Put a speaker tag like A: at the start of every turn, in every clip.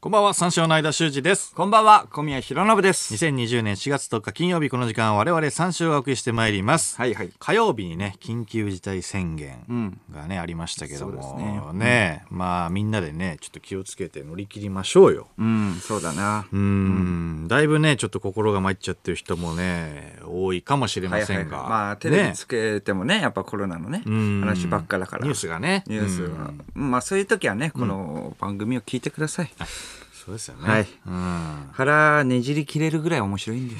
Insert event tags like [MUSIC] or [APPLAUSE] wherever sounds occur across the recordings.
A: こんばんは、三四郎の間修二です。
B: こんばんは、小宮弘信です。
A: 2020年4月10日金曜日この時間我々三四郎がお送りしてまいります。
B: はいはい。
A: 火曜日にね、緊急事態宣言
B: うん。
A: がね、ありましたけど
B: そうで
A: も、ね、まあみんなでね、ちょっと気をつけて乗り切りましょうよ。
B: うん、そうだな。
A: うーん、だいぶね、ちょっと心が参っちゃってる人もね、多いかもしれ
B: は
A: ま
B: いはい
A: せ
B: はい。
A: んが。
B: まあ、テレビ
A: ね
B: つけてもね、やっぱコロナのね、
A: うん
B: 話ばっかだから。
A: ニュースがね。
B: ニュースは
A: うん
B: まあ、そういう時はね、この番組を聞いてください。
A: そうですよね。
B: はい
A: うん。
B: 腹ねじり切れるぐらい面白い [LAUGHS] んで。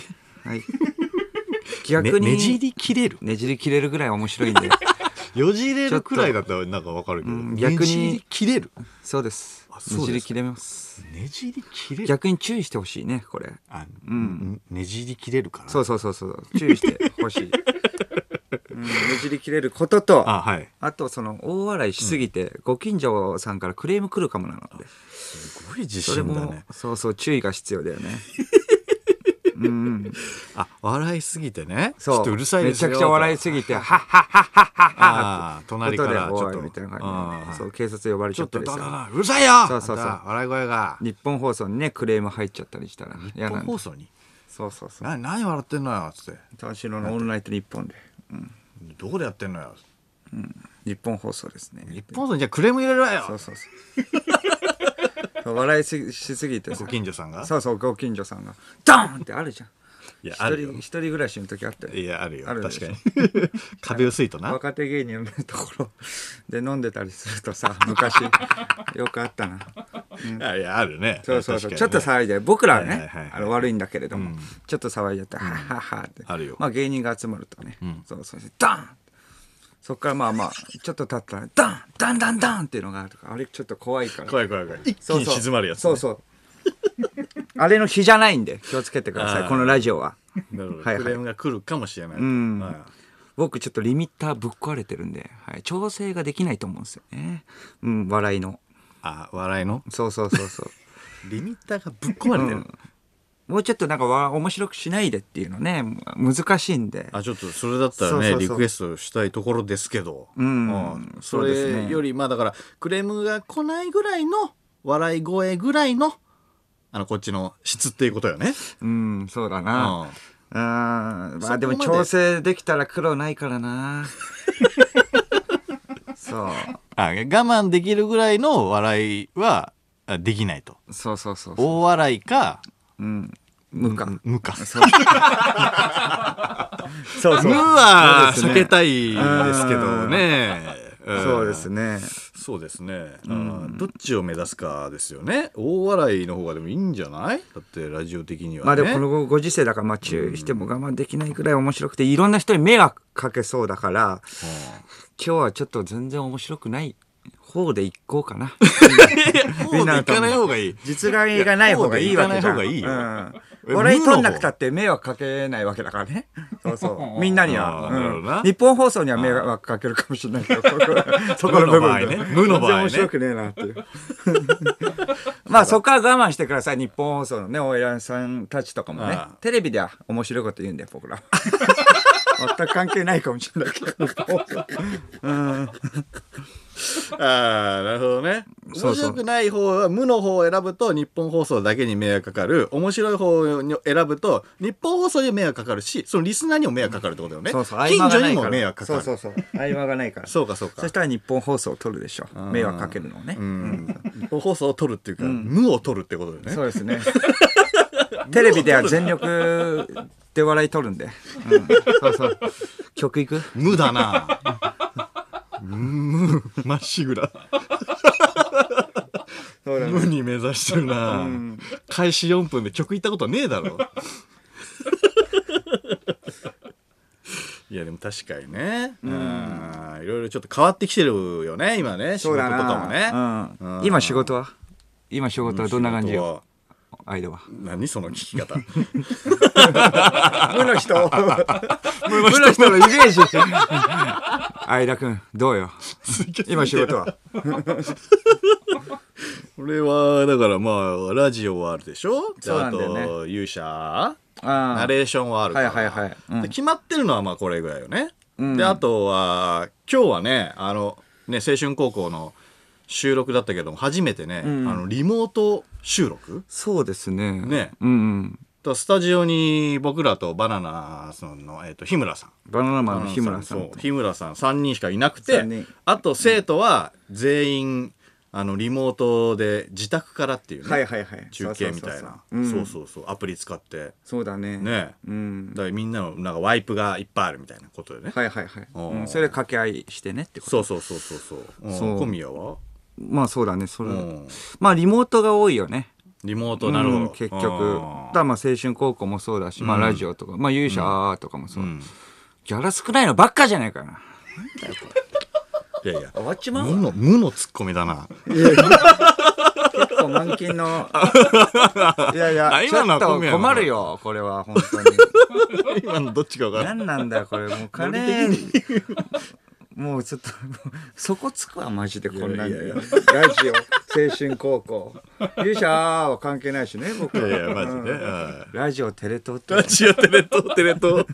B: はい。
A: ね
B: 逆に、
A: ねじり切れる
B: ねじり切れるぐらい面白いんで。
A: よじれるくらいだったらなんかわかるけど、
B: うん逆に
A: ねじり切れる
B: [LAUGHS] そうです。
A: あそうです
B: ね
A: か
B: じり切れます。
A: ねじり切れる
B: 逆に注意してほしいね、これ。
A: あ、
B: ん
A: ねじり切れるから
B: そうそうそうそう。注意してほしい。 [LAUGHS] うん、ねじり切れることと、
A: あはい
B: あとその大笑いしすぎて、ご近所さんからクレーム来るかもなのです
A: ごい自
B: それ
A: 信だ
B: も、
A: ね
B: そうそう注意が必要だよねうん
A: あ笑いすぎてねち
B: そう
A: ょっとうるさいで
B: め
A: す
B: ち
A: よ
B: ゃくちゃ笑い
A: ぎ
B: すぎて「はっはっはっはっはっは」
A: あー隣からち
B: 音で
A: ょっ
B: おい
A: と
B: みたいな感じ
A: あ
B: で
A: ー
B: そう警察呼ばれち
A: ちょ
B: ゃっ
A: ったと
B: り
A: だ
B: さ
A: だだうるさいよ
B: そうそうそう
A: あんた笑い声が
B: 日本放送にねクレーム入っちゃったりしたら嫌なんで
A: 放送に
B: そうそうそう
A: な何笑ってんのよつって
B: 三四郎の「オールナイト日本で、うん、
A: どこでやってんのよ
B: 日本放送ですね
A: 日本放送にじゃあクレーム入れるわ
B: そ
A: よ
B: うそうそうそう笑いすぎしすぎてさ
A: ご近所さんが
B: そうそうご近所さんがドーンってあるじゃん
A: いや
B: 一
A: あるよ
B: 人一人暮らしの時あったよ
A: いやあるよ
B: あるで
A: 確
B: し
A: か
B: ょ
A: に [LAUGHS] 壁薄いと
B: [LAUGHS]
A: な
B: 若手芸人のところ [LAUGHS] で飲んでたりするとさ
A: [LAUGHS]
B: 昔よくあったな
A: あいやあるね
B: そうそうそう、
A: 確
B: ちょ
A: か
B: っ
A: に
B: と
A: ね
B: 騒いで僕らはね、
A: はいはいはいはい
B: あの悪いんだけれども、ちょっと騒いじゃって、はっはっはって
A: あるよ
B: まあ芸人が集まるとね、そうそうそうダーンそっからまあまあちょっと経ったらダンダンダンダンっていうのがあるとかあれちょっと怖いから
A: 怖い怖い怖い一気
B: そう
A: に
B: そう
A: 静まるやつね
B: そうそうあれの日じゃないんで気をつけてくだ
A: あ
B: さ
A: ー
B: いこのラジオは
A: なるほど、
B: はいはい
A: クレームが来るかもしれないと。
B: ん
A: はい
B: 僕ちょっとリミッターぶっ壊れてるんで、はい、調整ができないと思うんですよねうん笑いの
A: あ、笑いの
B: そうそうそうそう
A: リミッターがぶっ壊れてる。
B: [LAUGHS] もうちょっとなんかわ面白くしないでっていうのねむ難しいんで
A: あ、ちょっとそれだったらね
B: そうそうそう
A: リクエストしたいところですけど。
B: うん
A: うそ
B: そうですね
A: れより、まあだから、クレームが来ないぐらいの、笑い声ぐらいの、あの、こっちの質っていうことよね。
B: うんそうだ
A: うん
B: な。うんま
A: そこま
B: あ
A: で
B: でも調整できたら苦労ないから [LAUGHS] なそ
A: あ我慢できるぐらいの笑いはあできないと。
B: うそうそうそうそう
A: 大笑いか、
B: [LAUGHS] うん無か
A: 無か。
B: そう
A: 無は
B: そう
A: 避
B: ですね
A: けたいですけどね。ん
B: そうですね
A: そうですね、うん、どっちを目指すかですよね大笑いの方がでもいいんじゃないだってラジオ的にはね
B: まあでも
A: [LAUGHS]
B: このごご時世だからまあ注意しても我慢できないくらい面白くていろんな人に迷惑かけそうだから今日はちょっと全然面白くない方でいこうかな。
A: うん、みんな行かない方がいい
B: 実害がない方がいいわけじゃん。
A: いや行か
B: う
A: え
B: ん、笑い取んなくたって迷惑かけないわけだからね。そうそう。みんなに
A: あ
B: は。
A: ーなるほどな
B: うん日本放送には迷惑かけるかもしれないけど、そこ [LAUGHS] そこの部分で
A: 無の場合ね無の場合ね
B: 全然面白くねえなって [LAUGHS] いう。まあそこは我慢してください。日本放送のね、お偉いさんたちとかもね
A: ああ。
B: テレビでは面白いこと言うんだよ、 [LAUGHS] 僕ら。全く関係ないかもしれないけど。
A: ああなるほどね
B: そ
A: 面
B: うそ
A: 白
B: う
A: くない方は無の方を選ぶと日本放送だけに迷惑かかる面白い方に選ぶと日本放送にも迷惑かかるしそのリスナーにも迷惑かかるってことよね、
B: そうそう、合
A: 近
B: 間が
A: 所
B: な
A: に
B: いか
A: も
B: ら。
A: 迷惑かかる
B: そうそうそう。合間がないから。
A: そうかそうか
B: そしたら日本放送を取るでしょ。迷惑かけるのをね。
A: うん日本放送を取るっていうか、無を取るってことだよね
B: そうですね。 [LAUGHS] テレビでは全力で笑い取るんで。うんそうそう。曲いく
A: 無だな。無、まっしぐら。
B: そうだ
A: 無に目指してるな。開始4分で曲行ったことねえだろ。いやでも確かにね。うん。いろいろちょっと変わってきてるよね、今ね。仕
B: そう
A: 事と
B: だ
A: かもね。
B: な。う
A: うん
B: ん今仕事は今仕事はどんな感じ
A: 仕事
B: よ
A: は
B: 間は。
A: 何その聞き方。
B: 無の人 [LAUGHS] 無の人のイメージ。 [LAUGHS] 間くん、どうよ。 [LAUGHS] 今仕
A: [LAUGHS]
B: 事は。
A: これは、だからまあ、ラジオはあるでしょで
B: そうな
A: あ
B: んだよね
A: と、勇者ナ
B: あ
A: レーションはあるから。
B: はいはいはいうん
A: で決まってるのはまあこれぐらいよね。
B: うん
A: であとは今日はねあのね青春高校の収録だったけども初めてね、
B: うん
A: あのリモート収録
B: そうですね。
A: ね
B: うんうん。
A: とスタジオに僕らとバナナさんの、えっと日村さん
B: バナナマンの日村さん
A: そう
B: と。
A: 日村さん3人しかいなく
B: 三
A: て
B: 人
A: あと生徒は全員あのリモートで自宅からっていうね、
B: はいはいはい。
A: 中継みたいな
B: そうそうそうそう,、
A: そう
B: そう
A: そうそうアプリ使って
B: だね。
A: ね
B: うん
A: だ。からみんなのなんかワイプがいっぱいあるみたいなことでね、
B: はいはいはい。
A: お
B: う
A: ー
B: ん、それで掛け合いしてねってこと。
A: そうそうそうそうそううん
B: そう
A: 小宮は、
B: まあそうだね。それ、
A: うん
B: まあリモートが多いよね。
A: リモートなるほど、
B: うん結局。だ
A: あ
B: からまあ青春高校もそうだし、まあラジオとか、まあ勇者とかもそう、
A: ん
B: ギャラ少ないのばっかじゃないかな。
A: ーいやいや
B: 終わっちま
A: 無の無のツッコミだ
B: [LAUGHS]
A: な
B: 結構満勤 [LAUGHS] の。いやいや、ち
A: 今
B: ょ
A: の
B: っ
A: は小
B: と
A: 宮の
B: 困るよ、これは、本当に。
A: 今のどっちか分からん
B: [LAUGHS] 何なんだよ、これ。もう金、 [LAUGHS] もうちょっと、 [LAUGHS] そこつくわ、マジで、こんなんで。
A: いやい
B: ラ
A: や
B: ジオ、青春高校。勇者は関係ないしね、僕
A: い
B: は。
A: やいやマジ
B: うん
A: で、うん
B: ラジオ、テレ東って
A: ラ。ジオテレ東テレ東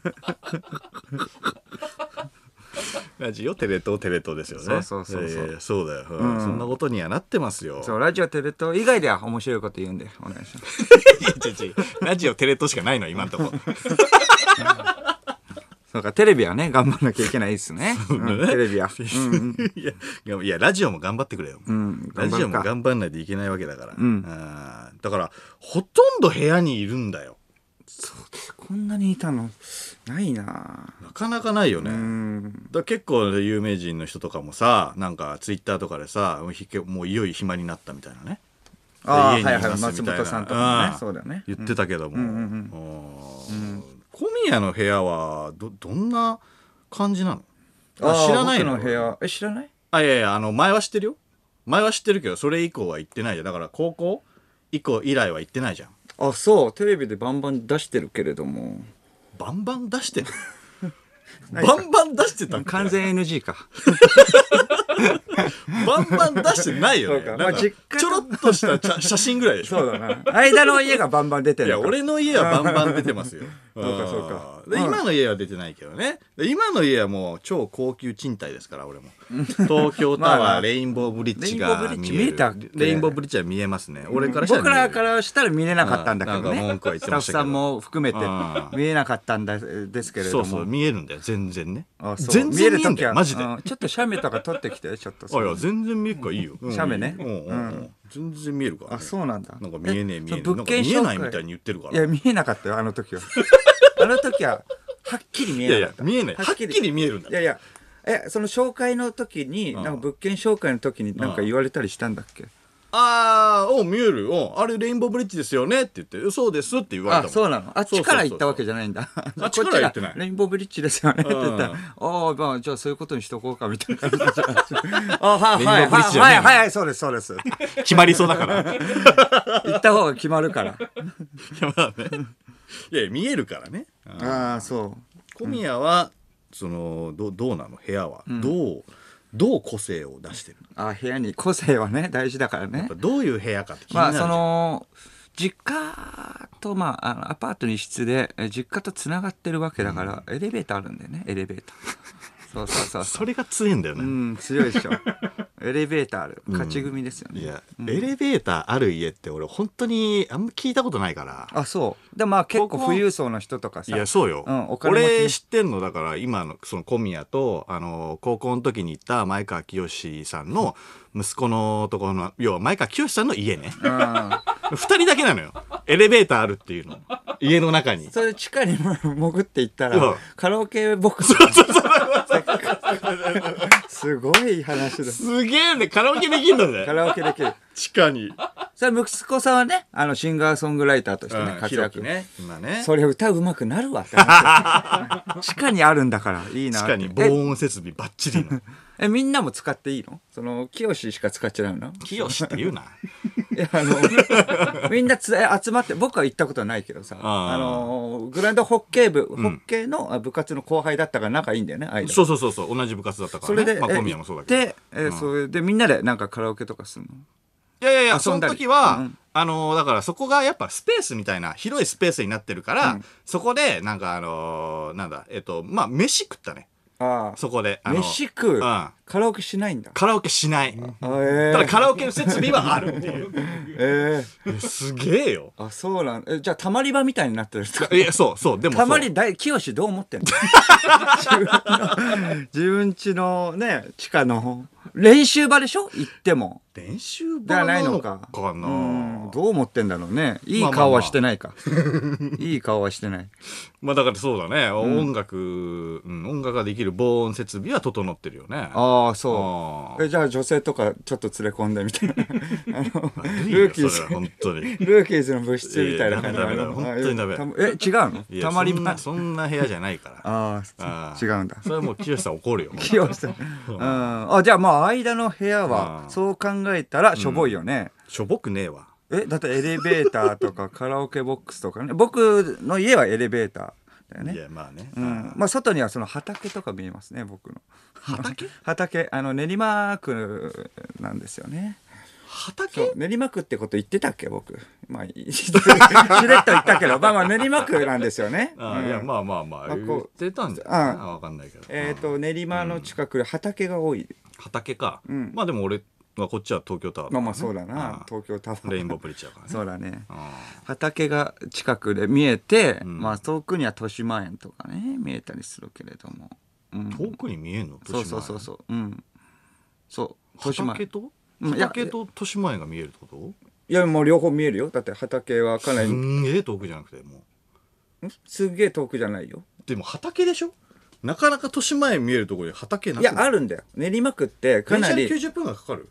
A: ラジオテレ東テレ東ですよね
B: そうそうそうそう
A: いやいやそうだよ、うんそんなことにはなってますよ
B: [LAUGHS] そう、ラジオ、テレ東以外では面白いこと言うんで、お願いします。
A: いや違う違うラジオテレ東しかないの今んとこ
B: [LAUGHS] そうか、テレビはね、頑張んなきゃいけないです [LAUGHS] ね。うんテレビは。うんうん
A: [LAUGHS] いやいやいやラジオも頑張ってくれよ、
B: ん
A: ラジオ
B: 頑張
A: も
B: るか
A: 頑張んないといけないわけだから、
B: ん
A: あーだからほとんど部屋にいるんだよ
B: こんなにいたの、ないな
A: なかなかないよね、
B: うん。
A: だから結構有名人の人とかもさなんかツイッターとかでさもうひけもういよいよ暇になったみたいなね
B: ああ、はい
A: 家にいます
B: はい、松
A: みたいな
B: 本さんとかも
A: うん
B: ね、そうだよね。
A: 言ってたけども、
B: うんう
A: う
B: ん
A: ん小宮の部屋はどどんな感じなの
B: あ
A: あ
B: ー
A: 知らない
B: 僕の部屋え知らない
A: あいやいやあの前は知ってるよ前は知ってるけどそれ以降は行ってないじゃんだから高校以降以来は行ってないじゃん
B: あそうテレビでバンバン出してるけれども
A: バンバン出
B: [LAUGHS]
A: してる
B: ないか
A: バンバン出してたっけ
B: 完全 NG か
A: [LAUGHS] バンバン出してないよね
B: そ
A: な
B: うかまあ
A: んか
B: 実家
A: ちょろっとした写写真ぐらいでしょ
B: そうだな [LAUGHS] 間の家がバンバン出て
A: い
B: る
A: や
B: のか
A: 俺の家はバンバン出てますよ
B: [LAUGHS] そうかそうか
A: うんで
B: うん
A: 今の家は出てないけどねで今の家はもう超高級賃貸ですから俺も東京タ
B: [LAUGHS] まあま
A: ワー
B: あ
A: レインボーブリッジ
B: レインボー
A: が
B: ブリッ
A: 見
B: ジ
A: え
B: 見えたっ
A: る
B: け
A: レインボーブリッジは見えますね俺からしたら
B: 僕
A: 見える
B: らからしたら見れなかったんだけど
A: うんなんか文
B: ね
A: 句は言っ
B: ス
A: て
B: タッ
A: ま
B: フ
A: したけど
B: さんも含めて
A: うん
B: 見えなかったんだですけれど
A: そ
B: も
A: うそう見えるんだよ全然ね
B: あそう
A: 全然見えるんだ
B: 時
A: よ
B: は
A: マジで
B: う
A: あ
B: んちょっと写メとか撮ってきてちょっと
A: いや全然見えるからいいようん
B: 写メね
A: うんうんうん全然見えるからね
B: あそうなんだ
A: なんか見えねえ見えねえ
B: そう
A: なんか
B: 物件
A: 見えない
B: 紹介
A: みたいに言ってるから
B: いや見えなかったよあ
A: [LAUGHS]
B: の時はあの時ははっきり見
A: いや
B: え
A: い
B: なか
A: や
B: った
A: 見えないはっきり見えるんだ
B: いやいや、え、その紹介の時に、
A: ん
B: なんか物件紹介の時になんか言われたりしたんだっけ、
A: あー、お見える。おあれ、レインボーブリッジですよねって言って、そうですって言われたもん。
B: あ、そうなのあっちから行ったわけ
A: じ
B: じゃないんだ。
A: あっちから行ってない
B: こちがレインボーブリッジですよねって言ったら、
A: う
B: あ
A: ん
B: あ、まあ、じゃあそういうことにしとこうかみたいな感じ [LAUGHS] で。あ、は
A: レ
B: い、
A: インボーブリッジじゃな
B: はいい、はい、はい、そうです、そうです。
A: ゃ決まりそうだ [LAUGHS] から。い
B: 行った方が決まるから。
A: や、まあね。いや、見えるからね。うん
B: ああ、そう。
A: 小宮は、その、どどうなの部屋は。どう、どう個性を出してるの
B: あー部屋に個性はね、大事だからね。
A: やっぱどういう部屋かって気に
B: ま
A: な
B: あ
A: るじ
B: そ
A: ゃん。
B: の実家とまああのアパートの一室でえ実家とつながってるわけだから、エレベーターあるんだよねエレベー [LAUGHS] ターそうそうそうそ
A: それが強いんだよ
B: うう
A: ね。
B: ん強いでしょエレベーターある勝ち組ですよね、
A: いや、エレベーターある家って俺、本当にあんま聞いたことないから。
B: あそうでまあ結構
A: 僕も
B: 富裕層の人とか
A: い
B: さ
A: や、そうよ。
B: うんお金持ち
A: 俺知ってんの、だから今のその小宮と、あの、高校の時に行った前川清さんの息子のところの、要は前川清さんの家ね。 [LAUGHS]
B: う
A: 二人だけなのよ。エレベーターあるっていうの。家の中に
B: ん、。 [LAUGHS] それ地下にも潜っていった
A: そう
B: らカラオケボックスすごい話だ
A: すげえね、カラオケできんだ
B: [LAUGHS] カ
A: ね。
B: ラオケできる
A: 地下に。
B: それ息子さんはねあのシンガーソングライターとしてね、活
A: 広
B: 躍
A: くね。今ね。
B: それ歌うまくなる [LAUGHS] わって話地下にあるんだからいいな
A: 地
B: っ
A: 下
B: て
A: に防
B: え
A: 音設備バッチリ
B: [LAUGHS]
A: の。
B: えみんなも使っていいのその清ししか使っちゃダメなの
A: 清って言う
B: [LAUGHS]
A: な。
B: いや
A: [LAUGHS]
B: あのみんなつえ集まって僕は行ったことないけどさ
A: あー
B: あのグランドホッケー部、ホッケーのあ部活の後輩だったから仲いいんだよね間
A: そうそうそうそう、同じ部活だったか
B: そ
A: ら
B: れ
A: ね。
B: で、
A: まあ
B: え
A: 小宮もそうだけど。
B: 行ってえそれでみんなでなんかカラオケとかするの
A: いやいやいや、そ
B: 遊
A: の
B: んだり
A: 時は、
B: うん
A: あのーだからそこがやっぱスペースみたいな、広いスペースになってるから、そこで、なんかあのーなんだ、えっと、まあ、飯食ったね。
B: あ
A: そこで。あ
B: あ
A: の
B: 飯食う
A: うん
B: カラオケしないんだ
A: カラオケしない。
B: え
A: ただ
B: ー、
A: カラオケの設備はあるっていう。
B: [LAUGHS] えー、
A: すげえよ。
B: あそうなんえじゃあたまり場みたいになってるんですか
A: いや、そうそう、でもそう。
B: たまに大清どう思ってんの自分ちのね地下の練習場でしょ行っても
A: 練習
B: で
A: 場
B: はな
A: ないの
B: の
A: か
B: か
A: な。
B: うんどう思ってんだろうねいい顔はしてないか、 [LAUGHS] いい顔はして
A: [LAUGHS]
B: ない
A: まあだからそうだね。音楽、うん、音楽ができる防音設備は整ってるよね。
B: ああそ
A: あ
B: うえじゃあ女性とかちょっと連れ込んで
A: [LAUGHS]
B: みたいなあの
A: ー。いいよ
B: ルーキー
A: そ
B: ズ
A: れは本当に。
B: ルーキーズの部室みたいな感じ
A: いやいやダメダメダメ
B: あよく
A: 本当に
B: たえ違うの
A: いや
B: たまり
A: そん
B: 場
A: なそんな部屋じゃないから。
B: あ
A: あ
B: あ
A: ー
B: 違うんだ
A: それはもう清さん怒
B: [LAUGHS]
A: るよ。
B: 器用さん。
A: [LAUGHS]
B: うん。あ、じゃあまあ間の部屋は
A: う、ん
B: そう考えたらしょぼいよね。
A: しょぼくねえわ。
B: え、だってエレベーターとかカラオケボックスとかね。僕の家はエレベーターだよ
A: い
B: ね。
A: や、まあね。
B: うん。まあ外にはその畑とか見えますね、僕の。
A: 畑
B: [LAUGHS] 畑、あの練馬区なんですよね。
A: 畑
B: 練馬区ってこと言ってたっけ僕。まあ、い [LAUGHS] いしれっと言ったけど、まあまあ練馬区なんですよね。
A: [LAUGHS] あーいうや、
B: ん
A: まあまあまあ、
B: あこう
A: 言ってたんじゃ
B: う
A: なんいわかんないけど。
B: えっと、練馬の近くで畑が多い。
A: 畑か。
B: ん
A: まあでも俺はこっちは東京タワーだ
B: ま
A: か
B: あ
A: らね。
B: まあそうだな。
A: うん
B: 東京タワー。
A: レインボーブリッジだからね。
B: そうだね。
A: あ
B: 畑が近くで見えて、
A: ん
B: まあ遠くには豊島園とかね見えたりするけれども、うん
A: ー遠くに見えんの豊島
B: そう
A: 園
B: そうそうそううんそう豊島
A: 畑
B: 園
A: と
B: うんいや
A: 畑と豊島園が見えるってこと
B: いやもう両方見えるよだって畑はかな
A: す
B: りん
A: んげえ遠くじゃなくても
B: すげえ遠くじゃないよ
A: うでも畑でしょなかなか豊島園見えるところで畑なく
B: いやあ
A: る
B: るんだよ練馬区ってかなり
A: 90分がかかる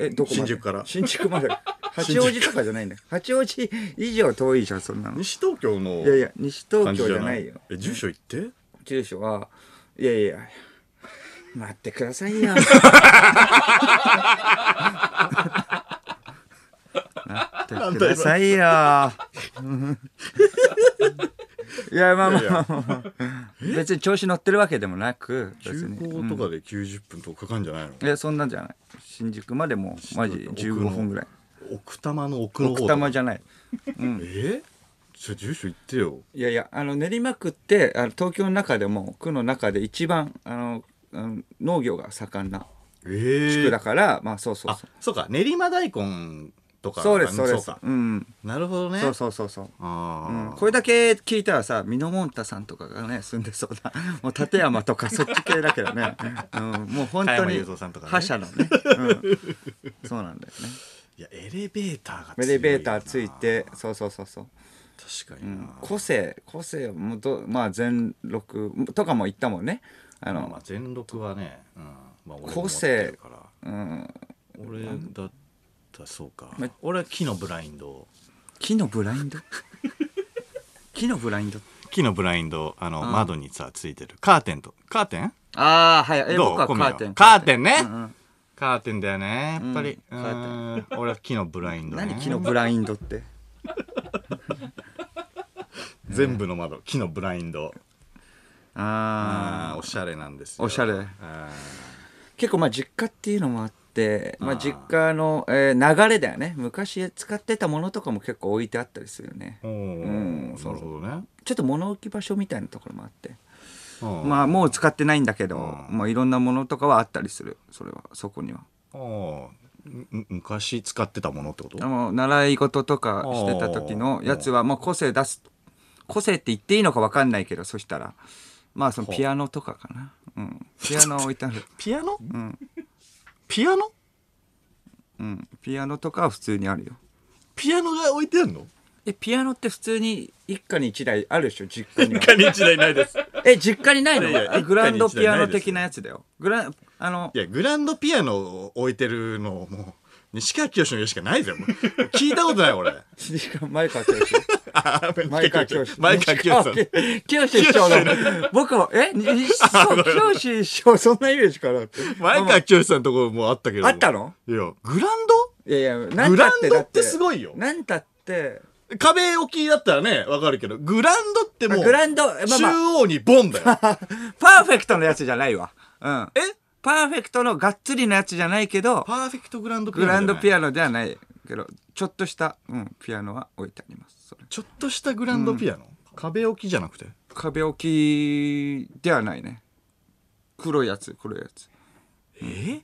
B: えどこまで
A: 新宿から
B: 新
A: [LAUGHS]
B: 宿まで八王子とかじゃないんだよ八王子以上遠いじゃんそんなのい
A: 西東京の
B: やいや西東
A: 感じ
B: 京
A: じ
B: じ
A: ゃ
B: ゃ
A: な
B: ないいよ
A: え住所言
B: [LAUGHS]
A: って
B: 住所はいやいや待ってくださ
A: [LAUGHS]
B: いよ待ってくださいよい [LAUGHS] やまあまあまあまあ別に調子乗ってるわけでもなく別
A: 中
B: に
A: 高とかで90分とかかかんじゃないの
B: いやそんなんじゃない新宿までもうマジ15分ぐらい
A: 奥多摩の奥の
B: 奥
A: 方
B: 多摩じゃない
A: えじゃ住所言ってよ
B: いやいやあの練馬区ってあの東京の中でも区の中で一番あのあの農業が盛んな
A: え
B: 区
A: え
B: だから、まあそうそう
A: あ
B: そう
A: そうか練馬大根とか
B: そうですそ
A: あ
B: う
A: の
B: です
A: か
B: うん
A: なるほどね
B: そうそうそうそううん
A: ああ
B: これだけ聞いたらさミノモンタさんとかがね住んでそうな [LAUGHS] もう立
A: [LAUGHS]
B: 山とかそっち系だけどね、うん、もう本
A: 加
B: 当
A: 山
B: に
A: 雄三さんとかね
B: 覇者のね、うん、そうなんだよね
A: いやエレベーターが強
B: エレ
A: いよな
B: ベーターついてそうそうそうそう
A: 確かにな
B: 個性個性もどまあ全録とかも言ったもんね
A: ま
B: あ
A: あま
B: の
A: あ、全録はね、うんまあ、俺も
B: 個性
A: 持ってるから
B: うん、
A: 俺だったらそうか、俺は木のブラインド
B: 木のブライ [LAUGHS] ンド木のブラインド
A: 木のブラインドあの、窓にさついてるカーテンとカーテン
B: ああはいえ
A: どう
B: 僕はカ
A: 小宮
B: ーテン
A: カーテンね
B: うんうん
A: カーテンだよねやっぱり、う、
B: うんんカー
A: 俺は木のブラインド、ね、
B: [LAUGHS] 何木のブラインドって
A: 全部の窓木のブラインド
B: ああ
A: あーおしゃれなんですよ
B: おしゃれ
A: あ
B: 結構まあ実家っていうのもあって、ま
A: あ
B: あ、
A: ー
B: 実家の、えー流れだよね昔使ってたものとかも結構置いてあったりするよね
A: ーおー
B: うん
A: なるほどね
B: ちょっと物置き場所みたいなところもあって
A: ま
B: まあもう使ってないんだけど
A: うん
B: まあ、いろんなものとかはあったりするそれはそこには
A: あーむ昔使ってたものってこと
B: あの習い事とかしてた時のやつはまあ個性出す個性って言っていいのか分かんないけどそしたらまあそのピアノとかかな、うん、ピアノ置いてある
A: ピアノ、ピアノ
B: うんピアノとかは普通にあるよ
A: ピアノが置いてある
B: [LAUGHS]
A: の
B: えピアノって普通に一家に一台あるでしょ実家には
A: 他に一台ないです。い
B: え実家にないの
A: いやいや
B: あグランドピアノ的なやつだよグランあの
A: や、グランドピアノを置いてるの、もう、西川きよしの家しかないぜ、もう。聞いたことない、
B: [LAUGHS]
A: 俺。
B: 西川前川清志
A: [LAUGHS] あ
B: 前川清志
A: 前川きよしさん。
B: 清志師匠の僕もえにそう清志師匠そんなイメージかなって
A: 前川きよしさんのとこもあったけど。
B: あったの
A: いや、グランド
B: いやいやなんた
A: グランド
B: だ
A: ってすごいよ。
B: なんたって
A: 壁置きだったらね、わかるけど、グランドってもう、
B: グランドまあまあ
A: 中央にボンだよ。
B: パーフェクトのやつじゃないわうん [LAUGHS] えパーフェクトのがっつりのやつじゃないけど
A: パーフェクトグランドピアノじゃな
B: グラ
A: い。
B: ンドピ
A: アノ。
B: アノではないけどちょっとした、うん、ピアノは置いてありますそれ
A: ちょっとしたグランドピアノ。壁置きじゃなくて。
B: 壁置きではないね黒いやつ黒いやつ
A: え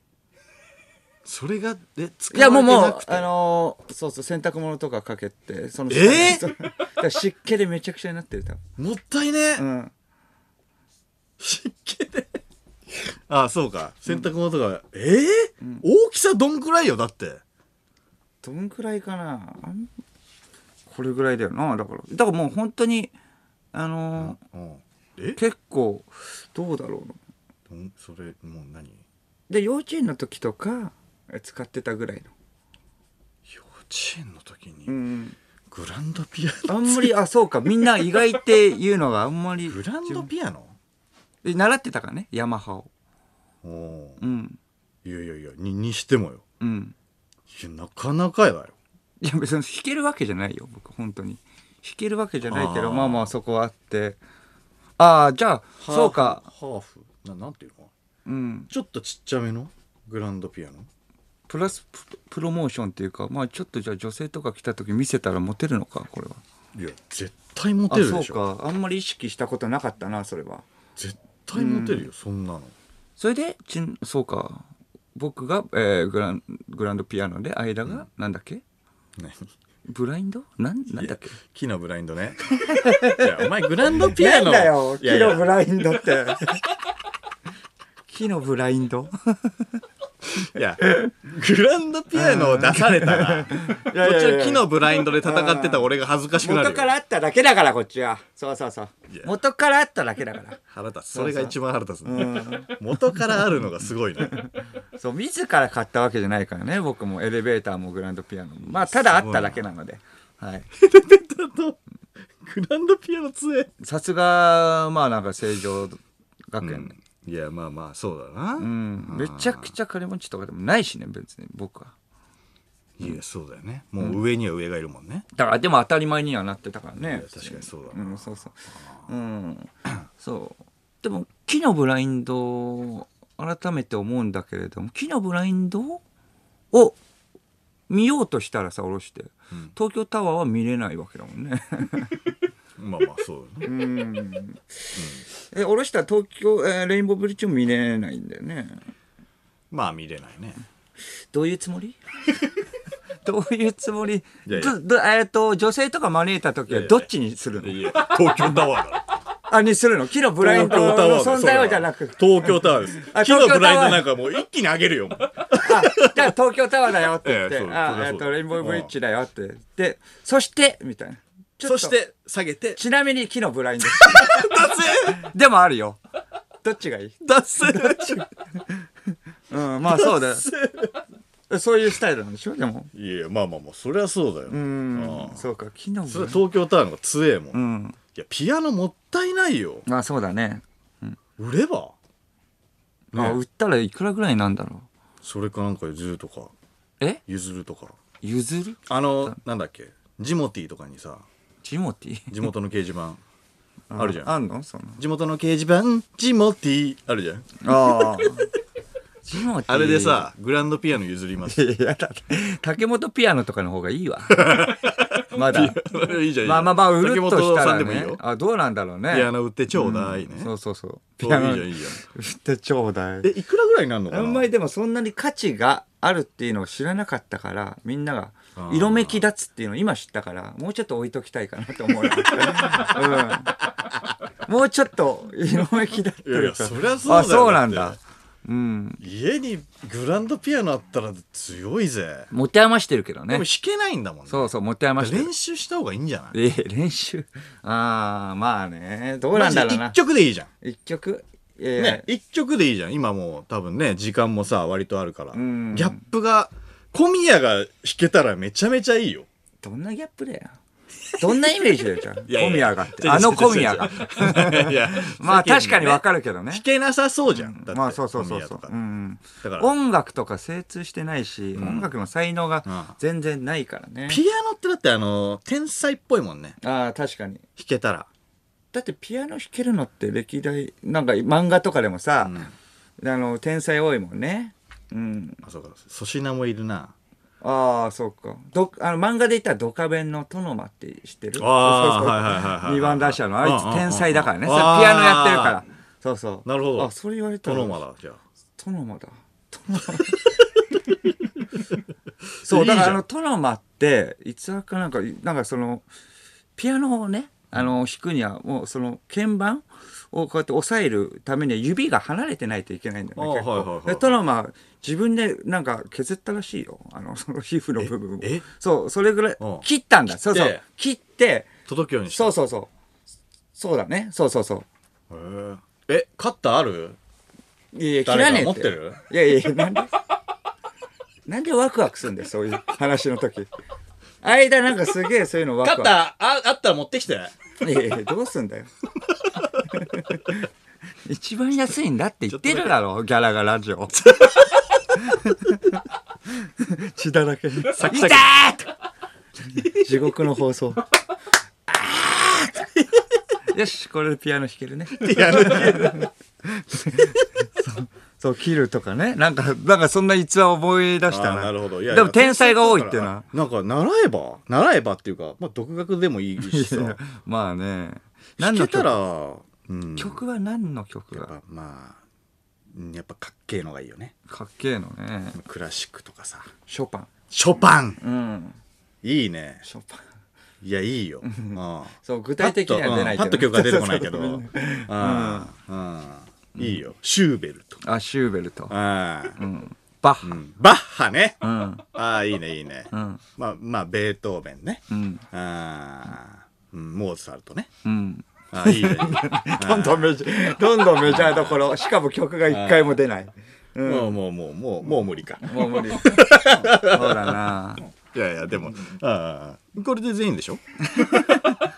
A: それがえ使
B: いやもうも
A: われてな
B: う
A: くて
B: あのーそうそう洗濯物とかかけてその
A: えー
B: そうだから湿気でめちゃくちゃになってる多分
A: もったいね、
B: うん
A: 湿気であそうか洗濯物とか、えー大きさどんくらいよだって
B: どんくらいかなあんこれぐらいだよなだからだからもう本当にあの
A: うんえ
B: ー結構どうだろうな
A: どんそれもう何
B: で幼稚園の時とかえ使ってたぐらいの
A: 幼稚園の時に
B: うん
A: グランドピアノ
B: あんまりあそうかみんな意外っていうのがあんまり
A: グランドピアノ
B: え習ってたからねヤマハを
A: おおー
B: うん
A: いやいやいやににしてもよ
B: うん
A: いやなかなかやだよ
B: いや別に弾けるわけじゃないよ僕本当に弾けるわけじゃないけど
A: あー
B: まあまあそこはあってああじゃあ
A: ハーフ
B: そうか
A: ハーフななんていうの
B: うん
A: ちょっとちっちゃめのグランドピアノ
B: プラスププロモーションっていうかまあちょっとじゃあ女性とか来た時見せたらモテるのかこれはい
A: や絶対モ
B: あ
A: テる
B: そ
A: で
B: う
A: しょ
B: かあんまり意識したことなかったなそれは
A: 絶対モテるよそんなの
B: それでちんそうか僕が、えーグラングランドピアノで間が、なんだっけ
A: 何
B: ブラインドなんなんだっけ
A: 木のブラインドねいやお前グランドピアノいやいや
B: ラインドって。木のブラインド
A: いやグランドピアノを出されたらこっち
B: やいやいや
A: は木のブラインドで戦ってた俺が恥ずかしくなる
B: 元
A: よ
B: からあっただけだから、こっちは。そうそうそう
A: いや。
B: 元からあっただけだから。
A: 腹立つそれが一番腹立つ、
B: う
A: ね、
B: ん、
A: 元からあるのがすごいね
B: そう自ら買ったわけじゃないからね僕もエレベーターもグランドピアノもまあただあっただけなのではい
A: グランドピアノ強え、
B: さすがまあなんか成城学園、
A: いやまあまあそうだな、
B: うんめちゃくちゃ金持ちとかでもないしね別に僕は。
A: いやそうだよねもう上には上がいるもんね、
B: だからでも当たり前にはなってたからね
A: や確かにそうだ
B: う
A: なん
B: そうそううんそうでも木のブラインドを改めて思うんだけれども木のブラインドを見ようとしたらさ下ろして、
A: ん
B: 東京タワーは見れないわけだもんね
A: まあまあそうだね
B: うんえ下ろしたら東京、えーレインボーブリッジも見れないんだよね
A: まあ見れないね
B: どういうつ
A: [LAUGHS]
B: もりどういうつもり
A: いやいや
B: どどえっ、と女性とか招いた時はどっちにするの
A: いや東京タワーだ
B: あ、にするの木のブラインドの存在をじゃ
A: [LAUGHS]
B: なく。
A: 東京タワーです
B: あ
A: 木の
B: 東京タワー
A: ブラインドなんかもう一気に上げるよもう
B: あ、じゃあ東京タワーだよって言っ
A: [LAUGHS] ええ
B: て
A: そ、うそり
B: あ
A: ゃ、
B: え
A: そう
B: っと、レインボーブリッジだよって。で、そして、みたいな。ちょ
A: そ
B: っと
A: して下げて
B: ちなみに木の
A: [LAUGHS]
B: ブラインド。
A: 達
B: でもあるよ。どっちがいい
A: 成達成
B: [LAUGHS] うん、まあそうだよ。そういうスタイルなんでしょでも。
A: いやいやまあまあまあそりゃそうだよ、
B: うん
A: あ、あ
B: そうか、木の
A: そ
B: ブ
A: れは
B: ラインド。
A: 東京タワーの方が強えもん、
B: う
A: い
B: ん。
A: やピアノもったいないよ
B: まあそうだね。
A: 売れば
B: あ、売ったらいくらぐらいなんだろ
A: それかなんか譲るとか
B: う。え
A: 譲るとか
B: 譲る
A: あのなんだっけジモティーとかにさ
B: ジモティ
A: 地元の掲示板あるじゃん
B: あんのその。
A: 地元の掲示板ジモティーあるじゃん
B: ああ。ジモティ
A: あれでさグランドピアノ譲ります [LAUGHS]
B: いやだって竹本ピアノとかの方がいいわまだ
A: いいじゃんいいじゃん
B: まあまあまあ売る
A: 竹
B: と
A: 本
B: した
A: さん
B: ら
A: でもいい
B: ね
A: よ
B: あどうなんだろうね
A: ピアノ売ってちょうだいね、
B: そうそうそう
A: そう
B: ピアノ
A: いいじゃん
B: 売
A: いいじゃん
B: ってちょうだい
A: えいくらぐらいになるのか
B: あ
A: なん
B: まりでもそんなに価値があるっていうのを知らなかったからみんなが
A: あー
B: 色めき立つっていうのを今知ったからもうちょっと置いときたいかな
A: [LAUGHS]
B: と思うよ、うん、もうちょっと色めき立って
A: いやいや
B: るか
A: そりゃそうだよ
B: あそうなん
A: っ
B: だ
A: て
B: うん
A: 家にグランドピアノあったら強いぜ
B: 持て余してるけど
A: で
B: ね
A: も弾けないんだもんね
B: そうそう持て余してる
A: 練習した方がいいんじゃない
B: えー練習ああまあねどうなんだろう
A: マ
B: な
A: ジで一曲でいいじゃん
B: 一曲いやいや
A: ね、一曲でいいじゃん今もう多分ね時間もさ割とあるからギ
B: ん
A: ャップが小宮が弾けたらめちゃめちゃいいよ
B: どんなギャップだよどんなイメージだよじゃん
A: いやいや
B: 小宮がっ
A: [LAUGHS]
B: て
A: 違う違う
B: あの小宮が
A: [LAUGHS] いや
B: まあ確かにわ
A: わ
B: かるけどね
A: 弾けなさそうじゃん、だって
B: まあそうそうそう
A: 小宮と
B: そう
A: か、
B: うん
A: だから
B: 音楽とか精通してないし、音楽の才能が全然ないからね、
A: ピアノってだってあの天才っぽいもんね
B: ああ確かに
A: 弾けたら
B: だってピアノ弾けるのって歴代なんか漫画とかでもさ、あの天才多いもんねうん
A: あそうか粗品もいるな
B: ああそうかどあの漫画で言ったらドカベンのトノマって知ってる
A: あー
B: そうそうそう
A: はいはいはいはい
B: 二番打者の
A: うんうんうん
B: あいつ天才だからね
A: うん
B: それピアノやってるから
A: あ
B: そうそう
A: なるほど
B: あそれ言われたら
A: 殿間だじゃあ
B: トノマだ。トノマそう、だか
A: いいじ
B: ら
A: ゃ
B: あ
A: ん
B: の、トノマって、いつだかなんか、なんかその、ピアノをね、あの、弾くには、もうその、鍵盤をこうやって押さえるためには指が離れてないといけないんだよね。
A: あー
B: 結構
A: はいはいはい
B: でトノマ、自分でなんか削ったらしいよ。あの、 [LAUGHS] その皮膚の部分を。
A: え
B: そう、それぐらい
A: うん、
B: 切ったんだ。そうそう。切って、
A: 届くようにした
B: そうそうそう。そうだね。そうそうそう。
A: へーえカッターある
B: いやいや、切
A: 誰
B: らね
A: か
B: え
A: 持
B: っ。
A: っててる
B: いやいや、なんで、なんでワクワクするんだよ、そういう話の時。間なんかすげえそういうのワ
A: カ
B: ク
A: ッ
B: ワ
A: ターああったら持ってきて
B: ク。いやいや、どうすん [LAUGHS] だよ。一番安いんだって言ってるだろ、ギャラがラジオ。血だらけに。痛
A: キサキ
B: ーとか地獄の放送。あーよし、これでピアノ弾けるね。そう切るとかねなんかなんかそんな逸話を思い出した
A: あー
B: な
A: なるほどいやいや
B: でも天才が多いっていうのは
A: なんか習えば習えばっていうか、まあ、独学でもいいし
B: [LAUGHS]
A: さ
B: まあね
A: 弾けた
B: 曲
A: ら、うん、
B: 曲は何の曲
A: やっ
B: が
A: ぱまあうんやっぱかっけえのがいいよね
B: かっけえのね
A: クラシックとかさ
B: ショパン
A: ショパン
B: うん
A: いいね
B: ショパン
A: いやいいよ、うん
B: そう具体的には出ない
A: パッと,、うん、パッと曲が出てこないけど
B: [LAUGHS] そうそううそ
A: んうんいいよシューベルト
B: うあシューベルト
A: あー
B: うんバッ
A: う
B: ハ
A: んバッハね、
B: うん
A: ああいいねいいね、
B: うん
A: まあまあベートーベンね、
B: うん
A: あーうんモーツァルトね
B: うん
A: あ
B: [LAUGHS]
A: あいいね
B: どんどんメジャーどんどんメジャーどころしかも曲が一回も出ないうん
A: もうもうもうもうもう無理か
B: もう無理そうだない
A: やいやでもああこれで全員で
B: [LAUGHS]
A: しょ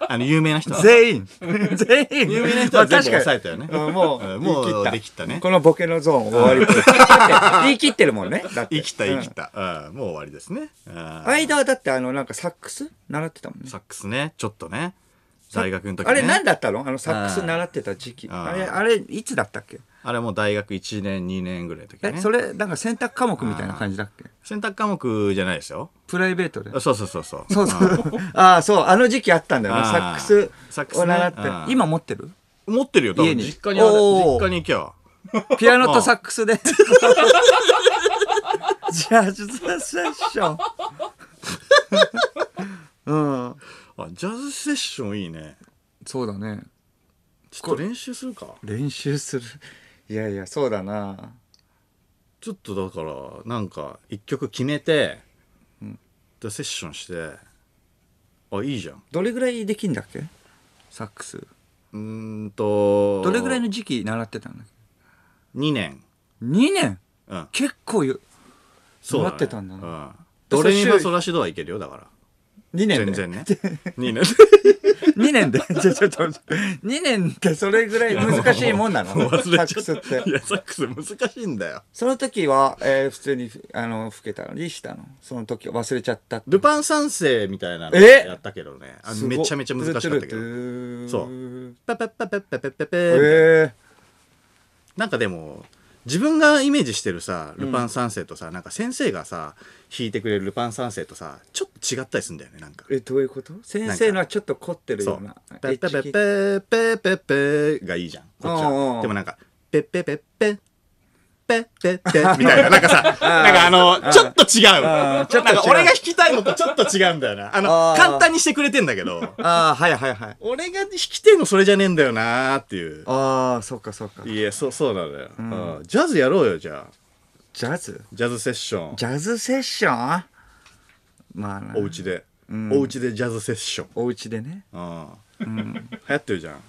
A: あの有名な人は
B: 全員全員
A: 有名な人は
B: ま
A: 全
B: あ
A: 部
B: 確か
A: 抑
B: に
A: えたよね
B: うんもう、
A: うんもう
B: 言い
A: できたね
B: このボケのゾーン終わり。言い切ってるもんね。 [LAUGHS] だって
A: 生きた生き
B: うん
A: た、ああもう終わりですねああ
B: 間はだってあの、なんかサックス習ってたもんね
A: サ。ックスねちょっとね大学の時ね
B: あれ何だったのあのサックス
A: うん
B: 習ってた時期。
A: うん
B: あれ、あれいつだったっけ
A: あれもう大学1年2年ぐらいの時
B: え、
A: ね
B: それ、なんか選択科目みたいな感じだっけ
A: 選択科目じゃないですよ
B: プライベートで。
A: そうそうそうそう
B: そうそう。 [LAUGHS] ああ、そう。あの時期あったんだよね。
A: うん
B: サックス。
A: サックスね
B: を習って
A: う。ん
B: 今持って [LAUGHS] る
A: 持ってるよ多
B: 家
A: 分
B: に
A: 実家にある
B: おー
A: 実家に行きゃ
B: ピアノとサックス [LAUGHS] で。ジャズセッション。 [LAUGHS] うん。
A: あジャズセッションいいね
B: そうだね。
A: ちょっと練習するか
B: 練習する。いやいや、そうだな。
A: ちょっとだからなんか一曲決めて、でセッションしてあいいじゃん
B: どれぐらいできんだっけサックス。
A: うーんと
B: どれぐらいの時期習ってたんだっ
A: 2年
B: け ?2 年
A: うん
B: 結構よ。
A: そうだ、ね、
B: 習ってたんだな
A: うん、
B: で
A: ドレミ
B: そ
A: フ
B: れ
A: ァソラシドはいけるよだから
B: 2年で。
A: 全
B: [LAUGHS]
A: 然ね2年
B: 2年で。 [LAUGHS] ちょ、ちょ、ちょ、2年ってそれぐらい難しいもんなの
A: 忘れち
B: サ
A: ゃっ
B: ックスって
A: たい。やサックス難しいんだよ
B: その時は、えー普通に、あの、吹けたのにしたの。その時忘れちゃったって。
A: ルパン三世みたいなの
B: え
A: やったけどねあの
B: すごい
A: めちゃめちゃ難しかったけ
B: トゥ
A: ど
B: ルト
A: そ
B: ゥル
A: パパパパパパパパ
B: トゥルえ
A: なんかでも自分がイメージしてるさ「ルパン三世」とさ、なんか先生がさ弾いてくれる「ルパン三世」とさちょっと違ったりするんだよねなんか
B: ー。え、どういうこと先生のはちょっと凝ってる
A: そ
B: よ
A: う
B: うな。
A: 「ペッペ
B: エッ
A: ペ
B: チ系
A: ペペペペ」がいいじゃんこっち
B: うんうんう
A: は
B: ん
A: でもなんか「ペッペペペペッペペペ」みたいななんかさなんかあのちょっと違う
B: あーちょっと違う
A: なんか俺が弾きたいのとちょっと違うんだよなあの
B: あー
A: 簡単にしてくれてんだけど
B: ああ、はいはいはい。
A: 俺が弾きてんのそれじゃねえんだよなーっていう
B: ああ、そうかそうか。
A: いやそうそうなのよ、
B: ん
A: うんジャズやろうよじゃあ
B: ジャズ
A: ジャズセッション
B: ジャズセッションまあな
A: お家で、
B: ん
A: お家でジャズセッション、
B: お家でね。
A: うん、
B: うん。
A: 流行ってるじゃん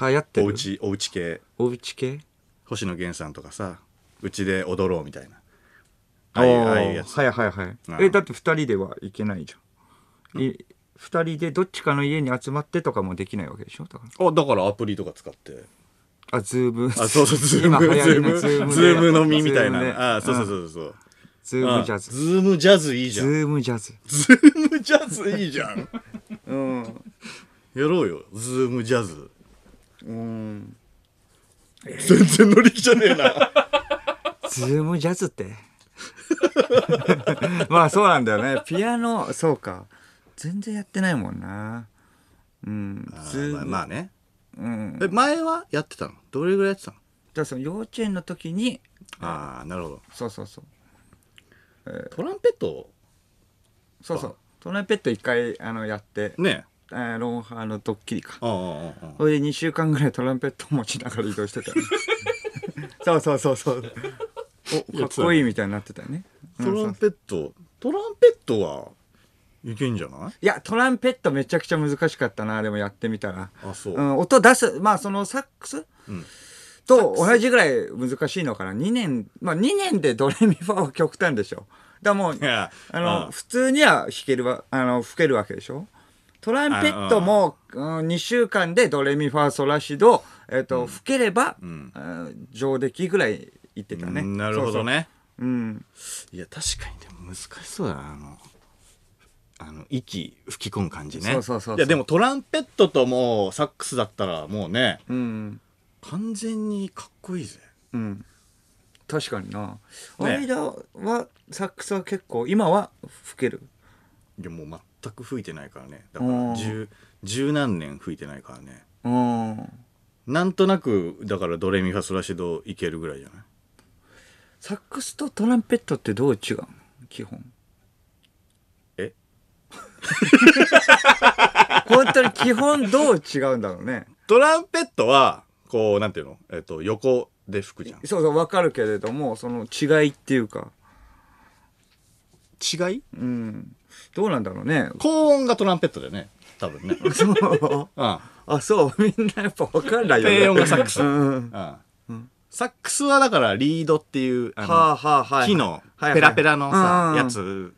B: 流行って
A: おう。
B: る。
A: ちおうち系
B: おうち系
A: 星野源さんとかさうちで踊ろうみたいなああいうああいうやつ
B: はいはいはい
A: うん。
B: え、だって二人では行けないじゃん。い二人でどっちかの家に集まってとかもできないわけでしょだか
A: あだからアプリとか使って
B: ら。あ、ズーム。
A: あ
B: [LAUGHS]
A: そうそうズー
B: 今
A: ム
B: 流
A: ズー
B: 行りの
A: ムズ
B: ズームで。
A: ームのみみたい
B: ズームで
A: なあそうそう
B: うん
A: そうそう
B: ズ
A: ズ
B: ームジャズ。
A: ズームジャズいいじ
B: ズ
A: ゃん
B: ームジャズ。
A: ズームジャズいいじゃん
B: うん。
A: やろうよズームジャズ
B: うん。
A: 全然乗り気じゃねえな
B: ズームジャズって [LAUGHS] まあそうなんだよねピアノそうか全然やってないもんなうん
A: あ
B: [LAUGHS] ズー
A: ー
B: ム、
A: まあまあね
B: うん、だ
A: え
B: か
A: 前はやってたのどれぐらいやってたの
B: らその幼稚園の時に
A: ああなるほど
B: そうそうそう
A: トランペット
B: そうそうトランペット一回あのやって、
A: ね
B: えーロンハーのドッキリか
A: ああああああ
B: それで2週間ぐらいトランペット持ちながら移動してた、 [LAUGHS] ね、そうそうそうそうおかっこいいみたいになってたよねうん
A: トラ
B: そう
A: ンペットトランペットはいけんじゃない
B: いやトランペットめちゃくちゃ難しかったなでもやってみたら
A: あそう、
B: うん、音出す、まあそのサックス、
A: うん
B: と同じぐらい難しいのかな。2年、まあ2年でドレミファは極端でしょ。だからもう
A: い、や
B: あ
A: う
B: の、
A: ん
B: 普通には弾けるわ、あの、吹けるわけでしょ。トランペットも、うん、2週間でドレミファソラシド、えっ、と、吹ければ、
A: ん
B: うん上出来ぐらいいってたね。
A: うんなるほどね
B: そうそう。うん。
A: いや確かにでも難しそうだなあのあの息吹き込む感じね
B: そうそうそうそう
A: やでもトランペットともうサックスだったらもうね
B: うん。
A: 完全にかっこいいぜ
B: うん。確かにな。
A: ね
B: 間は、サックスは結構、今は吹ける。
A: いやもう全く吹いてないからねだから
B: うん
A: 十十何年吹いてないからね
B: うん。
A: なんとなくだからドレミファソラシドいけるぐらいじゃない
B: サックスとトランペットってどう違うの基本
A: え
B: [LAUGHS] 本当に基本どう違うんだろうね
A: トランペットはこうなんていうの、えっと横で吹くじゃ
B: そうそう分かるけれどもその違いっていうか
A: ん違い
B: うんどうなんだろうね
A: 高音がトランペットだよね多分ね、うん、
B: [LAUGHS] そうあそうみんなやっぱ分かんないよね
A: 低音がサックス
B: うん、
A: うん、サックスはだからリードっていうあの、
B: はあはあはい
A: 木の
B: はいはい
A: ペラペラのさ、
B: うん
A: やつ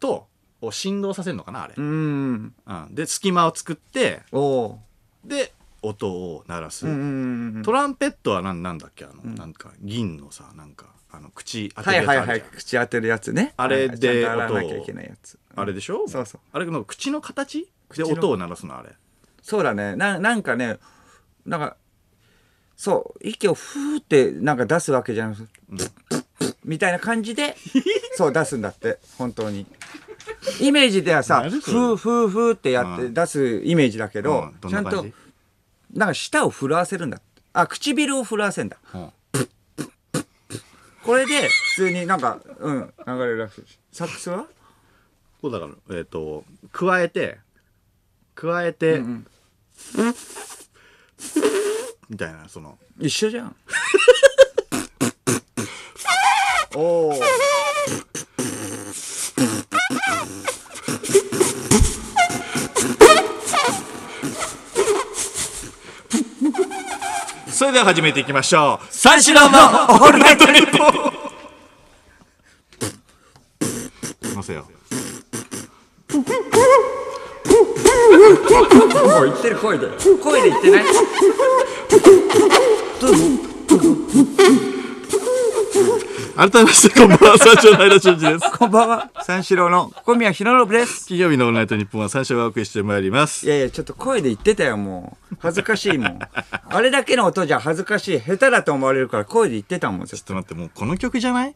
A: とを振動させるのかなあれ、
B: うん
A: うんで隙間を作って
B: おお
A: で音を鳴らす、
B: ううんうんうん
A: トランペットはなんなんだっけあの、なんか銀のさなんかあの口当てる
B: は
A: や
B: い
A: つあるじゃ
B: はい
A: ん、
B: はい口当てるやつね
A: あれで
B: ちゃんと洗わなきゃいけないやつ
A: あれでしょ
B: そうそう
A: あれの口の形
B: 口
A: で
B: の
A: 音を鳴らすのあれ
B: そうだねななんかねなんかそう息をふーってなんか出すわけじゃなくて、みたいな感じでそう出すんだって本当にイメージではさ
A: 何それ
B: ふーふーふーってやっ
A: う
B: て
A: ん
B: 出すイメージだけ
A: う
B: ど,、
A: んどん
B: ち
A: な
B: ゃ
A: ん感
B: と
A: じ
B: なんか舌を震わせるんだってあ唇を震わせるんだ
A: うん
B: これで普通になんかうん流れるらしいサックスは
A: こうだからえっ、と加えて加えて、みたいなその
B: 一緒じゃ
A: [LAUGHS]
B: んおお
A: それでは始めていきましょう三四郎のオールナイトニッポンのせよ
B: もう言ってる声で声で言ってない
A: 改めましてこんばんは三四郎の間俊二です [LAUGHS]
B: こんばんは三四郎の小宮浩信です
A: 金曜日のオールナイトニッポンは三四郎がお送りしてまいります
B: いやいやちょっと声で言ってたよもう恥ずかしいもんあれだけの音じゃ恥ずかしい下手だと思われるから声で言ってたもん
A: ちょっと待ってもうこの曲じゃない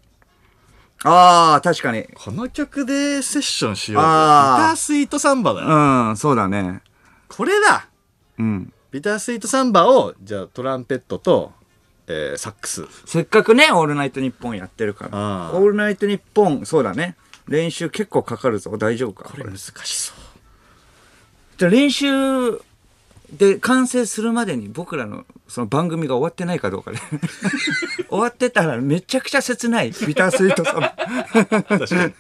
B: ああ確かに
A: この曲でセッションしようよビ
B: あー
A: タースイートサンバだよ
B: うんそうだね
A: これだ
B: うん
A: ビタースイートサンバをじゃあトランペットと、えーサックス
B: せっかくね「オールナイトニッポン」やってるから
A: あ
B: 「
A: ー
B: オールナイトニッポン」そうだね練習結構かかるぞ大丈夫か
A: これ難しそう
B: じゃあ練習で完成するまでに僕らのその番組が終わってないかどうか [LAUGHS] で終わってたらめちゃくちゃ切ないビタースイートさん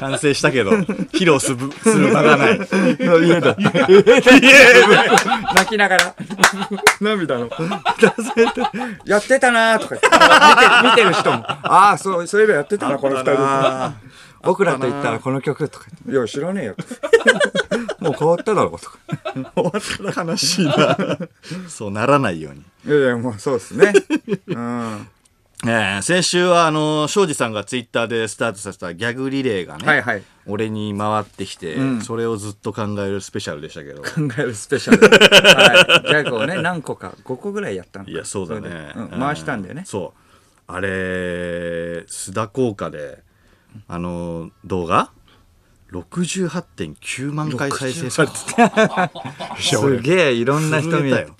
A: 完成したけど披露するする場がない
B: の家だ泣きながら涙のやってたなーとか言って見て見てる人もああそうそういえばやってたなこの二人
A: あ
B: 僕らと言ったらこの曲とか言っていや知らねえよとか [LAUGHS] もう変わっただろうとか
A: ー終わったら悲しいな
B: [LAUGHS]
A: そうならないように、
B: いやいやもうそうですね [LAUGHS] うん
A: えー先週はあの庄司さんがツイッターでスタートさせたギャグリレーがね、
B: はいはい
A: 俺に回ってきて、それをずっと考えるスペシャルでしたけど
B: 考えるスペシャル。はい。ギャグを
A: [LAUGHS]
B: ね、何個か、5個ぐ [LAUGHS] らいやったのか
A: いやそうだ
B: れで
A: ね、
B: うん回したんだよね。
A: そうあれ須田効果であの動画68.9万回再生されてたいや
B: す
A: 俺
B: [LAUGHS] げえ、いろんな人
A: 震え
B: 見
A: た
B: る
A: よ。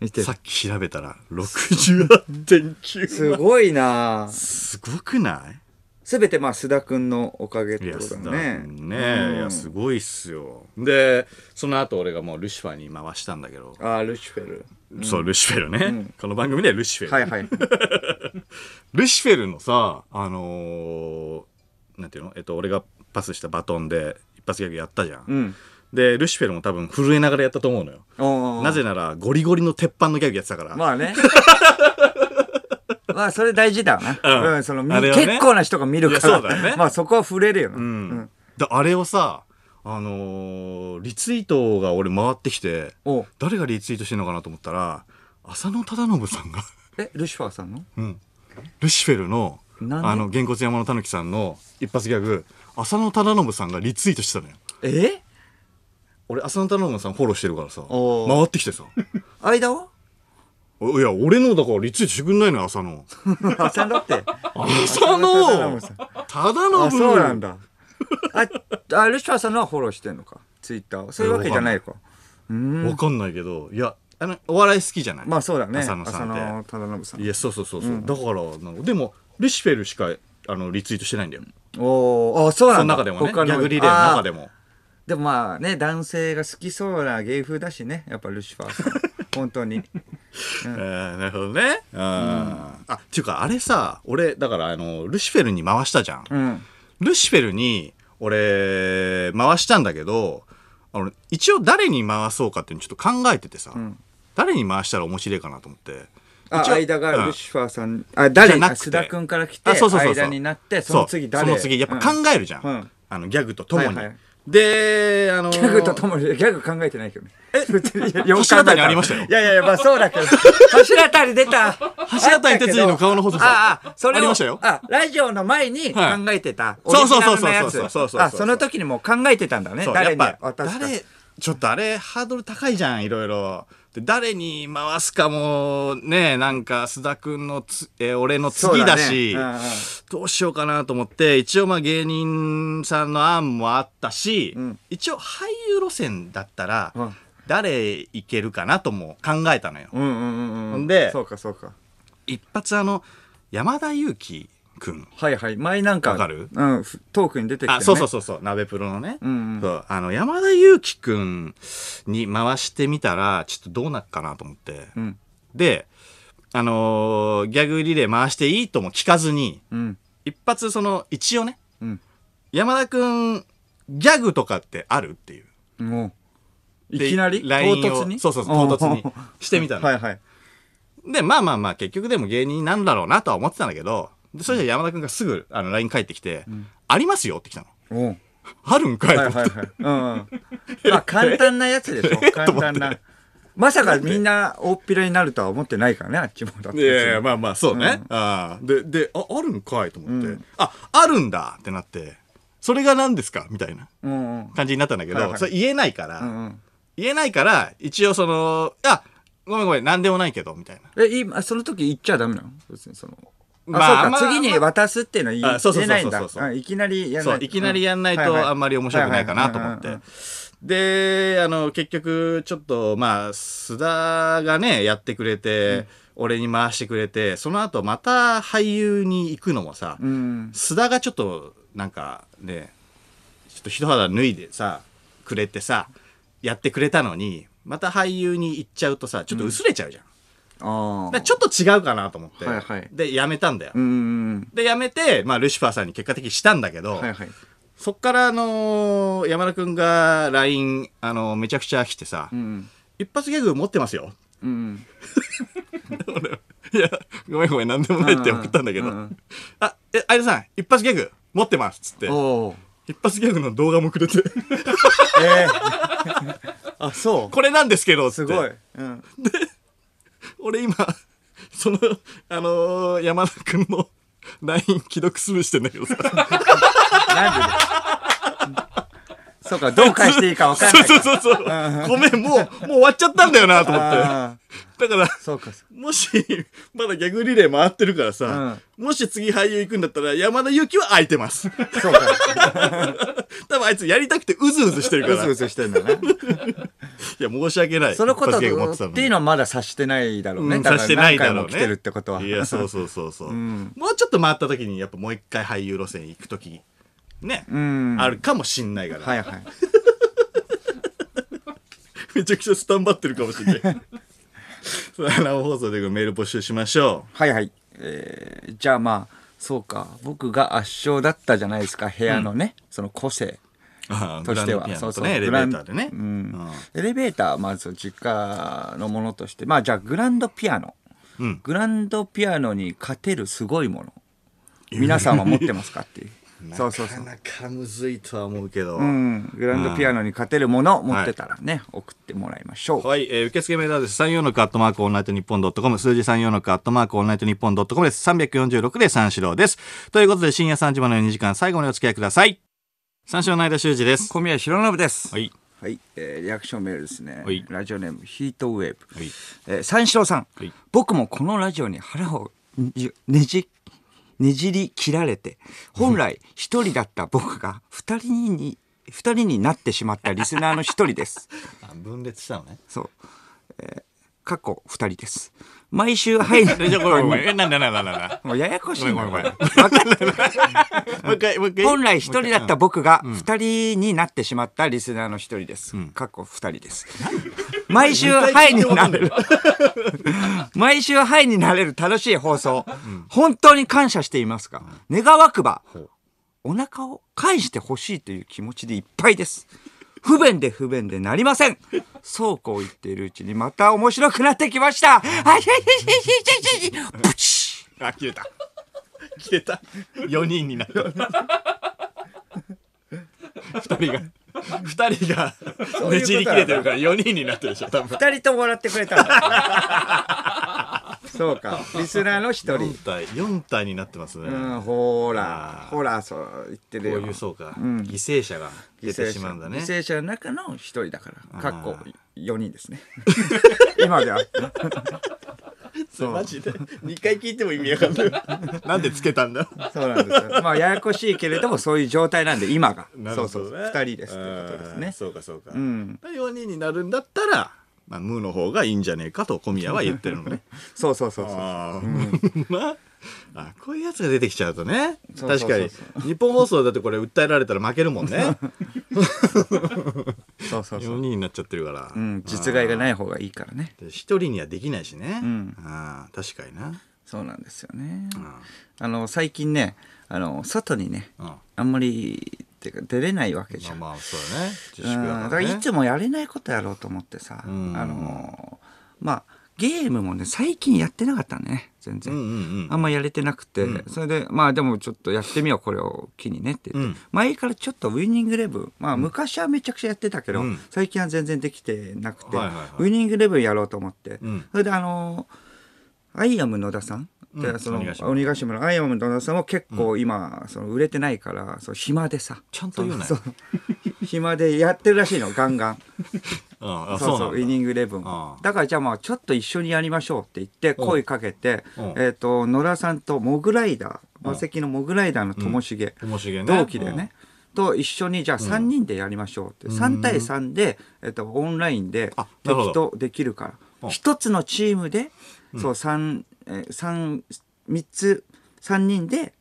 B: 見てる
A: さっき調べたら68.9
B: [LAUGHS] すごいな
A: すごくない
B: すべてまあ須田君のおかげっ
A: い
B: て
A: や
B: こと
A: すだ
B: だね。
A: ね
B: うん
A: いやすごいっすよでその後俺がもうルシファーに回したんだけど、
B: あールシフェル。
A: そうルシフェルね、
B: ん
A: この番組ではルシフェル、
B: はいはい。
A: ルシフェルのさあのーなんていうのえっと俺がパスしたバトンで一発ギャグやったじゃん、 [LAUGHS]
B: うん。
A: でルシフェルも多分震えながらやったと思うのよ
B: おー
A: なぜならゴリゴリの鉄板のギャグやってたから、
B: ま
A: [LAUGHS]
B: あね。まあそれ大事だよね。
A: うん
B: うん、その、み
A: あれはね
B: 結構な人が見るから。
A: いやそうだよね
B: [LAUGHS] まあそこは触れるよね。う
A: うん
B: ん。
A: であれをさあのーリツイートが俺回ってきて
B: お
A: 誰がリツイートしてんのかなと思ったら浅野忠信さんが、
B: え、ルシファーさんの
A: うん、ルシフェルの
B: なんで
A: あのげんこつ山のたぬきさんの一発ギャグ浅野忠信さんがリツイートしてたのよ
B: え
A: 俺浅野忠信さんフォローしてるからさ
B: おー
A: 回ってきてさ
B: 間 [LAUGHS] は
A: [LAUGHS] おいや俺のだからリツイートしてくんないのよ浅野
B: 浅野だって。
A: [LAUGHS] 浅
B: 野
A: 野
B: 忠信
A: 忠信
B: あ、そうなんだ。あ、あルシファーさんのはフォローしてんのか。ツイッターを。そういうわけじゃないか。うーん。
A: わかんないけどいやあのお笑い好きじゃない
B: まあそうだね。
A: 浅野さんって
B: 浅野忠信さん
A: い。やそうそうそうそう、だからなのでもルシフェルしかあのリツイートしてないんだよ
B: おーあそう
A: その
B: なんだ
A: 中でもねギ
B: 他の
A: ャグリレーの中
B: あ
A: でも
B: でもまあね男性が好きそうな芸風だしねやっぱルシファー
A: [LAUGHS]
B: さん本当に
A: えーなるほどねうんあっていうかあれさ俺だからあのルシフェルに回したじゃん、
B: うん
A: ルシフェルに俺回したんだけどあの一応誰に回そうかっていうのちょっと考えててさ、
B: ん
A: 誰に回したら面白いかなと思って
B: あ
A: 一応
B: 間
A: う
B: が
A: ん
B: ルシファーさん、あ誰
A: じゃなくて
B: 須田君から来て
A: あそうそうそうそう
B: 間になってその次誰
A: そうその次やっぱ考えるじゃん、
B: うんうん
A: あのギャグとともに、
B: はいはい
A: であの
B: ギャグとともにギャグ考えてないけどねえ
A: 柱谷ありましたよ
B: いやいやいやまあそう
A: [LAUGHS]
B: だけど柱谷出た
A: 柱谷哲也の顔の細さ
B: ああそれ
A: あ
B: を
A: りましたよ
B: あラジオの前に考
A: はい
B: えてた、
A: そうそうそう
B: オリジナルのやつ
A: そうそうそうそうそう
B: あその時にもう考えてたんだね
A: そう
B: 誰に
A: やっぱ
B: 渡すか
A: 誰ちょっとあれハードル高いじゃんいろいろで誰に回すかもねなんか須田君のつ、えー俺の次だし
B: そうだねうんうん
A: どうしようかなと思って一応まあ芸人さんの案もあったし、
B: うん
A: 一応俳優路線だったら、
B: うん
A: 誰いけるかなとも考えたのよ、
B: うんうんうんうん
A: んで
B: そうかそうか
A: 一発あの山田裕貴君
B: はいはい前なんか
A: わかる
B: うんふトークに出てきたよ
A: あ
B: ね
A: そうそうそうそう鍋プロのね、
B: うんうん
A: そうあの山田裕貴君に回してみたらちょっとどうなっかなと思って、
B: うん
A: であのーギャグリレー回していいとも聞かずに
B: うん
A: 一発その一応ね
B: うん
A: 山田君ギャグとかってあるっていう
B: もうい
A: で
B: きなり唐
A: LINE を
B: 突に
A: そうそうそう唐突にしてみたの
B: はいはい
A: でまあまあまあ結局でも芸人なんだろうなとは思ってたんだけどでそしたら山田君がすぐあの LINE 返ってきて、ありますよ」って来たの
B: おう
A: 「あるんかい」と
B: はい
A: 思
B: は
A: っ
B: い
A: て、
B: はいう
A: [LAUGHS]
B: んうんまあ簡単なやつでしょ簡単なまさかみんな大っぴらになるとは思ってないからねあっちもだっ
A: いやいや
B: て
A: まあまあそうね、ああででああるんかいと思って、ああるんだってなってそれが何ですかみたいな
B: うんうん
A: 感じになったんだけど、
B: はいはい
A: それ言えないから、
B: うんうん
A: 言えないから一応その「あごめんごめん何でもないけど」みたいな。
B: え今その時言っちゃダメなの別にその
A: まあ
B: あそう
A: ま
B: か
A: あ
B: 次に渡すっていうのは
A: あそうそう
B: 言
A: そ
B: え
A: うそ
B: ないんだ
A: うそうそう
B: うんいきなりやん
A: そ
B: な
A: う
B: い
A: いきなりやんないとあんまり面白くないかなと思っ
B: はいはい
A: て。であの結局ちょっとまあ須田がねやってくれて、俺に回してくれてその後また俳優に行くのもさ、
B: うん
A: 須田がちょっとなんかねちょっと一肌脱いでさくれてさやってくれたのにまた俳優に行っちゃうとさちょっと薄れちゃうじゃん、
B: あ
A: だから
B: あ
A: ちょっと違うかなと思って、
B: はいはい
A: でやめたんだよ、
B: うんうん
A: でやめて、まあ、ルシファーさんに結果的にしたんだけど、
B: うんはいはい
A: そっから、あのー山田くんが LINE、あのーめちゃくちゃ来てさ、
B: うん
A: 一発ギャグ持ってますよ。
B: うん
A: いや、ごめんごめん、なんでもないって送ったんだけど、
B: うんうんうん
A: あ、え、相田さん、一発ギャグ持ってますっつって、
B: おお
A: 一発ギャグの動画もくれて、
B: え
A: [LAUGHS]
B: ーあそう
A: これなんですけどっつ
B: す
A: って、
B: ごいうん
A: 俺今、その、あのー山田くんの LINE 既読スルーしてんだけどさ、
B: なんでだ [LAUGHS] そうか、どう返していいか分かん
A: そ
B: な
A: う
B: いか
A: そう
B: ら。
A: そうそう。ごめん、もう、もう終わっちゃったんだよな、と思って。
B: あ
A: だ
B: ー
A: から、
B: そうか。
A: もし、まだギャグリレー回ってるからさ、もし次俳優行くんだったら、山田裕貴は空いて
B: [LAUGHS]
A: ます。
B: そうか。
A: 多分あいつやりたくてうずうずしてるか
B: う
A: ら。
B: ず
A: いう
B: ずしてんだね。
A: や、申し訳ない。
B: そのこ
A: 一
B: と
A: 発ギャグ持ってたの
B: っ
A: に
B: ていうのはまだ察してないだろう
A: う
B: ね。
A: ん
B: 多分
A: 察してないだろうね
B: 何回も来てるってことは。
A: いや、そうそうそうそう。
B: ん
A: もうちょっと回った時に、やっぱもう一回俳優路線行く時、ね、
B: うん。
A: あるかもしんないから。
B: はいはい。
A: めちゃくちゃスタンバってるかもし
B: [LAUGHS]
A: れない。それは生放送でメール募集しましょ
B: はいはい。えーじゃあまあ、そうか。僕が圧勝だったじゃないですか。部屋のね、その個性。
A: う。ああ
B: としては
A: グランドピア
B: そ
A: ノ
B: う
A: と
B: そう
A: ね、エレベーターでね。
B: グランうんエレベーターまず実家のものとしてまあじゃあグランドピアノ
A: うん。
B: グランドピアノに勝てるすごいもの皆さんは持ってますかっていうそうそうそ
A: [LAUGHS]
B: う
A: なかなかむずいとは思うけど。
B: うん、グランドピアノに勝てるものを持ってたらね、送ってもらいましょう。
A: はい、えー、受付メールアドレス34のカットマークオールナイトニッポンドットコム、数字34のカットマークオールナイトニッポンドットコムです。346で三四郎です。ということで深夜3時までの2時間、最後までお付き合いください。三四郎の間修二です。
B: 小宮弘信です。
A: はい。
B: はい、えーリアクションメールですね
A: はい。
B: ラジオネームヒートウェーブ。
A: はい。
B: えー三四郎さん、
A: はい
B: 僕もこのラジオに腹をねねじねじり切られて本来一人だった僕が二人に二人になってしまったリスナーの一人
A: [LAUGHS]
B: です。
A: あ分裂したのね。
B: そう、えー、過去二人です。毎週配
A: [LAUGHS]
B: 信
A: じゃあこれ、ごめんえなんだなんだなん
B: [LAUGHS]
A: だ。
B: もうややこしいな
A: ごめんごめんごめん
B: わかった
A: もう一回、もう一回。
B: 本来一人だった僕が二人になってしまったリスナーの一人です。過去二人です。毎週ハイになれる。毎週ハイになれる楽しい放送。本当に感謝していますが、願わくば、お腹を返してほしいという気持ちでいっぱいです。不便で不便でなりません。そうこう言っているうちにまた面白くなってきました。あひゃひひひひひひブチ
A: あ、切れた。 [LAUGHS] 切れた。4人になった。2人が、2人が
B: ういうことなんだ
A: ねじり切れてるから4人になってるでしょ、多分。
B: 二人とも笑ってく
A: [LAUGHS]
B: れたんだ。そうか。リスナーの一人
A: 4。体、4体になってますね。
B: うん、ほ
A: あ
B: ら
A: ー、
B: ほら、そう言ってる
A: こ
B: よ。
A: ういう、そうか、犠牲者が出てしまうんだね。
B: 犠牲者の中の一人だから、かっこ四
A: [LAUGHS]
B: 人ですね。今では。
A: そうマジで。2回 [LAUGHS] 聞いても意味わかんない。なんでつけたんだ
B: そうなんですよ。まあ、ややこしいけれども、そういう状態なんで、今が。
A: なる
B: そ
A: ほ
B: うそ
A: ど
B: う、
A: ね
B: 二人です。ということです
A: あー
B: ね。
A: そうかそうか。
B: ん
A: 4人になるんだったら、まあ、無の方がいいんじゃねえかと小宮は言ってるのね。
B: そうそうそうそう。
A: ああ、まああこういうやつが出てきちゃうとね
B: そうそうそ
A: 確
B: う
A: かに日本放送だってこれ訴えられたら負けるもんね
B: そうそうそう。
A: 4人になっちゃってるから、
B: うん、実害が
A: い
B: ない方がいいからね。
A: 1人にはできないしね、
B: ん
A: ああ確かにな、
B: そうなんですよね。
A: うん
B: あの、最近ね、あの、外にね。
A: うん
B: あんまりてか出れないわけじ
A: ま
B: ゃ
A: あ
B: ん。
A: まあそうだね自
B: うん
A: 粛だ
B: だ
A: か
B: からら
A: ね
B: いつもやれないことやろうと思ってさ、あ
A: うん
B: のーまあゲームもね最近やってなかったんだね全
A: うん
B: 然、
A: うん
B: あんまやれてなくて、それでまあでもちょっとやってみようこれを機にねって言っ
A: う
B: て、
A: ん
B: 前からちょっとウィニングレブンまあ昔はめちゃくちゃやってたけど、
A: うん
B: 最近は全然できてなくて、
A: はいはいはい
B: ウィニングレブンやろうと思って、
A: うん
B: それであのーアイアム野田さん、
A: うん
B: でその
A: 鬼ヶ島
B: 鬼ヶ島のアイアム野田さんは結構今、その売れてないからそう暇でさ
A: ちゃんと言うなよ
B: そう [LAUGHS] そう暇でやってるらしいのガンガン
A: うんあそ
B: そ
A: ううな
B: そ
A: ん
B: う
A: だ
B: ウィニングイレブン
A: ああ
B: だからじゃあまあちょっと一緒にやりましょうって言って声かけて、
A: うん
B: えっと野田さんとモグライダー馬石のモグライダーのともしげ、
A: ともしげね
B: 同期でね、と一緒にじゃあ3人でやりましょうって、3対3で、えっとオンラインで
A: あなるほ
B: 敵
A: ど
B: とできるか
A: うん
B: ら一つのチームで、そう三えー三三つ3人で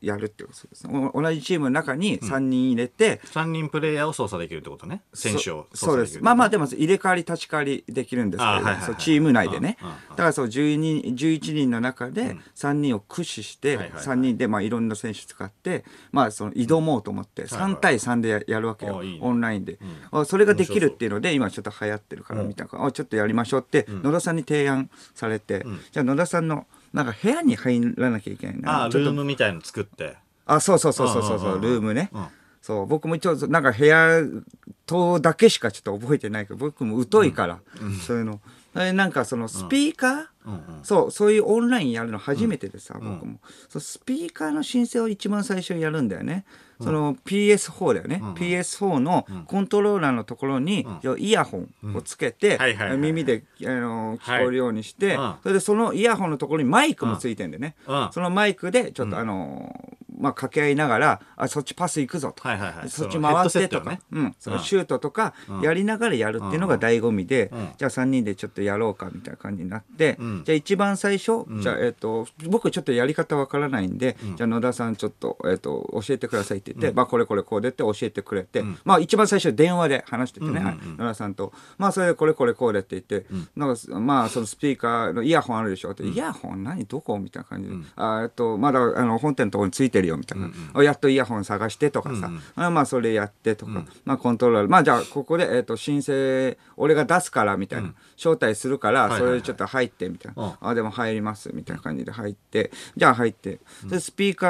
B: やるってことですねお同じチームの中に3人入れて、
A: 3人プレイヤーを操作できるってことね選手を
B: そ
A: 操作
B: うで
A: き
B: す
A: る
B: まあまあでも入れ替わり立ち替わりできるんですけれ
A: あ
B: ど
A: はいはいはい
B: そうチーム内でね
A: うんうん
B: だからそう10人11人の中で3人を駆使して
A: はいはいはい
B: 3人でまあいろんな選手使ってまあその挑もうと思って3対3でややるわけ
A: あ
B: よ
A: いいね
B: オンラインで
A: うん
B: あそれができるっていうので今ちょっと流行ってるからみたいなあちょっとやりましょうって野田さんに提案されて
A: ん
B: じゃあ野田さんのなんか部屋に入らなきゃいけない
A: あ
B: な
A: あ
B: ちょっ
A: ル
B: と
A: ームみたいの作って
B: あそうそうそうそうそ
A: うんう
B: う
A: ん
B: そううんルームね、
A: うん
B: そう僕も一応なんか部屋とだけしかちょっと覚えてないけど僕も疎いから、そういうのえなんかそのスピーカー、
A: うんうん
B: そうそういうオンラインやるの初めてでさ、
A: うん
B: 僕もそうスピーカーの申請を一番最初にやるんだよね、その PS4 だよね、
A: うんうん
B: PS4 のコントローラーのところに、
A: ん
B: 要はイヤホンをつけて、
A: んはいはいはい
B: 耳で、あの聞こえるようにして、
A: はいうん
B: それでそのイヤホンのところにマイクもついてんでね、
A: うん
B: そのマイクでちょっと、あのまあ掛け合いながらあそっちパス行くぞとか、
A: はいはいはい
B: そっち
A: そのヘッ
B: 回
A: ド
B: っ
A: セ
B: て
A: ット
B: と
A: よ
B: か、
A: ね
B: うん、そ
A: うん
B: のシュートとかやりながらやるっていうのが醍醐味で、
A: うん
B: じゃあ3人でちょっとやろうかみたいな感じになって、
A: うん
B: じゃあ一番最初、じゃあ、えっと僕ちょっとやり方わからないんで、じゃあ野田さんちょっと,、えっと教えてくださいって言って、まあ、これこれこうでって教えてくれて、まあ一番最初電話で話しててね、
A: うんうんうん
B: 野田さんとまあそれでこれこれこうでって言って、なんかまあそのスピーカーのイヤホンあるでしょって、イヤホン何どこみたいな感じで、あえっとまだあの本店のところについてるよみたいな、やっとイヤホン探してとかさ、
A: うんうん
B: あまあそれやってとか、まあコントローラーまあじゃあここで、えっと申請俺が出すからみたいな、招待するか
A: いは
B: ら
A: い
B: そ
A: はい
B: れちょっと入ってみたいな、
A: うん
B: あでも入りますみたいな感じで入ってじゃあ入って、でスピーカ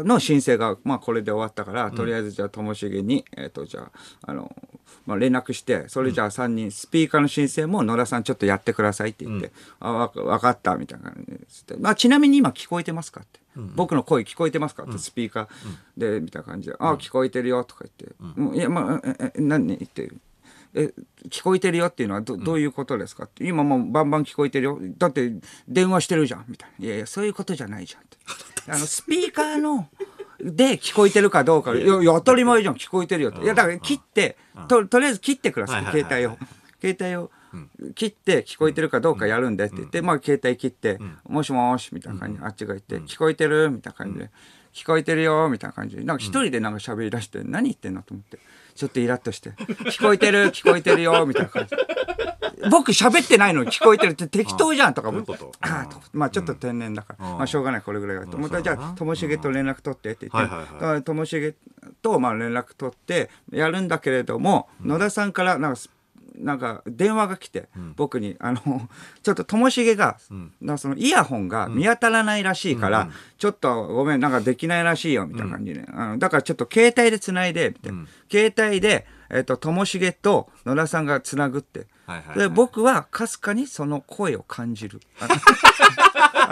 B: ーの申請が、まあ、これで終わったから、とりあえずじゃあともしげに、えっとじゃああの、まあ、連絡してそれじゃあ3人、スピーカーの申請も野田さんちょっとやってくださいって言って、あわわかったみたいな感じでして、まあ、ちなみに今聞こえてますかって。僕の声聞こえてますかってスピーカーでみたいな感じで「あ聞こえてるよ」とか言って「うん、いやまあえええ何言ってるえ聞こえてるよっていうのはどどういうことですかって今もうバンバン聞こえてるよだって電話してるじゃんみたいな「いやいやそういうことじゃないじゃ [LAUGHS] ん」ってあのスピーカーので聞こえてるかどうかいやいや当たり前じゃん聞こえてるよっていやだから切ってととりあえず切ってください
A: はいはい
B: 携
A: はい
B: 帯を携帯を切って聞こえてるかどうかやるんでって言って、まあ携帯切って、もしもーしみたいな感じであっちが言って、聞こえてるみたいな感じで、聞こえてるよみたいな感じでなんか一人でなんか喋り出して、何言ってんのと思ってちょっとイラッとして聞こえてる
A: [LAUGHS]
B: 聞こえてるよみたいな感じで僕喋ってないのに聞こえてるって適当じゃんとか思っ
A: ど
B: て
A: ういうこと
B: ああとまあちょっと天然だから、
A: うん
B: まあしょうがないこれぐらいだと思ったらじゃ
A: そうだ
B: あ
A: な
B: ともしげと連絡取ってって言
A: は
B: っ
A: い
B: て
A: はいはい
B: だからともしげとまあ連絡取ってやるんだけれども、野田さんからなんかすなんか電話が来て、僕にあの [LAUGHS] ちょっとともしげが、なそのイヤホンが見当たらないらしいから、ちょっとごめんなんかできないらしいよみたいな感じで、あのだからちょっと携帯でつないでみたいな、携帯でえっとともしげと野田さんがつなぐって。
A: はいはいは
B: で
A: い
B: 僕はかすかにその声を感じる。
A: [LAUGHS]
B: あの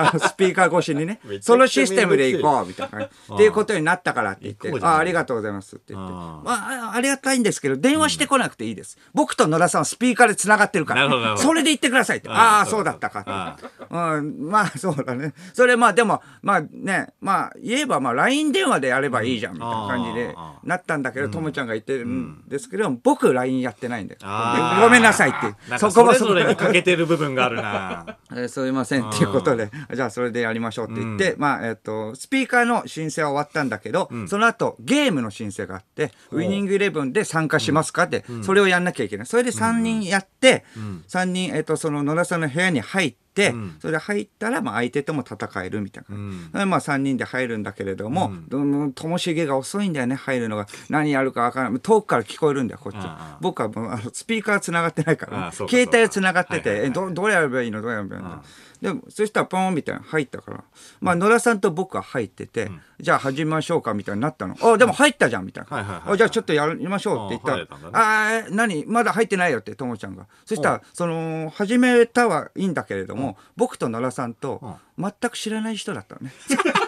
B: あのスピーカー越しにね
A: めちゃくちゃ
B: そのシステムで行こうみたいなっていうことになったからって言って
A: 行こう
B: 「
A: じゃない
B: あありがとうございます」って言って
A: あ
B: 「まあ、あありがたいんですけど電話してこなくていいです、僕と野田さんはスピーカーでつながってるか
A: なるほどなる
B: ら
A: ほど
B: それで言ってください」って「
A: あ
B: あ
A: あ
B: あそうだったか」
A: あ
B: うん、まあそうだねそれまあでもまあねまあ言えばまあ LINE 電話でやればいいじゃんみたいな感じで
A: ああ
B: なったんだけどともちゃんが言ってるんですけど僕 LINE やってないんだよ
A: あー
B: ごめんなさいっていう
A: なんかそ
B: こも
A: れぞれ
B: こ
A: に欠けてる部分があるな
B: えーすいませんっていうことで、じゃあそれでやりましょうって言って、まあえっ、とスピーカーの申請は終わったんだけど、その後ゲームの申請があって、ウイニングイレブンで参加しますかって、それをやんなきゃいけないそれで3人やって、三人、えっとその野田さんの部屋に入って、それで入ったらまあ相手とも戦えるみたいな、でまあ3人で入るんだけれどもどもともしげが遅いんだよね入るのが何やるか分からない遠くから聞こえるんだよこっち
A: ああ
B: 僕はもうあのスピーカーつながってないから、
A: ああそうか
B: 携帯はつながってて、
A: はいはいはい
B: えどどうやればいいのどうやればいいの、でもそしたらポーンみたいな入ったから、まあ、野田さんと僕は入ってて、じゃあ始めましょうかみたいになったの「あでも入ったじゃん」みたいな「
A: はいはいはいはい
B: あじゃあちょっとやりましょう」って言った
A: あ入れた
B: ら
A: ん
B: 「
A: だ
B: ああーえ何まだ入ってないよ」ってともちゃんがそしたらその始めたはいいんだけれども、僕と野田さんと全く知らない人だったのね。 [LAUGHS]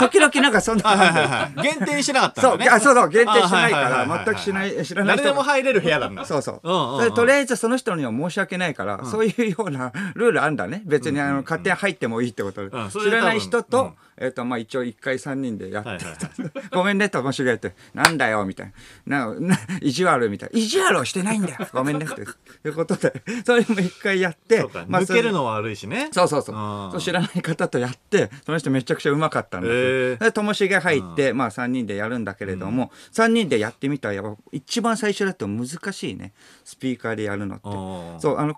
B: 時々なんかそんな
A: はい
B: 感じ
A: はいはい限定しなかったん
B: そ
A: だ
B: う、
A: ね
B: あそうそう、限定しな
A: あは
B: いか
A: いはいはいは
B: ら
A: い、
B: 全くしない、知らない
A: 誰で
B: 人が
A: も入れる部屋なんだ
B: そうそう。
A: うんうんうん
B: それとりあえずその人には申し訳ないから、そういうような [LAUGHS] ルールあんだね。別にあの、勝手に入ってもいいってことで。
A: うんそれ
B: 知
A: で
B: らない人
A: 多
B: と、えっと、まあ一応一回三人でやって
A: はいはいは、
B: [LAUGHS] ごめんねと申し訳って、なんだよ、みたいな。な、な意地悪みたいな。意地悪をしてないん
A: [LAUGHS]
B: だよ。ごめんねって。ということで、それも一回やって
A: そうか、
B: まあ
A: 抜けるのは悪いしね
B: そうそうそう
A: あー
B: そう知らない方とやってその人めちゃくちゃうまかったんですよ、
A: へー
B: でともしげ入って、まあ、3人でやるんだけれども、3人でやってみたらやっぱ一番最初だと難しいねスピーカーでやるのって
A: あー
B: そうあの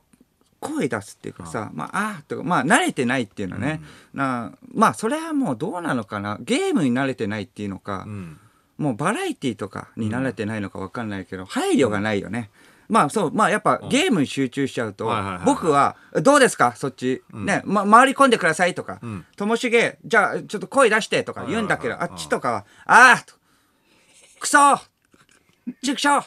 B: 声出すっていうかさまああーとかまあ慣れてないっていうのね、なまあそれはもうどうなのかなゲームに慣れてないっていうのか、
A: うん
B: もうバラエティとかに慣れてないのか分かんないけど、配慮がないよね。まあそう、まあやっぱゲームに集中しちゃうと
A: はいはいはい、
B: 僕は、どうですかそっち。ね、ま、回り込んでくださいとか
A: ん、
B: ともしげ、じゃあちょっと声出してとか言うんだけど、
A: はいはい
B: あ
A: はい
B: っちとかは、ああくそ畜生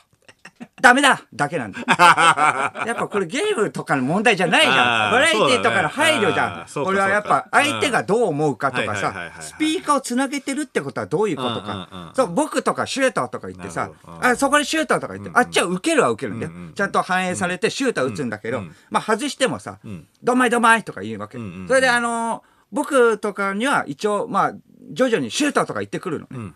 B: ダメだだけなん
A: [LAUGHS]
B: だよやっぱこれゲームとかの問題じゃないじ
A: あ
B: ゃん
A: ー
B: バラエティとかの配慮じ
A: そうだねあ
B: ゃ
A: ー
B: ん、
A: そうか
B: これはやっぱ
A: そうか
B: 相手がどう思うかとか
A: うんはいはいはい
B: さ
A: はい
B: スピーカーをつなげてるってことはどういうことか、
A: うんうんうん
B: そう僕とかシュートとか言って
A: な
B: さ
A: る、ほどうん
B: あそこでシュートとか言って、あっちは受けるは受けるんだよ、
A: うんうん
B: ちゃんと反映されてシュートは打つんだけど、
A: うんうん
B: まあ外してもさ、
A: ん
B: どんまいどんまいとか言うわけ、
A: うんうんうん
B: それであのー僕とかには一応まあ徐々にシュートとか言ってくるのね、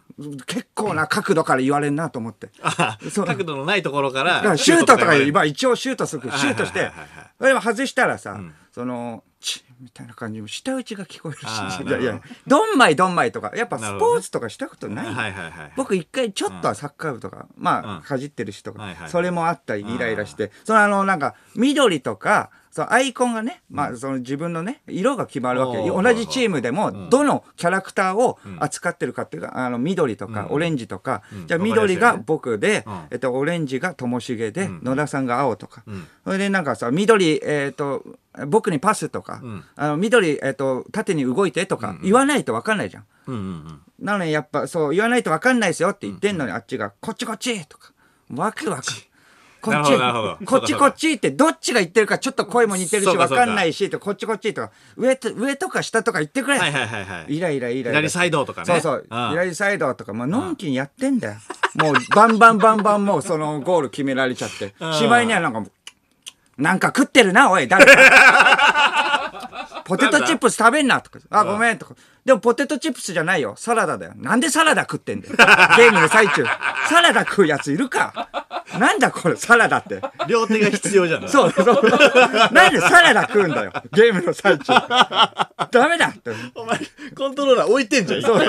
B: 結構な角度から言われるなと
A: [LAUGHS]
B: 思って。
A: あ
B: そう
A: 角度のないところか
B: だから
A: ら
B: シュートとか
A: 言われる
B: 今一応シュートするけどシュートし
A: はい
B: て
A: はいはいはい
B: それも外したらさ、
A: ん
B: そのチッみたいな感じも舌打ちが聞こえるし
A: あー
B: い
A: な
B: やい
A: る
B: や
A: ほ
B: どんまいどんまいとかやっぱス
A: なるほどね
B: ポーツとかしたことない
A: はいはいはい
B: 僕一回ちょっとはサッカー部とか、まあ、
A: うん
B: かじってるしと
A: はい
B: か
A: はいはい
B: それもあったりイライラしてそのあのなんか緑とかそのアイコンがね、まあ、その自分のね色が決まるわけ
A: おー
B: 同じチームでもどのキャラクターを扱ってるかっていうかあの緑とかオレンジとか、
A: ん
B: じゃ
A: わかりやす
B: あ
A: い
B: 緑
A: よね
B: が僕で、
A: うん
B: えっと、オレンジがともしげで、
A: ん
B: 野田さんが青とか、
A: うん
B: それでなんかさ緑、えっと僕にパスとか、
A: うん
B: あの緑、えっと縦に動いてとか言わないと分かんないじゃん。
A: うんうん
B: なのにやっぱそう言わないと分かんないですよって言ってんのに、あっちが「こっちこっち!」とか「ワクワク」こっ
A: な
B: ち
A: るほどなるほど
B: こっちこっちってどっちが言ってるかちょっと声も似てるし
A: そうか
B: 分
A: そうか
B: かんないしとこっちこっちとか上と上とか下とか言ってくれ、
A: はいはいはいはい
B: イライライライラ
A: 左サイドとかね
B: そうそう
A: うん
B: 左サイドとかまあのんきにやってんだよもうバンバンバンバンもうそのゴール決められちゃって
A: ん
B: しまいにはなんかもうなんか食ってるなおい誰か
A: [LAUGHS]
B: ポテトチップス食べんなとかあごめんとかでもポテトチップスじゃないよサラダだよなんでサラダ食ってんだよゲームの最中サラダ食うやついるかなんだこれサラダって
A: 両手が必要じゃない
B: そうそうなんでサラダ食うんだよゲームの最中ダメだって
A: お前コントローラー置いてんじゃん
B: そう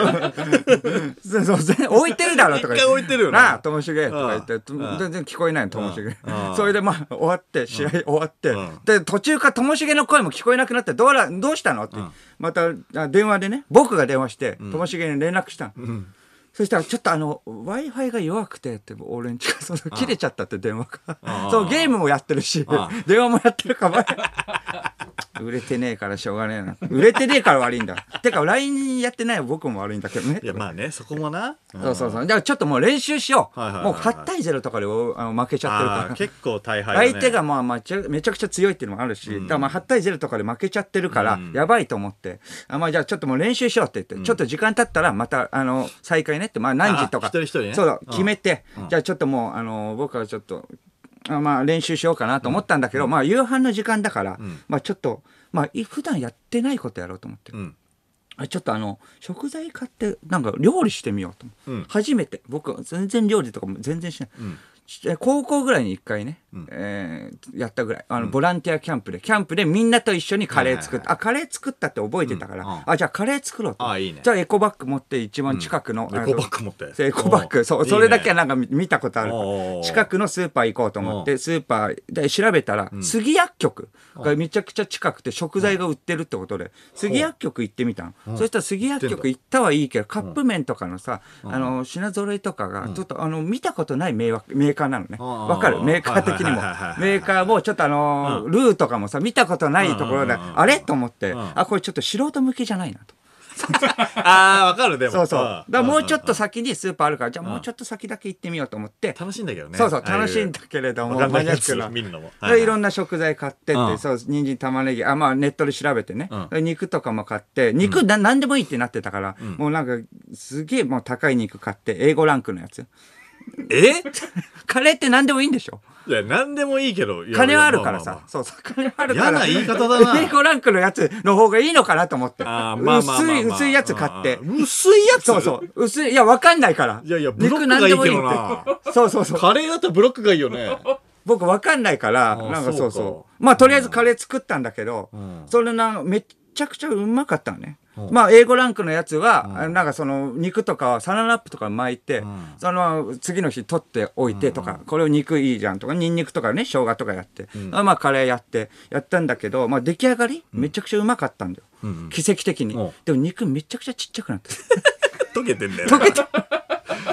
B: そうそう全然置いてるだろとか言って
A: 一回置いてるよな
B: なあともしげとか言って
A: うん
B: 全然聞こえないのともしげ
A: うん
B: それでまあ終わって試合終わって
A: うん
B: で途中からともしげの声も聞こえなくなってどうらどうしたのってまたあ電話でね僕が電話してともしげに連絡したのそしたらちょっとあの w i f i が弱くてって俺んちがその切れちゃったって電話
A: う
B: が
A: ん
B: そうゲームもやってるし
A: う
B: 電話もやってるから売れてねえからしょうがねえな。売れてねえから悪いんだ。てか、LINE やってない僕も悪いんだけどね
A: い。やまあねそこもな
B: そうそうそう。じゃあちょっともう練習しよう。
A: はいはいはい
B: もう8対0とかでおあの負けちゃってる
A: あ
B: か
A: ー
B: ら。
A: 結構大敗だね
B: 相手がまあまあちゃめちゃくちゃ強いっていうのもあるし、だからまあ8対0とかで負けちゃってるから、やばいと思って、あまあじゃあちょっともう練習しようって言って、ちょっと時間経ったらまたあの再開ねって、まあ何時とか、
A: あ一人一人ね
B: そうだ
A: うん
B: 決めて、じゃあちょっともうあの僕はちょっと、あまあ練習しようかなと思ったんだけど、まあ夕飯の時間だから、まあちょっと、まあい普段やってないことやろうと思って
A: う。ん
B: あちょっとあの食材買ってなんか料理してみようと思う、
A: うん
B: 初めて僕は全然料理とかも全然しない、
A: ん
B: ちえ高校ぐらいに一回ね、えーやったぐらいあのボランティアキャンプでキャンプでみんなと一緒にカレー作った、あカレー作ったって覚えてたから、
A: うんうん
B: あじゃあカレー作ろうと
A: あいいね
B: じゃあエコバッグ持って一番近くの、
A: うんエコバッグ持って
B: そうエコバッグそ
A: お
B: う
A: ー
B: それだけ
A: いい
B: は
A: ね
B: なんか見見たことある
A: おー
B: 近くのスーパー行こうと思ってスーパーで調べたら杉薬局がめちゃくちゃ近くて食材が売ってるってことで杉薬局行ってみたの、そしたら杉薬局行ったはいいけどカップ麺とかのさ、あの品揃えとかがちょっと、あの見たことないメーカーメーカーなのね
A: んうんうん
B: わかるメーカー的にも
A: はいはいはいはい
B: メーカーもちょっとあの、ルーとかもさ見たことないところで、
A: うんうんうんうん
B: あれと思って、
A: ん
B: あこれちょっと素人向けじゃないなと。
A: ああわかるでも
B: そうそう。
A: ん
B: だからもうちょっと
A: ん
B: 先にスーパーあるから、じゃあもうちょっと先だけ行ってみようと思って、
A: 楽しいんだけどね
B: そうそう
A: ああいう
B: 楽しいんだけれども
A: わかんないや
B: マ
A: つ
B: ニアックな
A: 見るのも
B: でいろんな食材買ってって、
A: うん
B: そう、人参、玉ねぎ、あ、まあ、ネットで調べてね。
A: うん
B: で肉とかも買って、肉、ななんでもいいってなってたから、もうなんか、すげえもう高い肉買って、英語ランクのやつ。
A: え
B: カレーって何でもいいんでしょ
A: いや何でもいいけどいや
B: 金はあるから
A: まあまあ
B: さ
A: ま。あ
B: そうそう、金はあるから。
A: 嫌な言い方だな
B: 英語ランクのやつの方がいいのかなと思って。
A: あーまあまあまあまあ
B: 薄い、薄いやつ買って
A: う。んうん薄いやつ
B: そうそう。薄い、いや、わかんないから。
A: いやいやブロッ
B: 肉
A: クが
B: 何
A: いい
B: で
A: け
B: もいいっ
A: ど
B: て
A: な
B: そうそうそう。
A: カレーだったらブロックがいいよね
B: 僕わかんないから、
A: あ
B: なんかそう
A: そう
B: そ
A: か
B: う。まあとりあえずカレー作ったんだけど
A: ん、
B: それなんかめっちゃくちゃうまかったのね。まあ英語ランクのやつは、なんかその肉とかはサランラップとか巻いて、その次の日取っておいてとか、これを肉いいじゃんとか、ニンニクとかね、生姜とかやって、まあカレーやって、やったんだけど、まあ出来上がりめちゃくちゃうまかったんだよ。奇跡的に
A: うん。
B: でも肉めちゃくちゃちっちゃくなって。
A: 溶けてんだよ
B: 溶けて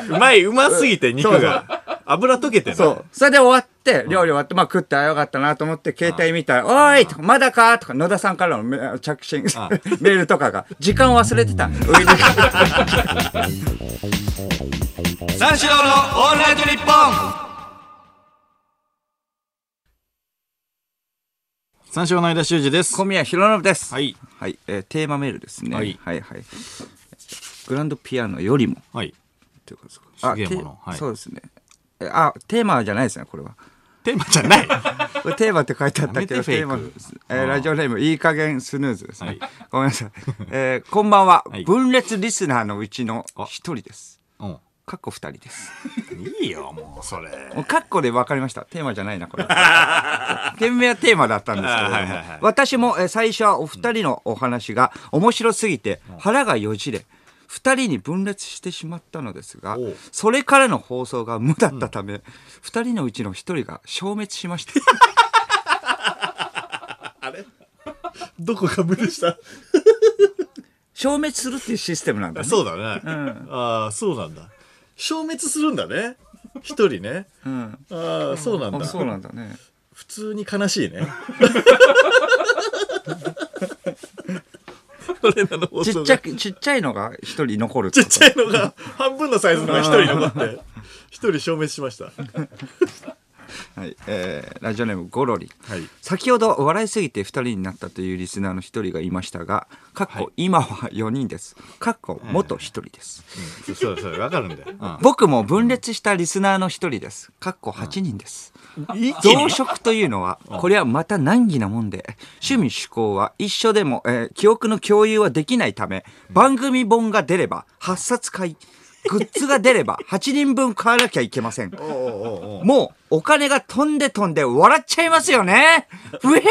A: うまいうますぎて肉
B: そうそ
A: が油溶けてんだ
B: そ
A: よ
B: う。それで終わって、料理終わって、まあ食ってあよかったなと思って、携帯見たら、おーいとかまだかとか、野田さんからのメ着 [LAUGHS] 信、メールとかが、時間忘れてた。上に
A: 三四郎のオールナイトニッポン三四郎の間修二です
B: 小。宮弘信です。
A: はい。
B: はい、えーテーマメールですね。
A: は
B: はいい、はい、グランドピアノよりも。
A: はい。
B: ということですか。
A: すげえもの
B: て
A: はい
B: そうですね。えあ、テーマじゃないですね、これは。
A: テーマじゃない。
B: これテーマって書いてあったけ
A: やめ
B: ど、
A: て
B: テーマ
A: フェイク
B: です
A: あ
B: え
A: ー
B: ーラジオネーム、いい加減スヌーズですね。
A: はい
B: ごめんなさい。えーこんばんは、
A: はい
B: 分裂リスナーのうちの
A: あ
B: 一人です。
A: [LAUGHS] うん。
B: かっこ二人です。
A: いいよ、もう、それ。
B: もうカッコで分かりました。テーマじゃないな、これ。
A: [LAUGHS]
B: 件名はテーマだったんですけれども、
A: はいはいはい
B: 私もえー最初はお二人のお話が面白すぎて腹がよじれ、二人に分裂してしまったのですが
A: おう、
B: それからの放送が無だったため、二、人のうちの一人が消滅し
A: [LAUGHS]
B: ました。
A: どこか無理した。
B: 消滅するっていうシステムなんだね。
A: そうだね。ああ、そうなんだ。消滅するんだね。一人ね。
B: うん。
A: ああ、そうなん
B: あ
A: だ。
B: そうなんだね。
A: 普通に悲しいね。 [LAUGHS] 俺らの放
B: ち
A: 送
B: っ
A: が
B: ちゃく、ちっちゃいのが一人残るっ
A: ち
B: て
A: っ
B: こと
A: ちゃいの [LAUGHS] が半分のサイズのが一人残って一人消滅しました。は
B: はい。えーラジオネームゴロリ。
A: い。
B: 先ほど笑いすぎて2人になったというリスナーの1人がいましたが、かっこ、今は4人です。かっこ元1人です。
A: うんそうそうわかるんだよ。
B: 僕も分裂したリスナーの1人です。かっこ8人です。増殖というのは、これはまた難儀なもんで、趣味趣向は一緒でも、えー記憶の共有はできないため、番組本が出れば8冊買い、グッズが出れば8人分買わなきゃいけません。
A: おうおうおう
B: もうお金が飛んで飛んで笑っちゃいますよね。うえへへ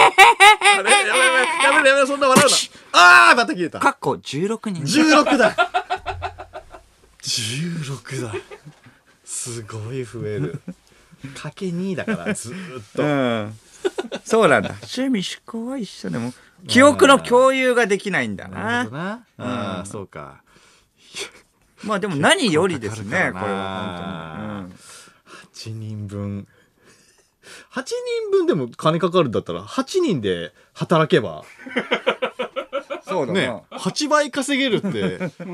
A: あれやめろやめろやめろやめろそんな笑うな。ああまた消えた。
B: かっこ16人
A: 十六だ。十六だ。すごい増える。かけ二だからずーっと。
B: うんそうなんだ趣味趣向は一緒でも記憶の共有ができないんだ
A: なるほ
B: な
A: どな。ああそうか。
B: まあでも何よりですね
A: 結構
B: こ
A: かか
B: れ
A: るから
B: は
A: な
B: 本
A: 8人分8人分でも金かかるんだったら8人で働けば
B: 当に、うん、そうだな、
A: ね8倍稼げる
B: [LAUGHS]
A: っ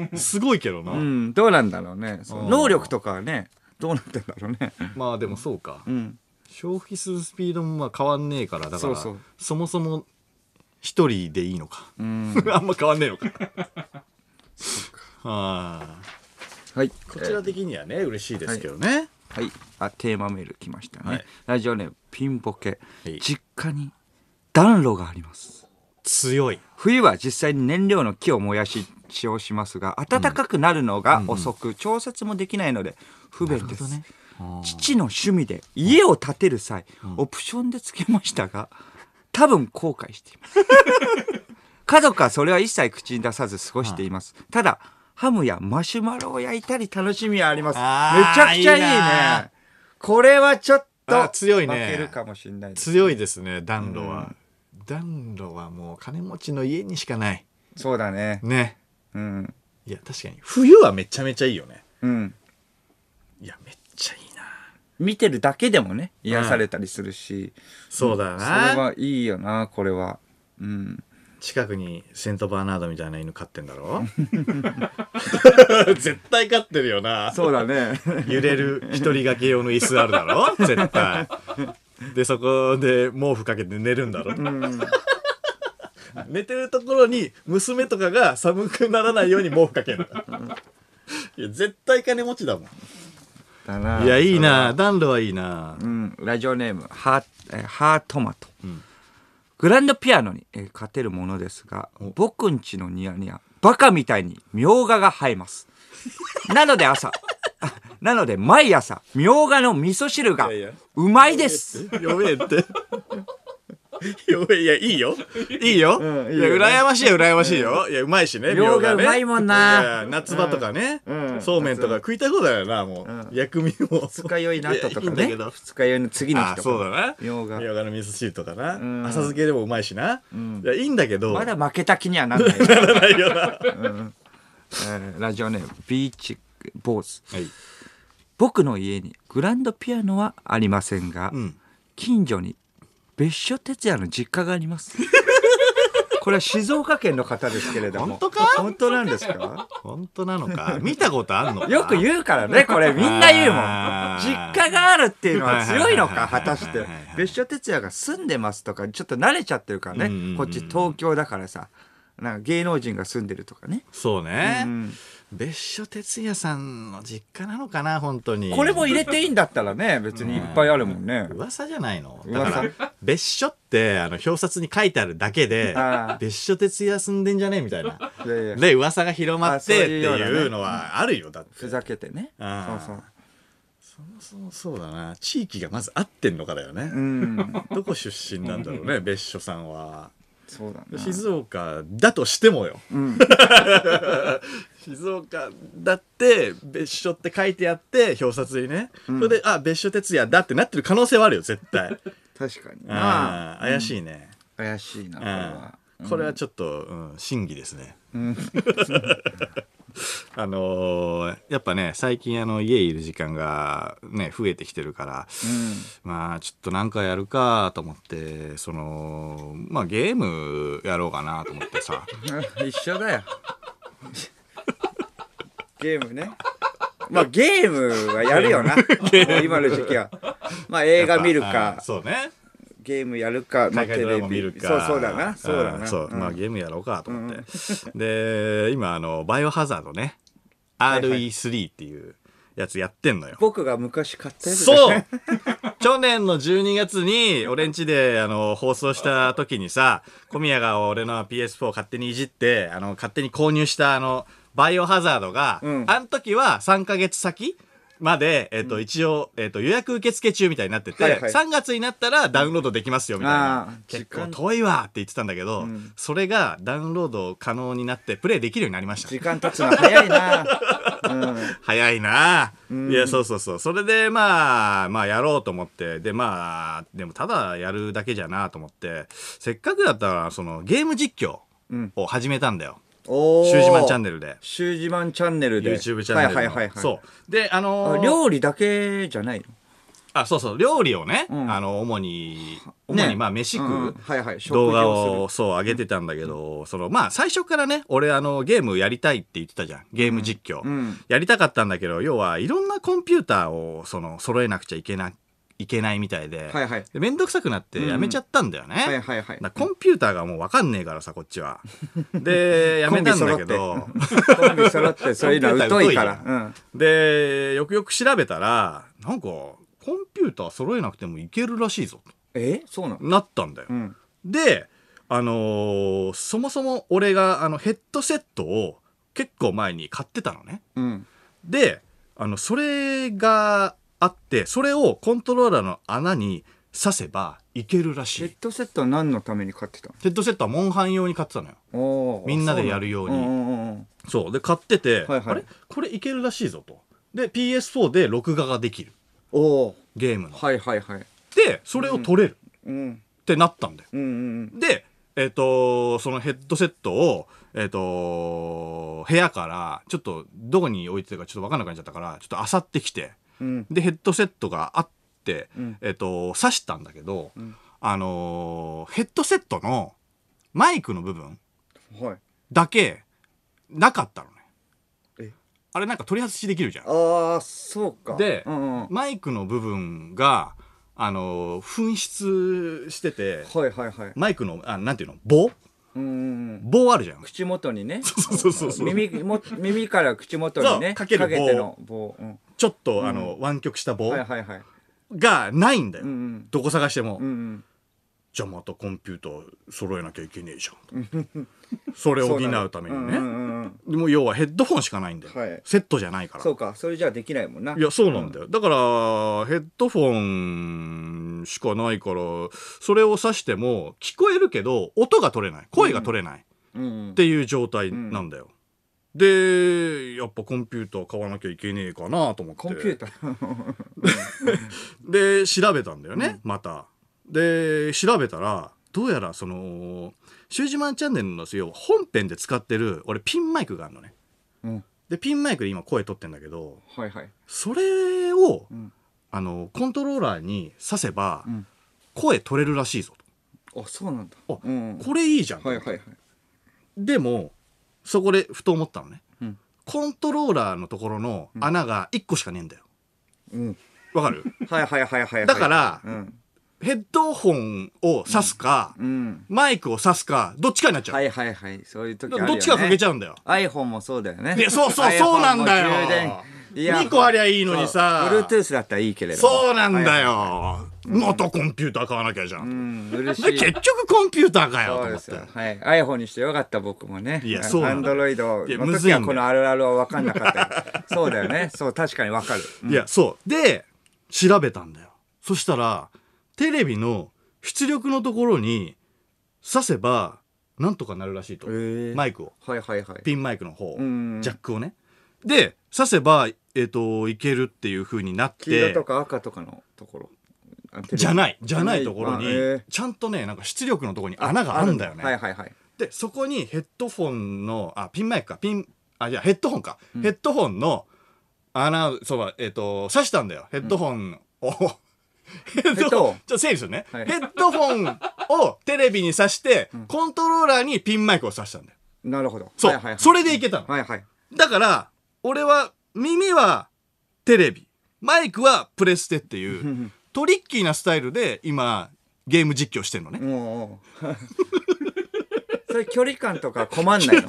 A: てすごいけどな、
B: うんどうなんだろうねそう
A: うん
B: 能力とかはねどうなってんだろうね
A: まあでもそうか、
B: うん
A: 消費するスピードもまあ変わんねえからだから
B: そ
A: そう
B: そう
A: もそも1人でいいのか、
B: うん
A: [LAUGHS] あんま変わんねえのかはあ
B: はい
A: こちら的にはね嬉しいですけどね、
B: はいあテーマメール来ましたね、
A: はい
B: ラジオネームピンボケ、
A: はい
B: 実家に暖炉があります
A: 強い
B: 冬は実際に燃料の木を燃やし使用しますが暖かくなるのが遅く、調節もできないので不便です、父の趣味で家を建てる際、オプションで付けましたが多分後悔しています [LAUGHS] 家族はそれは一切口に出さず過ごしています、ただハムやマシュマロを焼いたり楽しみはありますめ
A: あー
B: ちゃくちゃいいね
A: いいな
B: これはちょっ
A: あ
B: と
A: ー強いね
B: 負けるかもしれないです
A: 強いですね暖炉は、暖炉はもう金持ちの家にしかない
B: そうだね
A: ね
B: うん
A: いや確かに冬はめちゃめちゃいいよね
B: うん
A: いやめっちゃいいな
B: 見てるだけでもね癒されたりするし、
A: そうだよ
B: それ
A: な、
B: はいいよなこれはうん
A: 近くにセントバーナードみたいな犬飼ってんだろ [LAUGHS] 絶対飼ってるよな
B: そうだね
A: 揺れる一人掛け用の椅子あるだろ絶対でそこで毛布かけて寝るんだろ、寝てるところに娘とかが寒くならないように毛布かけるのいや絶対金持ちだもん
B: だない
A: やいいな暖炉はいいな
B: うん、ラジオネームハーえーハートマト、
A: ん
B: グランドピアノに、えー勝てるものですが僕んちのニヤニヤバカみたいにみょうがが生えます
A: [LAUGHS]
B: なので朝 [LAUGHS] なので毎朝みょうがの味噌汁が
A: いやいや
B: うまいです
A: 読めって。読めいやいいよいいよ、
B: うんい
A: い
B: いよね
A: や羨ましいよ羨ましいよ、いやうまいしね
B: みょうが
A: ね
B: うまいもんな
A: や夏場とかね、
B: うん
A: そうめんとか食いたいことだよなもう、薬味も
B: 二日酔いの後とか
A: いやい
B: ね
A: いんだけど
B: 二日酔いの次の日
A: あ
B: とか
A: そうだな
B: みょうが
A: みょうがの味噌汁とかな、
B: ん
A: 浅漬けでもうまいしな、いやいいんだけど
B: まだ負けた気にはなんない。
A: ならないよな、は
B: えーラジオネームビーチ坊主
A: い
B: 僕の家にグランドピアノはありませんが、
A: うん、
B: 近所に別所哲也の実家があります
A: [LAUGHS]
B: これは静岡県の方ですけれど
A: 本
B: も
A: 当か
B: 本当なんですか [LAUGHS]
A: 本当なのか見たことあんのか
B: よく言うからねこれみんな言うもん実家があるっていうのは強いの
A: は
B: か
A: いはいはいはい
B: 果たして
A: はいはいはい
B: 別所哲也が住んでますとかちょっと慣れちゃってるから
A: うんうんうん
B: ねこっち東京だからさなんか芸能人が住んでるとかね、
A: そうね、
B: うん
A: 別所哲也さんの実家なのかな本当に
B: これも入れていいんだったらね別にいっぱいあるもんね、
A: 噂じゃない [LAUGHS] のだ
B: 噂
A: から別所ってあの表札に書いて [LAUGHS] あるだけで
B: ああ
A: 別所哲也住んでんじゃねえみたい [LAUGHS] ない
B: やいや
A: で噂が広ま
B: あ
A: っ
B: そう
A: てって
B: いうようなね
A: いうのはあるよだって
B: ふざけてね
A: あー
B: そうそう
A: そもそもそうだな地域がまず合ってんのかだよね、
B: うん
A: どこ出身なんだろう [LAUGHS] ね別所さんは
B: そうだな
A: 静岡だとしてもよ
B: うん
A: [LAUGHS] 静岡だって別所って書いてあって表札にね、それであ別所哲也だってなってる可能性はあるよ絶対
B: 確かにな
A: [LAUGHS] ああ怪しいね、
B: 怪しいな
A: う
B: これ
A: ん
B: は、
A: これはちょっと、うん、審議ですね
B: うん、
A: [LAUGHS] あのーやっぱね最近あの家いる時間がね増えてきてるから、まあちょっとなんかやるかと思ってそのまあゲームやろうかなと思ってさ
B: うん、一緒だよゲームねまあゲームはやるよな今の時期はまあ [LAUGHS] 映画見る
A: やっぱあ
B: か
A: そうね
B: ゲームやるか、まあ、
A: 海外
B: テ
A: ドラ
B: レ
A: マ見る
B: ビ
A: か
B: そうそうだなそうだ
A: ん
B: な
A: そう、
B: ん
A: まあゲームやろうかと思って、で今あのバイオハザードね RE3 っていうやつやってんのよ、
B: 僕が昔買ったやつだ
A: そう去年の12月に俺んちであの放送した時にさ小宮が俺の PS4 を勝手にいじってあの勝手に購入したあのバイオハザードが、
B: うん
A: あの時は3ヶ月先まで、えっと一応、えっと予約受付中みたいになってて、
B: はいはい
A: 3月になったらダウンロードできますよみたい
B: あ
A: な
B: ー
A: 結
B: 時
A: 構
B: 間
A: 遠いわって言ってたんだけど、
B: ん
A: それがダウンロード可能になってプレイできるようになりました
B: 時間経つの早い
A: [LAUGHS]
B: な、うん、
A: 早いなあ
B: ん
A: いやそうそうそうそれでまあまあやろうと思ってでまあでもただやるだけじゃなあと思ってせっかくだったらそのゲーム実況
B: うん
A: を始めたんだよ「
B: お
A: シュージマンチャン
B: ネル
A: ネル」で
B: シュージマンチャンネルで
A: YouTube チャンネルの
B: はいはいはい、はい、
A: そうであの
B: あ
A: ー
B: 料理だけじゃないの
A: あそうそう料理をね、
B: ん
A: あの主に主
B: ね
A: にまあ飯食う、
B: うんうんはいはい食事
A: 動画
B: を
A: をそう上げてたんだけど、そのまあ最初からね俺あのゲームやりたいって言ってたじゃんゲーム実況、
B: うんうん
A: やりたかったんだけど要はいろんなコンピューターをその揃えなくちゃいけないけないみたいで、
B: はいはい
A: でめんどくさくなってやめちゃったんだよね、
B: はいはいはい
A: だからコンピューターがもう分かんねえからさこっちは
B: [LAUGHS]
A: でやめたんだけど
B: コンビ揃ってコンビ揃ってそういうのは疎いか
A: コンピューター疎い
B: ら
A: じ
B: うん
A: でよくよく調べたらなんかコンピューター揃えなくてもいけるらしいぞ
B: えそうなの
A: となったんだよ、
B: うん
A: で、あのーそもそも俺があのヘッドセットを結構前に買ってたのね。
B: うん
A: で、あの、それがあって、それをコントローラーの穴に刺せばいけるらし
B: ヘッ
A: い。
B: ドセットは何のために買ってた
A: ヘッドセットはモンハン用に買ってたのよ。
B: のおー
A: みんなでやるように
B: んんうん
A: そう。で、買ってて、
B: はいはい
A: あれこれいけるらしいぞと。で、PS4 で録画ができる。
B: おお
A: ゲームの。
B: はいはいはい
A: で、それを撮れる
B: うん
A: ってなったんだよ。
B: うんうん
A: で、えっ、と、そのヘッドセットを、えっ、と、部屋から、ちょっと、どこに置いてるかちょっとわかんなくなっちゃったから、ちょっと漁ってきて、
B: うん
A: で、ヘッドセットがあって、
B: うん
A: えっ、と、刺したんだけど、
B: ん
A: あのーヘッドセットのマイクの部分
B: うんはい
A: だけ、なかったのね。
B: え
A: あれなんか取り外しできるじゃん。
B: ああそうか
A: で
B: うんうんはい
A: マイクの部分が、あのー紛失してて、
B: はいはい
A: マイクの、あ、なんていうの棒
B: うんうんうん
A: 棒あるじゃん。
B: 口元にね
A: そうそうそうそう。
B: [LAUGHS] 耳も耳から口元に
A: そう
B: ね
A: かける棒
B: ての棒うん
A: ちょっと、あの湾曲した棒
B: はいはいはい
A: がないんだよ、
B: うんうん
A: どこ探しても、
B: うんうん
A: じゃあまたコンピューター揃えなきゃいけねえじゃん
B: [LAUGHS]
A: それを補うためにね、
B: んうんうんうん
A: でも要はヘッドホンしかないんだよ、
B: はい
A: セットじゃないから
B: そうかそれじゃできないもんない
A: やそうなんだよ、だからヘッドフォンしかないからそれを指しても聞こえるけど音が取れない声が取れない、
B: うん
A: っていう状態なんだよ、でやっぱコンピューター買わなきゃいけねえかなと思って
B: コンピュー [LAUGHS] ター
A: で調べたんだよね、またで調べたらどうやらその「シュージマンチャンネル」の要は本編で使ってる俺ピンマイクがあるのね
B: うん
A: でピンマイクで今声取ってんだけど
B: はいはい
A: それを、
B: ん
A: あのコントローラーに挿せば、
B: ん
A: 声取れるらしいぞ
B: あそうなんだ
A: とあ、
B: うん
A: これいいじゃん、
B: はいはいはい
A: でもそこでふと思ったのね、
B: うん
A: コントローラーのところの穴が1個しかねえんだよ、
B: うん
A: わ
B: [LAUGHS]
A: かる
B: はいはいはいはいはい
A: だから
B: うん
A: ヘッドホンを挿すか、
B: うん
A: マイクを挿すか、どっちかになっちゃう。
B: はいはいはいそういう時あるよね
A: どっちかかけちゃうんだよ。
B: iPhone もそうだよね
A: いやそうそう
B: iPhone
A: そうなんだよ
B: も充電イヤホン
A: 2個ありゃいいのにさ
B: そう Bluetooth だったらいいけれども
A: そうなんだ
B: はい
A: よ。またコンピューター買わなきゃじゃ。
B: うんん嬉し
A: で
B: い
A: 結局コンピューターかよと
B: そう
A: 思
B: で
A: っ
B: す
A: て。
B: よはい iPhone にしてよかった僕もね
A: いや
B: はい
A: そうなんだ
B: Android
A: いや
B: の
A: むずい
B: 時
A: んだ
B: は
A: よ
B: このあるあるは分かんなかった
A: [LAUGHS]
B: よそうだよねそう確かに分かる
A: いや、そう。で、調べたんだよ。そしたら、テレビの出力のところに挿せば、なんとかなるらしいと。
B: ー
A: マイクを。
B: はいはいはい
A: ピンマイクの方、
B: ん
A: ジャックをね。で、挿せば、えっ、と、いけるっていう風になって。
B: 黄色とか赤とかのところあテレビ
A: じゃない、じゃないところに
B: あへー、
A: ちゃんとね、なんか出力のところに穴があるんだよね。
B: はいはいはい
A: で、そこにヘッドフォンの、あ、ピンマイクか、ピン、あ、じゃヘッドホンか。ヘッドホンの穴、そうだ、えっ、と、挿したんだよ。ヘッドホンを。ヘッドホン
B: ヘッド、
A: ちょっと整理するね、
B: はい
A: ヘッドフォンをテレビに挿して、コントローラーにピンマイクを挿したんだよ。
B: なるほど
A: そう、
B: はいはいはい
A: それでいけたの。
B: はいはい
A: だから、俺は、耳はテレビ、マイクはプレステっていう、トリッキーなスタイルで今、ゲーム実況してんのね。
B: もう [LAUGHS] それ距離感とか困
A: [LAUGHS]
B: んないの、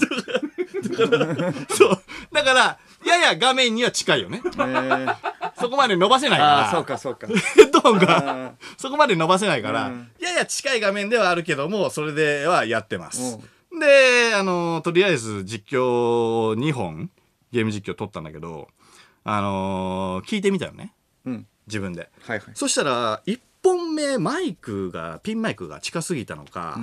A: そう。だから、やや画面には近いよね。
B: えー
A: そこまで伸ばせない
B: ああそ
A: か、
B: うかそうか
A: [LAUGHS]
B: ら
A: ヘッドホンが
B: あ
A: そこまで伸ばせないから、
B: うん
A: やや近い画面ではあるけども、それではやってます
B: お。
A: で、あの、とりあえず実況2本、ゲーム実況撮ったんだけど、あの、聞いてみたよね。
B: ーうん
A: 自分で。
B: はいはい
A: そしたら、1本目、マイクが、ピンマイクが近すぎたのか、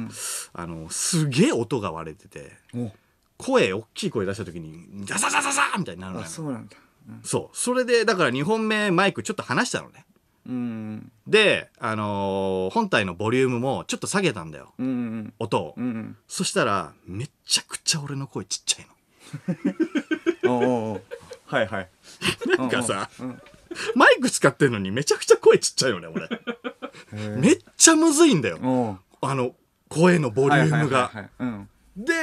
A: あの、すげえ音が割れてて、
B: お
A: 声、大きい声出した時に、ザザザザザーみたいになるの
B: あ
A: よ。
B: そうなんだ
A: そう。それで、だから2本目マイクちょっと離したのね。
B: うん
A: で、あのー本体のボリュームもちょっと下げたんだよ。
B: うんうん
A: 音を。
B: うんうん
A: そしたら、めちゃくちゃ俺の声ちっちゃいの。
B: おうおうおうはいはい
A: なんかさ
B: うんうん、
A: マイク使ってんのにめちゃくちゃ声ちっちゃいよね、俺。めっちゃむずいんだよ。
B: おう
A: あの、声のボリューム
B: はい
A: が。
B: はいはいはいうん
A: で、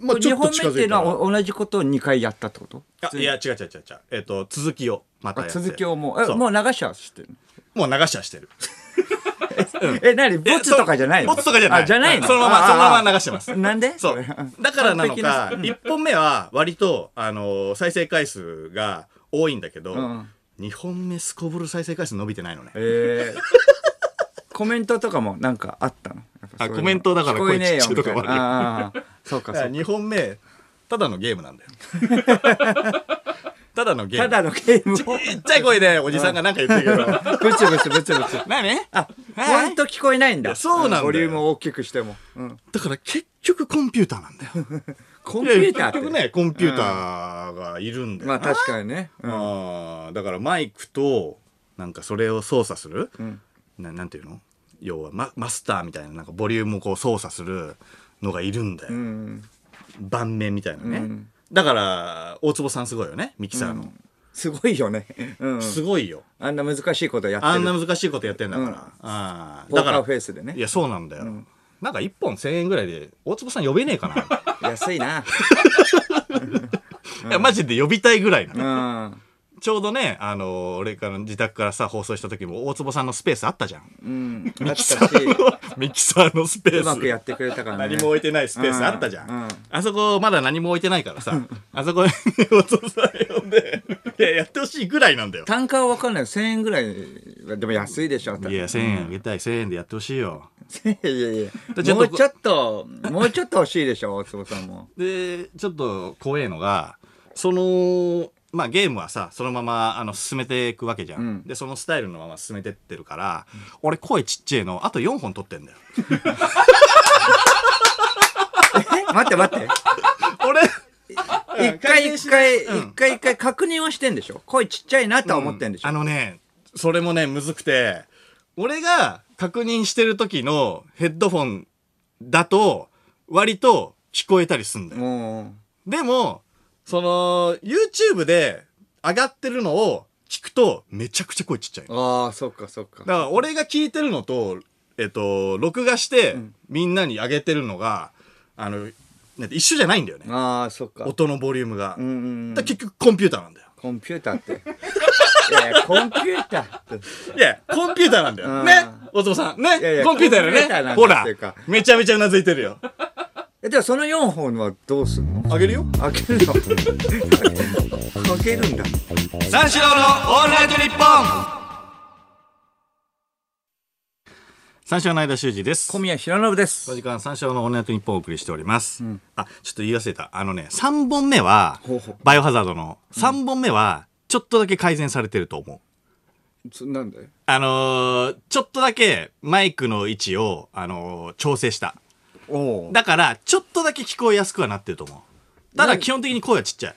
A: まあち
B: 2
A: ょっと
B: 本目
A: 近
B: ってい
A: づ
B: う
A: いた
B: のは
A: ら。
B: お同じことを2回やったってこと
A: あいや、違う違う違う違う。えっ、と、続きを、またやって。
B: 続きをもうえ
A: そう
B: もう流しちゃう知ってる
A: もう流しはしてる。
B: え何ボツとかじゃないの
A: ボツとかじゃない。
B: あじゃないの
A: そのまま、
B: あ
A: その
B: あ
A: まま流してます。
B: なんで
A: そ
B: れ
A: う。だからなのか、
B: 完璧
A: 1本目は割と、あのー再生回数が多いんだけど、
B: うん
A: 2本目すこぶる再生回数伸びてないのね。
B: えーコメントとかもなんかあったのやっぱそういうの
A: あコメントだから
B: 聞こえねえよ
A: 声ちっちゃいとかもあ
B: み
A: る
B: たいなあーそうか
A: だ
B: そ
A: から
B: うか
A: 2本目、ただのゲーム
B: [LAUGHS]
A: なんだよ。ただのゲー
B: た
A: ム。
B: だのゲームを
A: ちっちゃい声でおじさんがなんか言ってるけど。
B: ブチブチブチブチ
A: なにね
B: あ
A: はい
B: ほんと聞こえないん
A: い
B: だ
A: やそうなんだよ
B: ボリュームを大きくしてもうん
A: だから結局コンピューターなんだよ。
B: コンピューター
A: 結
B: って
A: 局ね、コンピューターがいるんだよ
B: ま
A: な。
B: あ確かにねうん
A: あーだからマイクとなんかそれを操作する、
B: ん
A: ななんていうの要はママスターみたいななんかボリュームをこう操作するのがいるんだよ、
B: うん
A: 盤面みたいなね、
B: うん
A: だから大坪さんすごいよねミキサーの、
B: すごいよねうん
A: すごいよ
B: あんな難しいことやってる
A: あんな難しいことやってんだから、あー
B: ポ
A: だ
B: ー
A: か
B: カ
A: ら
B: ーフェイスでね
A: いやそうなんだよ、なんか1本1000円ぐらいで大坪さん呼べねえかな、
B: 安いな
A: い [LAUGHS] やマジで呼びたいぐらいな、
B: うん
A: ちょうどねあの俺から自宅からさ放送した時も大坪さんのスペースあったじゃん
B: うんあったし
A: [LAUGHS] ミキサーのスペース
B: うまくやってくれたからね
A: 何も置いてないスペースあったじゃん、
B: うんうん
A: あそこまだ何も置いてないからさあそこにお父さん呼んでいややってほしいぐらいなんだよ
B: 単価は分かんない1000円ぐらいはでも安いでしょ多分
A: いや1000円あげたい1000円でやってほしいよ
B: いやいやい
A: ち
B: や
A: ょっと
B: もうちょっともうちょっと欲しいでしょ大坪さんも
A: でちょっと怖えのがそのまあゲームはさそのままあの進めていくわけじゃん、
B: うん
A: でそのスタイルのまま進めてってるから、俺声ちっちゃいのあと4本取ってんだよ
B: え待って待って
A: [LAUGHS] 俺
B: 一回一回一回一回確認はしてんでしょ声ちっちゃいなとは思ってんでしょ、
A: あのね、それもね、むずくて、俺が確認してる時のヘッドフォンだと、割と聞こえたりすんだよ。
B: もう
A: でも、その、YouTube で上がってるのを聞くと、めちゃくちゃ声ちっちゃいの。
B: ああそっかそっか
A: だから、俺が聞いてるのと、えっと、録画して
B: ん、
A: みんなに上げてるのが、あの、なんて一緒じゃないんだよね。
B: ああそっか
A: 音のボリュームが。
B: うんうんうん
A: だから結局コンピューターなんだよ。
B: コンピューターってやいやコンピューターって
A: いや、コンピューターなんだ
B: う
A: よ。
B: ん
A: ね大坪さん。ね
B: いやいや
A: コンピューター
B: コンピュータ
A: だ
B: ー
A: よ
B: な
A: ね。
B: ん
A: ほ
B: だっ
A: ら
B: ていうか、
A: めちゃめちゃうなずいてるよ。
B: えでもその4本はどうすんの
A: あげるよ。
B: 開けるの開けるんだ
A: 三四郎のオールナイトニッポン三四郎の間修二です。
B: [LAUGHS] 小
A: こ
B: 宮平信です
A: の時間三四郎のオールナイトニッポンをお送りしております。
B: ん
A: あ、ちょっと言い忘れた。あのね、三本目は
B: ほうほう、
A: バイオハザードの三本目は、ちょっとだけ改善されてると思う。
B: そなんで
A: あのーちょっとだけマイクの位置を、あのー調整した。
B: おう
A: だから、ちょっとだけ聞こえやすくはなってると思う。ただ、基本的に声はちっちゃい。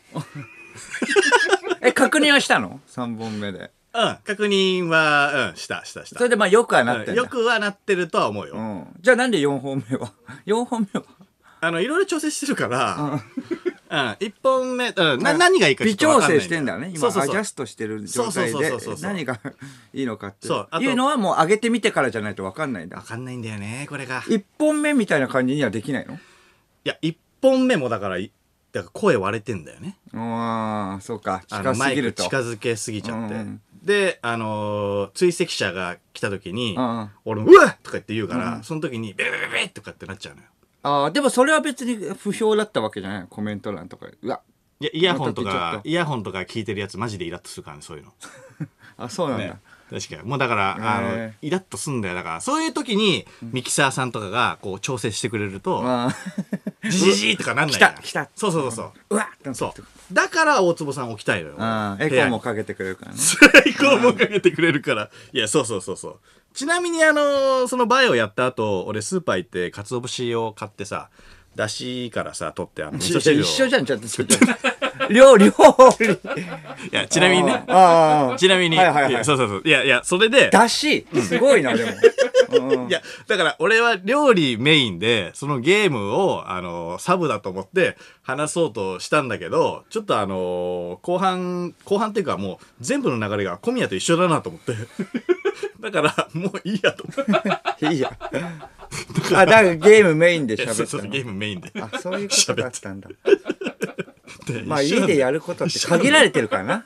B: え確認はしたの ?3 本目で
A: うん、確認は、うん、した、した、した
B: そ。れでまあよくはなって
A: うんん
B: だ、
A: よくはなってるとは思うよ。
B: うん、じゃあなんで4本目は4本目は
A: あの、いろいろ調整してるから、うん、一本目、うん、な、何がいいかちょ
B: 微
A: っとわ
B: 調
A: かんない
B: 整してんだね今
A: そうそう
B: アジ
A: そ
B: ャ
A: う。
B: ストしてる状態で
A: そうそうそうそうそう
B: 何がいいのかって
A: そうあと
B: いうのはもう上げてみてからじゃないと分かんないんだ
A: わかんないんだよね、これが。い
B: 1本目みたいな感じにはできないの
A: や、一本目もだから、いだから声割れてんだよね。
B: ああそうか
A: あの
B: 近すぎると
A: マイク近づけすぎちゃって。
B: うん
A: で、あのー追跡者が来た時に、
B: うんうん
A: 俺も、うわっとか言って言うから、その時に、ベベベベベとかってなっちゃうのよ。
B: ああでもそれは別に不評だったわけじゃないのコメント欄とかでうわ
A: いや、イヤホンと
B: またちょっ
A: か、
B: と
A: イヤホンとか聞いてるやつマジでイラッとするからね、そういうの。
B: あそうなんだ、
A: ね確かに。もうだから、あの
B: へ、
A: イラッとすんだよ。だから、そういう時に、ミキサーさんとかが、こう、調整してくれると、
B: まあ
A: じじじとかなんないから
B: [LAUGHS] 来た来た
A: そうそうそう
B: うわ
A: そう。
B: そ
A: そうう。だから、大坪さん起きたいのよ。
B: ああエ
A: 部屋
B: コー
A: に
B: もかけてくれるからね
A: エコーもかけてくれるから。いや、そうそうそうそう。ちなみに、あのーそのバイをやった後、俺、スーパー行って、鰹節を買ってさ、だしからさ、取って、あの、味噌汁を
B: 一緒じゃん
A: [LAUGHS]
B: ちゃんと作って料理料理
A: いや、ちなみにね。
B: ああ
A: ちなみに、
B: はいはいはい
A: いやそうそうそう。いやいや、それで、
B: だしすごいなでも
A: いや、だから俺は料理メインで、そのゲームを、あの、サブだと思って話そうとしたんだけど、ちょっとあの、後半、後半っていうかもう全部の流れが小宮と一緒だなと思って。 [LAUGHS] だから、もういいやと思って。
B: うんいいやあだからゲームメインで
A: そうそう
B: 喋
A: そ
B: っ
A: う
B: た
A: ゲ
B: の
A: ームメインで。
B: あそういうことだったんだ
A: で
B: まあ
A: 一緒なん
B: 家
A: だ
B: でやることって限られてるからな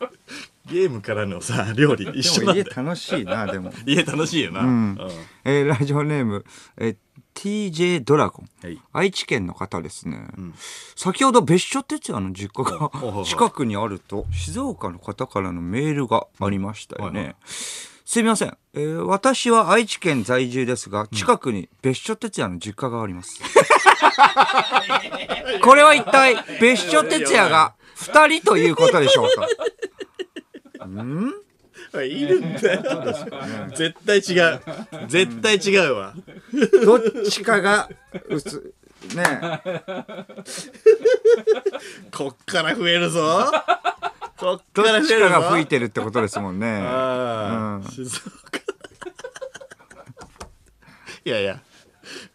A: ゲームからのさ、料理一緒
B: で
A: な
B: も
A: んだよ。
B: 家楽しいなでも
A: 家楽しいよな。
B: ん
A: うん
B: えーラジオネーム、えー TJ ドラゴン、
A: はい
B: 愛知県の方ですね、先ほど別所哲也の実家
A: ほうほうほ
B: が
A: う
B: 近くにあると静岡の方からのメールがありましたよね、
A: はいは
B: すみません、えー私は愛知県在住ですが近くに別所哲也の実家があります、 [LAUGHS] これは一体別所哲也が2人ということでしょ
A: [LAUGHS]
B: うか
A: いるんだよ。絶対違う。絶対違うわ。
B: どっちかがうつ
A: [LAUGHS]
B: ねえ
A: こっから増えるぞ。こっ
B: ど
A: か
B: っ
A: ら増え
B: ち
A: る
B: か
A: ぞ。
B: が吹いてるってことですもんね。
A: ああ、
B: うん
A: 静岡。 [LAUGHS] いやいや、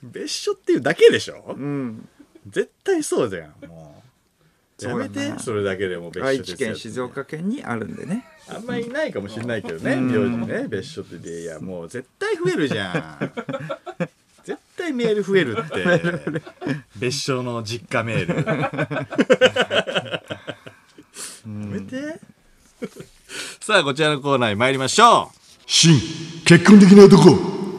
A: 別所っていうだけでしょ
B: うん。
A: 絶対そうじゃん、もう。
B: そう
A: や
B: だな
A: めて、それだけでも別所
B: 愛
A: です
B: 知
A: よ
B: 県、静。岡県にあるんでね。
A: あんまりいないかもしれないけどね、名字ね、別所って。いや、もう絶対増えるじゃ [LAUGHS] ん。絶対メール増えるって。 [LAUGHS] 別所の実家メー [LAUGHS] ル。やめて。さあ、こちらのコーナーに参りましょう。
C: 新結婚できない男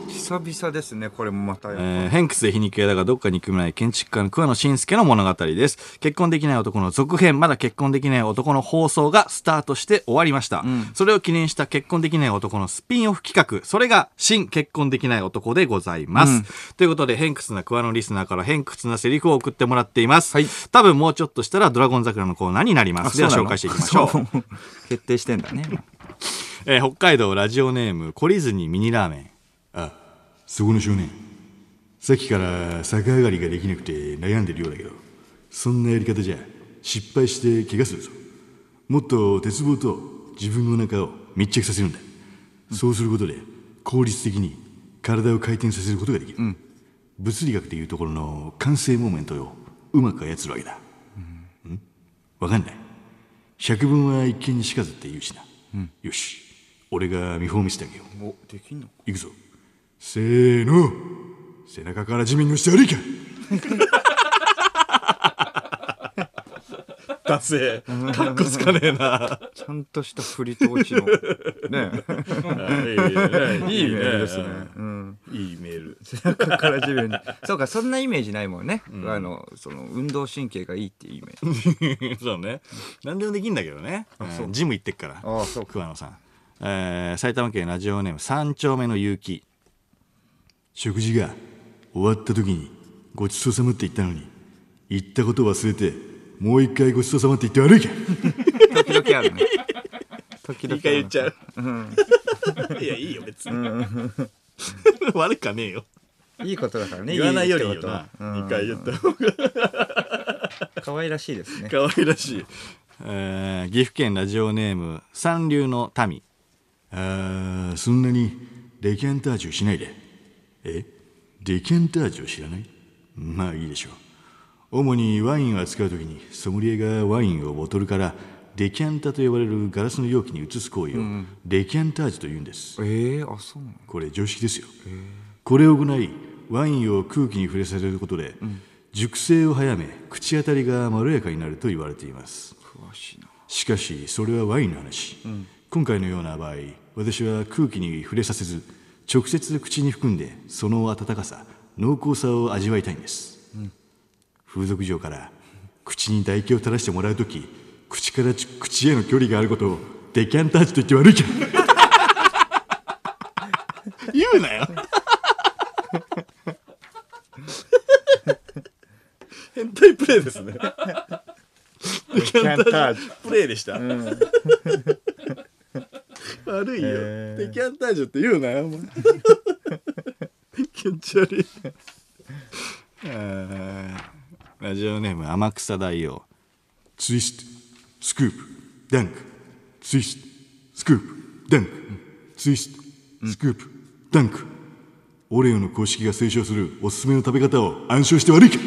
B: 久々ですね、これもまた。
A: えーヘンクスで皮肉屋だがどっか憎めない建築家の桑野信介の物語です結婚できない男の続編まだ結婚できない男の放送がスタートして終わりました、それを記念した結婚できない男のスピンオフ企画それが新結婚できない男でございます、ということでヘンクスな桑野リスナーからヘンクスなセリフを送ってもらっています、
B: はい
A: 多分もうちょっとしたらドラゴン桜のコーナーになりますでは
B: そう
A: 紹
B: なの
A: 介していきましょう。
B: [LAUGHS] そう決定してんだね。
A: えー北海道ラジオネーム懲りずにミニラーメン
C: そこの少年さっきから逆上がりができなくて悩んでるようだけどそんなやり方じゃ失敗して怪我するぞもっと鉄棒と自分の中を密着させるんだそうすることで効率的に体を回転させることができる、物理学でいうところの完成モーメントをうまく操るわけだ、うん、わかんない百聞は一見にしかずって言うしな、よし俺が見本を見せてあげよう
B: お、できんの
C: 行くぞせーの背中から地面に押して歩いか
D: ダセえかっこつかねえな
B: ちゃんとした振りと落 [LAUGHS] ちのねいいメールですね、うん、 [LAUGHS]
D: いいメール
B: 背中から地面にそうかそんなイメージないもんね、あのその運動神経がいいっていうイメー
D: [LAUGHS]
B: ジ
D: そうね何でもできんだけどね、うんジム行ってっから
B: ああそうか
D: 桑野さん、えー埼玉県ラジオネーム三丁目の勇気
A: 食事が終わった時にごちそうさまって言ったのに言ったことを忘れてもう一回ごちそうさまって言って悪いか
B: 時々あ [LAUGHS] るね時々あるね
D: ゃう、 [LAUGHS] いやいいよ別に、 [LAUGHS] 悪かねえよ
B: いいことだからね
D: 言わないよりいいよ
B: って
D: な
B: ことはうん
D: 2回言った方が
B: 可愛らしいですね
D: 可愛らしい、えー岐阜県ラジオネーム三流の民
A: あーそんなにデキャンタージュしないでえデキャンタージュ知らないまあいいでしょう主にワインを扱う時にソムリエがワインをボトルからデキャンタと呼ばれるガラスの容器に移す行為をデキャンタージュと言うんです、
B: ええあそうなの
A: これ常識ですよこれを行いワインを空気に触れさせることで、熟成を早め口当たりがまろやかになると言われています
B: 詳しいな
A: しかしそれはワインの話、今回のような場合私は空気に触れさせず直接口に含んでその温かさ濃厚さを味わいたいんです、風俗嬢から口に唾液を垂らしてもらう時口からち口への距離があることをデキャンタージュと言って悪いじゃん
D: 言うなよ [LAUGHS] 変態プレイですね
B: デ [LAUGHS] キャンタージュ
D: プレイでした、 [LAUGHS] 悪いよ、デキャンタージュって言うなよお前気持ち悪いあーラジオネーム天草大王
A: ツイストスクープダンクツイストスクープダンクツイストスクープダンクオレオの公式が推奨するおすすめの食べ方を暗唱して悪いか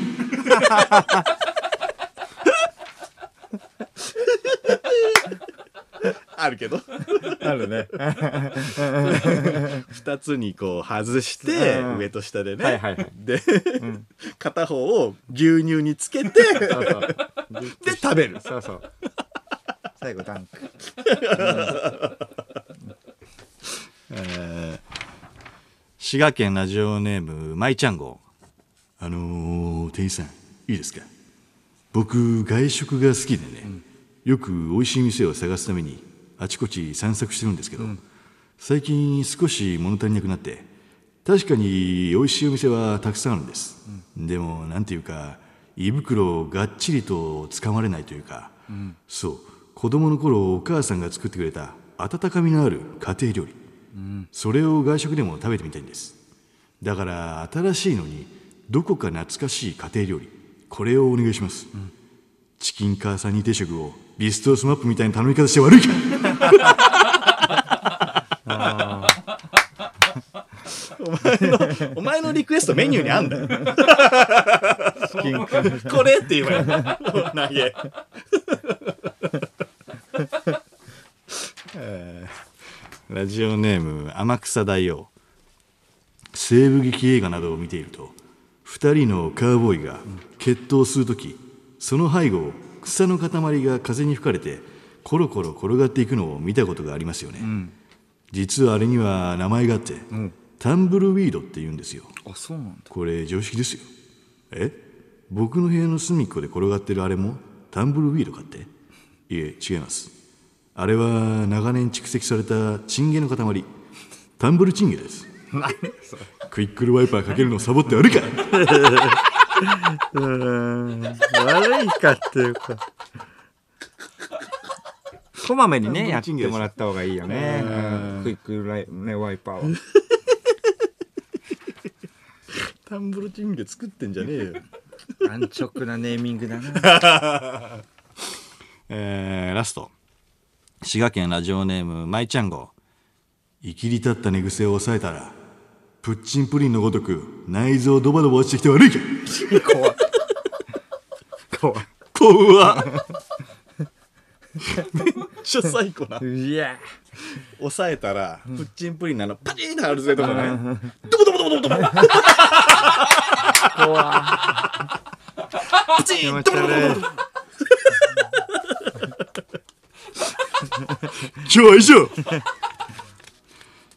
D: あるけど
B: あるね
D: 2つにこう外して、
B: うん
D: 上と下でね、
B: はいはいはい
D: で、 [LAUGHS] 片方を牛乳につけて
B: そうそう
D: で食べる
B: そうそう最後ダンク
D: 滋賀県ラジオネームまいちゃん号
A: あのー、店員さんいいですか僕外食が好きでね、よく美味しい店を探すためにあちこち散策してるんですけど、最近少し物足りなくなって確かに美味しいお店はたくさんあるんです、でもなんていうか胃袋をがっちりとつかまれないというか、そう子供の頃お母さんが作ってくれた温かみのある家庭料理、それを外食でも食べてみたいんですだから新しいのにどこか懐かしい家庭料理これをお願いします、チキンカーサニー定食をビストスマップみたいな頼み方して悪いか
D: お前のリクエストメニューにあんだよ
B: 金庫
D: これって言えばいいの投
A: [LAUGHS]
D: げ。えーラジオネーム天草大王
A: 西部劇映画などを見ていると2人のカウボーイが決闘する時その背後を草の塊が風に吹かれてコロコロ転がっていくのを見たことがありますよね、実はあれには名前があって、タンブルウィードって言うんですよ
B: あそうなんだ
A: これ常識ですよえ僕の部屋の隅っこで転がってるあれもタンブルウィードかっていえ違いますあれは長年蓄積されたチンゲの塊タンブルチンゲですクイックルワイパーかけるのサボってあるか
B: 悪いかっていうかこまめにねやってもらった方がいいよねうんクイックライ、ね、ワイパーは
D: タンブルチンゲ作ってんじゃねえよ、
B: 安直なネーミングだな
D: えーラスト滋賀県ラジオネームまいちゃん号
A: 生きり立った寝癖を抑えたらプッチンプリンのごとく内臓ドバドバ落ちてきて悪いか
B: 怖い怖
D: 怖っめっちゃ最高ない
B: いや
D: 抑えたらプッチンプリンなのパチンって外れとかねドボドボドボドボドボ
B: 怖い
D: パチンドボドボドボドボ
C: ちょいしょ [LAUGHS]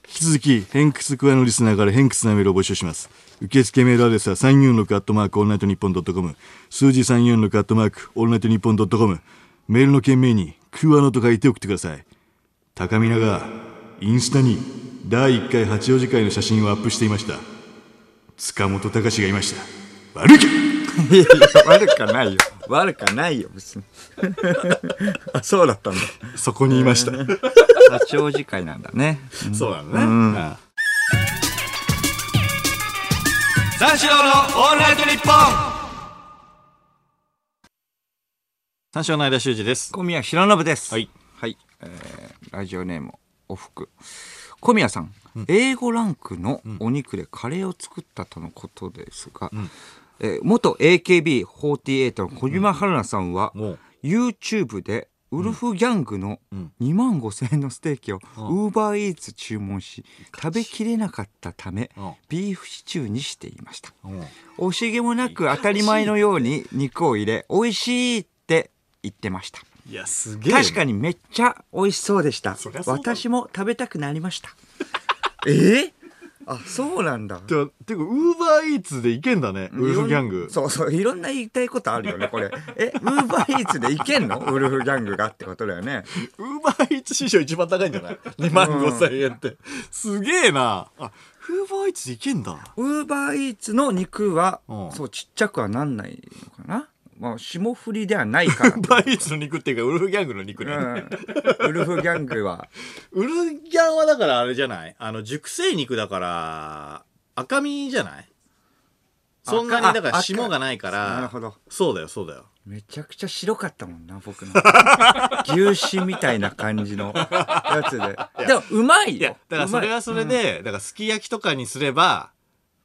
C: 引き続き、偏屈クワのリスナーから偏屈なメールを募集します。受付メールアドレスは346アットマークオールナイトニッポンドットコム。数字346アットマークオールナイトニッポンドットコム。メールの件名に、クワノと書いて送ってください。高見永が、インスタに、第1回八王子会の写真をアップしていました。塚本隆がいました。悪いか
B: いや悪かないよ悪かないよ別 [LAUGHS] にあそうだったんだ
C: そこにいました。
B: 八王子会なんだね
C: そうだね。
A: 三四郎のオールナイトニッポン三四郎の間修二です。
B: 小宮浩信です
A: はい、
B: はいえーラジオネームおふく小宮さん、英語ランクのお肉でカレーを作ったとのことですが、えー元 AKB48 の小島春菜さんは、
A: もう
B: YouTube でウルフギャングの
A: ん
B: 2万5千円のステーキを
A: ん
B: UberEats 注文し食べきれなかったため
A: うん
B: ビーフシチューにしていました
A: うん
B: 惜しげもなく当たり前のように肉を入れ美味しいって言ってました
A: いや、すげえ。
B: 確かにめっちゃ美味しそうでした
C: そりゃそうだろ
B: 私も食べたくなり
A: [LAUGHS]
B: ましたえーあそうなんだ
A: てか、てか、ウーバーイーツでいけんだね。ウルフギャン
B: いろ
A: グ
B: ん。そうそういろんな言いたいことあるよねこれえウーバーイーツでいけ
A: [LAUGHS]
B: んのウルフギャングがってことだよね
A: ウーバーイーツ史上一番高いんじゃない ?2 万5千円って。すげえな。あ、ウーバーイーツでいけんだ。
B: ウーバーイーツの肉は、
A: うん
B: そうちっちゃくはなんないのかな、まあ、霜降りではない
A: [LAUGHS]
B: から
A: ウーバーイーツの肉っていうか、ウルフギャングの肉ね。
B: うん、ウルフギャングは
A: ウルフギャンはだからあれじゃないあの、熟成肉だから、赤身じゃないそんなにだか
B: あ
A: ら
B: 赤
A: 霜がないから。
B: なるほど
A: そうだよ、そうだよ。
B: めちゃくちゃ白かったもんな僕
A: [LAUGHS]
B: の牛脂みたいな感じのやつででもうまい
A: いや
B: よ、
A: だからそれはそれで、だからすき焼きとかにすれば、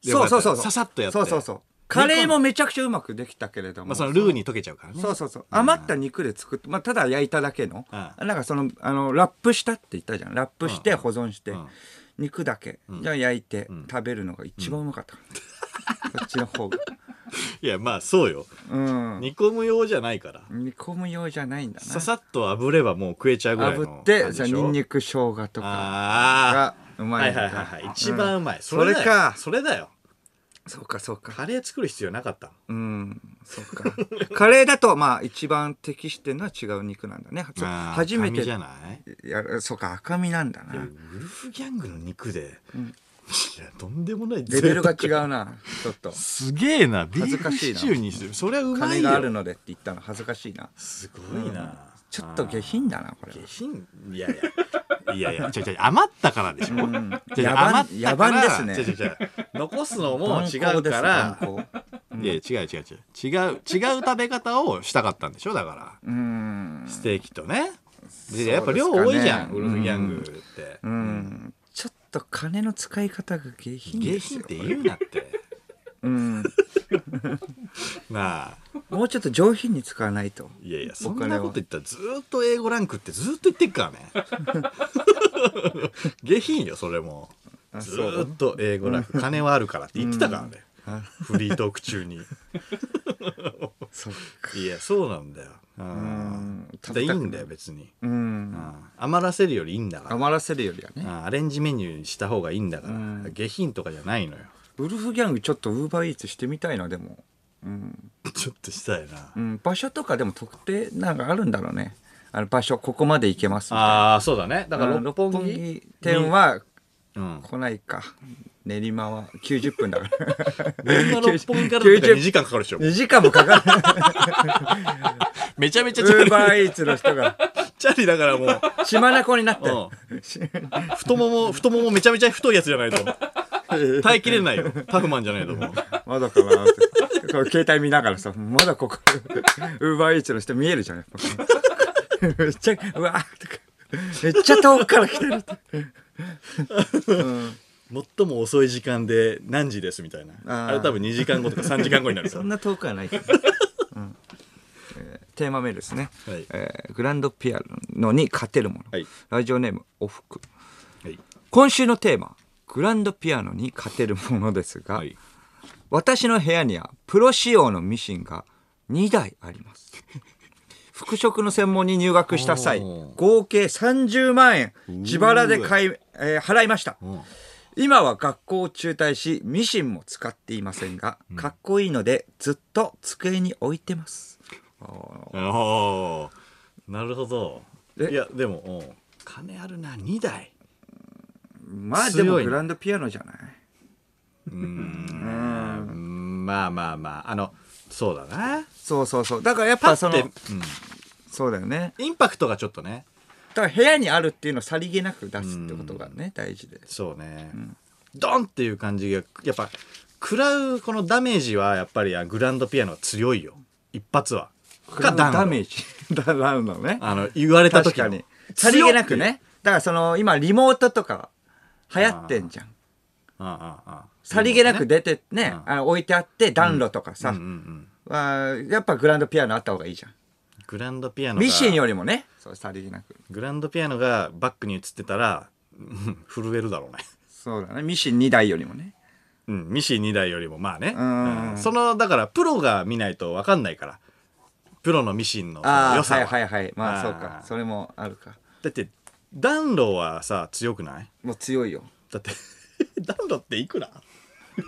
B: うまいそうそうそうそう
A: ささっとやって。
B: そうそうそうカレーもめちゃくちゃうまくできたけれども、
A: まあそのルーに溶けちゃうからね。
B: そうそうそう余った肉で作って、まあ、ただ焼いただけの、
A: う
B: なんかそのあのラップしたって言ったじゃんラップして保存して、
A: ん
B: 肉だけ、じゃあ焼いて、食べるのが一番うまかったから、こっちの方
A: [LAUGHS]
B: が
A: いや、まあそうよ。
B: うん
A: 煮込む用じゃないから。
B: 煮込む用じゃないんだ
A: ささっと炙ればもう食えちゃうぐ
B: な
A: らいの
B: 炙っ
A: 感
B: て
A: じ
B: じゃ
A: でしょ
B: あニンニク生姜とか
A: あ
B: がう
A: あ。
B: ま
A: はいい
B: んだ
A: はいはいはい。一番うまい。
B: それ
A: だよ
B: か
A: それだよ。
B: そうかそうか
A: カレー作る必要なかったもん。
B: うんそうか
A: [LAUGHS]
B: カレーだとまあ一番適してるのは違う肉なんだねそう
A: あー
B: 初め
A: 赤身
B: て
A: じゃない
B: やるそうか赤身なんだな
A: ウルフギャングの肉で、いやとんでもない
B: レベルが
A: 贅
B: 違う
A: [LAUGHS]
B: なちょっと
A: 沢すげえなビ
B: 恥
A: ー
B: ずか
A: フ
B: し
A: シ
B: いな
A: チューにしてそれはうま
B: 金
A: い
B: がある
A: よ
B: のでって言ったの恥ずかしいな
A: すごいな
B: ちょっと下品だなこれ
A: 下
B: は
A: 品いやいやいやいや違う違う余ったからでしょ、う違う違う
B: 野蛮
A: 余ったから
B: 野蛮ですね
A: 違う違う違う残すのも違う
B: 鈍行です
A: か
B: ね
A: ら、
B: 鈍行
A: いや違う違う違う違う違う食べ方をしたかったんでしょだから
B: うーん
A: ステーキとね
B: うですか
A: で
B: ね
A: やっぱ量多いじゃん、ウルフギャングって、
B: うんちょっと金の使い方が下品
A: 下
B: です
A: 品っ
B: よ
A: て言うなって
B: うん
A: なあ
B: もうちょっと上品に使わな
A: [LAUGHS]
B: いと
A: いやいや、そ
B: お金
A: ん
B: は
A: なこと言ったらずーっと英語ランクってずーっと言ってっからね。
B: [LAUGHS]
A: 下品よ、それも。ずーっと英語ランク。金はあるからって言ってたからね。フリートーク中に。
B: そう
A: いや、そうなんだよ。うん
B: ん。
A: でいいんだよ、別に。
B: うん
A: うん余らせるよりいいんだから。
B: 余らせるよりは
A: う
B: ね
A: んアレンジメニューにした方がいいんだから。下品とかじゃないのよ。
B: ウルフギャングちょっとウーバーイーツしてみたいなでも、
A: [LAUGHS] ちょっとしたいな
B: う。ん、場所とかでも特定なんかあるんだろうねあの場所ここまで行けますみたいな
A: ああ、そうだね。だから
B: うん
A: 六本木
B: 店。は
A: [LAUGHS] うん。
B: 来ないか練馬は90分だから
A: 練馬六本木からだったら
B: 90
A: 2時間かかるでしょ。
B: 2時間もかかる
A: め [LAUGHS] ちゃめちゃチャ
B: ウー
A: リ。
B: バーイーツの人が
A: チャリだからも [LAUGHS] う。
B: 血眼になって
A: う太もも、太ももめちゃめちゃ太いやつじゃ [LAUGHS] ないと。耐えきれないよ。タフマンじゃないと思う。
B: まだかなってこう携帯見ながらさまだここウーバーイーツの人見えるじゃんやっぱめっちゃうわーとかめっちゃ遠くから来てる
A: 最も遅い時間で何時ですみたいな。あ
B: あー
A: れ多分2時間後とか3時間後になる [LAUGHS] か
B: そ
A: ら
B: ん。な遠くはないけど、うんえーテーマメールですね、
A: はい
B: えーグランドピアノに勝てるもの、
A: はい
B: ラジオネームおふく
A: はい。
B: 今週のテーマグランドピアノに勝てるものですが、
A: はい。
B: [LAUGHS] 私の部屋にはプロ仕様のミシンが2台あります服飾の専門に入学した際
A: おー
B: 合計30万円自腹で買い、えー払いました今は学校を中退しミシンも使っていませんがかっこいいのでずっと机に置いてます
A: おーなるほど
B: え
A: いやでもうん金あるな2台
B: まあでも
A: 強いね
B: グランドピアノじゃない
A: うんまあまあまああのそうだな
B: そうそうそうだからやっ
A: パ
B: ぱそ
A: ッ
B: の
A: て、うん
B: そうだよね
A: インパクトがちょっとね
B: だから部屋にあるっていうのをさりげなく出すってことがね大事で
A: そうね、ドンっていう感じがやっぱ食らうこのダメージはやっぱりあグランドピアノは強いよ一発はかダウン
B: ダメージ [LAUGHS] ダウンのね
A: あの言われた
B: 確
A: 時の
B: かにさ
A: 強っ
B: りげなくねだからその今リモートとか流行ってんじゃん
A: うんうんうん
B: さりげなく出てね
A: うん
B: あの置いてあって暖炉とか
A: うん
B: さ
A: うんうん
B: あーやっぱグランドピアノあった方がいいじゃん
A: グランドピアノが
B: ミシンよりもねそうさりげなく
A: グランドピアノがバックに映ってたら [LAUGHS] うん震えるだろうね
B: そうだねミシン2台よりもね
A: うん、ミシン2台よりもまあね、
B: うん
A: うんそのだからプロが見ないと分かんないからプロのミシンの
B: あ
A: 良
B: あ
A: さ
B: は
A: はい
B: はいはいまあ
A: あー
B: そうかそれもあるか
A: だって暖炉はさ強くない
B: もう強いよ
A: だって [LAUGHS] 暖炉っていくら [LAUGHS]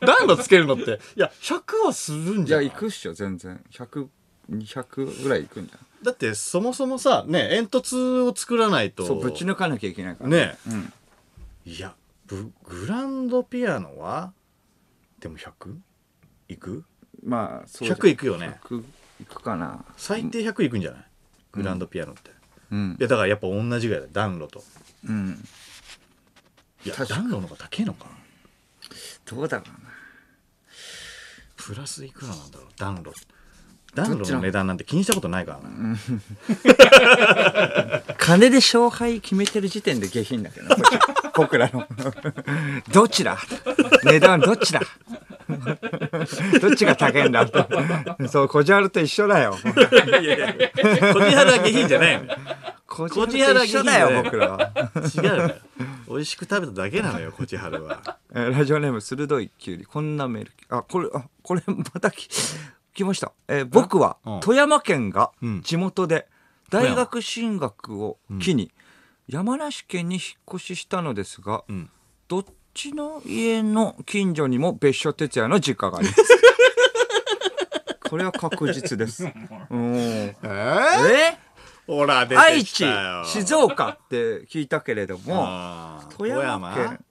A: 暖炉つけるのっていや100はするん
B: い
A: じゃ
B: や
A: ない
B: 行くっしょ全然100200ぐらい行くんじゃん
A: だってそもそもさね煙突を作らないと
B: そうぶち抜かなきゃいけないから
A: ね
B: うん
A: いやブグランドピアノはでも 100? いく
B: まあそうじゃん
A: 100いくよね
B: 100いくかな
A: 最低100いくんじゃない、グランドピアノって、
B: うん
A: いやだからやっぱ同じぐらいだ暖炉と
B: うん
A: いや
B: 確かに
A: 暖炉の方が高いのかな
B: どうだろうな
A: プラスいくらなんだろう暖炉暖炉の値段なんて気にしたことないからな、
B: 金で勝敗決めてる時点で下品だけどなこっち僕らのどちら値段どっちだどっちが高いんだそうこじわると一緒だよ
A: いやいや [LAUGHS] こじはるは下品じゃないのよ
B: こ
A: じわる
B: じわると一緒だ
A: 下品だ
B: よ
A: ね
B: 僕らは
A: 違うのよ美味しく食べただけなのよこじはるは
B: えーラジオネーム鋭いきゅうりこんなメールあこれあこれまたき来ました、えー僕は
A: うん
B: 富山県が
A: うん
B: 地元で大学進学を機に山梨県に引っ越ししたのですが、
A: ん
B: どっちの家の近所にも別所哲也の実家があ
A: [LAUGHS]
B: りますこれは確実
A: [LAUGHS]
B: ですうんえ
A: え
B: ー
A: ほら出
B: 愛
A: て
B: 知
A: きたよ
B: 静岡って聞いたけれども、
A: あー
B: 富山県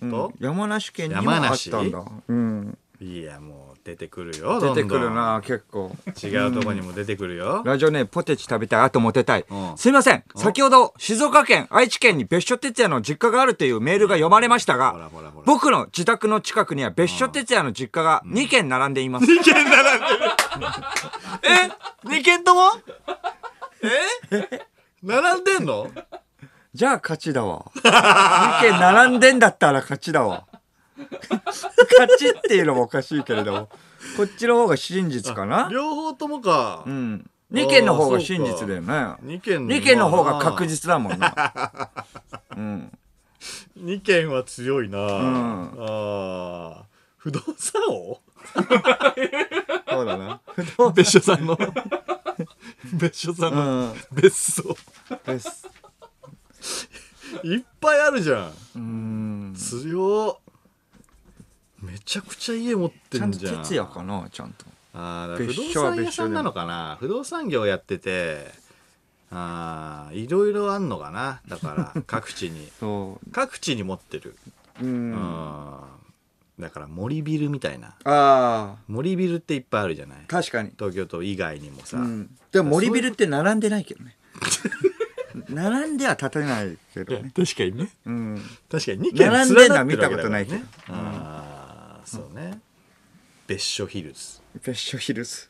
A: 富山と
B: 山梨県にもあったんだ
A: 山、
B: うん、
A: いやもう出てくるよ
B: 出てくる
A: ど
B: なん結構
A: どん違うとこにも出てくるよ、
B: ラジオネームポテチ食べたいあとモテたい、
A: うん
B: すいません先ほど静岡県愛知県に別所哲也の実家があるというメールが読まれました
A: ほら
B: が
A: ほらほら
B: 僕の自宅の近くには別所哲也の実家が2軒並んでいます、2軒並んでる [LAUGHS] え2軒とも
A: 並んでんの
B: じゃあ勝ちだわ2軒並んでんだったら勝ちだわ勝ちっていうのもおかしいけれどもこっちの方が真実かな
A: 両方ともか、
B: うん。2件の方が真実だよね。
A: 二軒
B: 2件の方が確
A: 実
B: 実だもんな。うん。
A: 2軒は強いな、
B: ん
A: あー不動産王
B: そうだな。
A: [LAUGHS] 別所さんの別所さん
B: う
A: の
B: ん。
A: 別荘
B: です。
A: いっぱいあるじゃん
B: うん。
A: 強っめちゃくちゃ家持って
B: ちゃん
A: ん
B: と
A: じゃん
B: 徹夜かな、ちゃんと。
A: あーだから不
B: 別
A: 動
B: 所は
A: 産屋さんなのかな不動産業やっててああいろいろあんのかなだから
B: [LAUGHS]
A: 各地に
B: そ
A: 各地に持ってる、
B: う。う。
A: うん
B: あ
A: だから森ビルみたいな
B: あ
A: 森ビルっていっぱいあるじゃない
B: ー、確かに。
A: 東京都以外にもさ、
B: うん。でも森ビルって並んでないけどね。 [LAUGHS] 並んでは立てないけどね。
A: 確かにね
B: うん。
A: 確かに2軒
B: 並んでんのは
A: 連
B: 見
A: な
B: た
A: ってるわけだ
B: こと
A: から
B: な
A: ね
B: いけど。
A: ああそうね別所ヒルズ
B: 別所ヒルズ。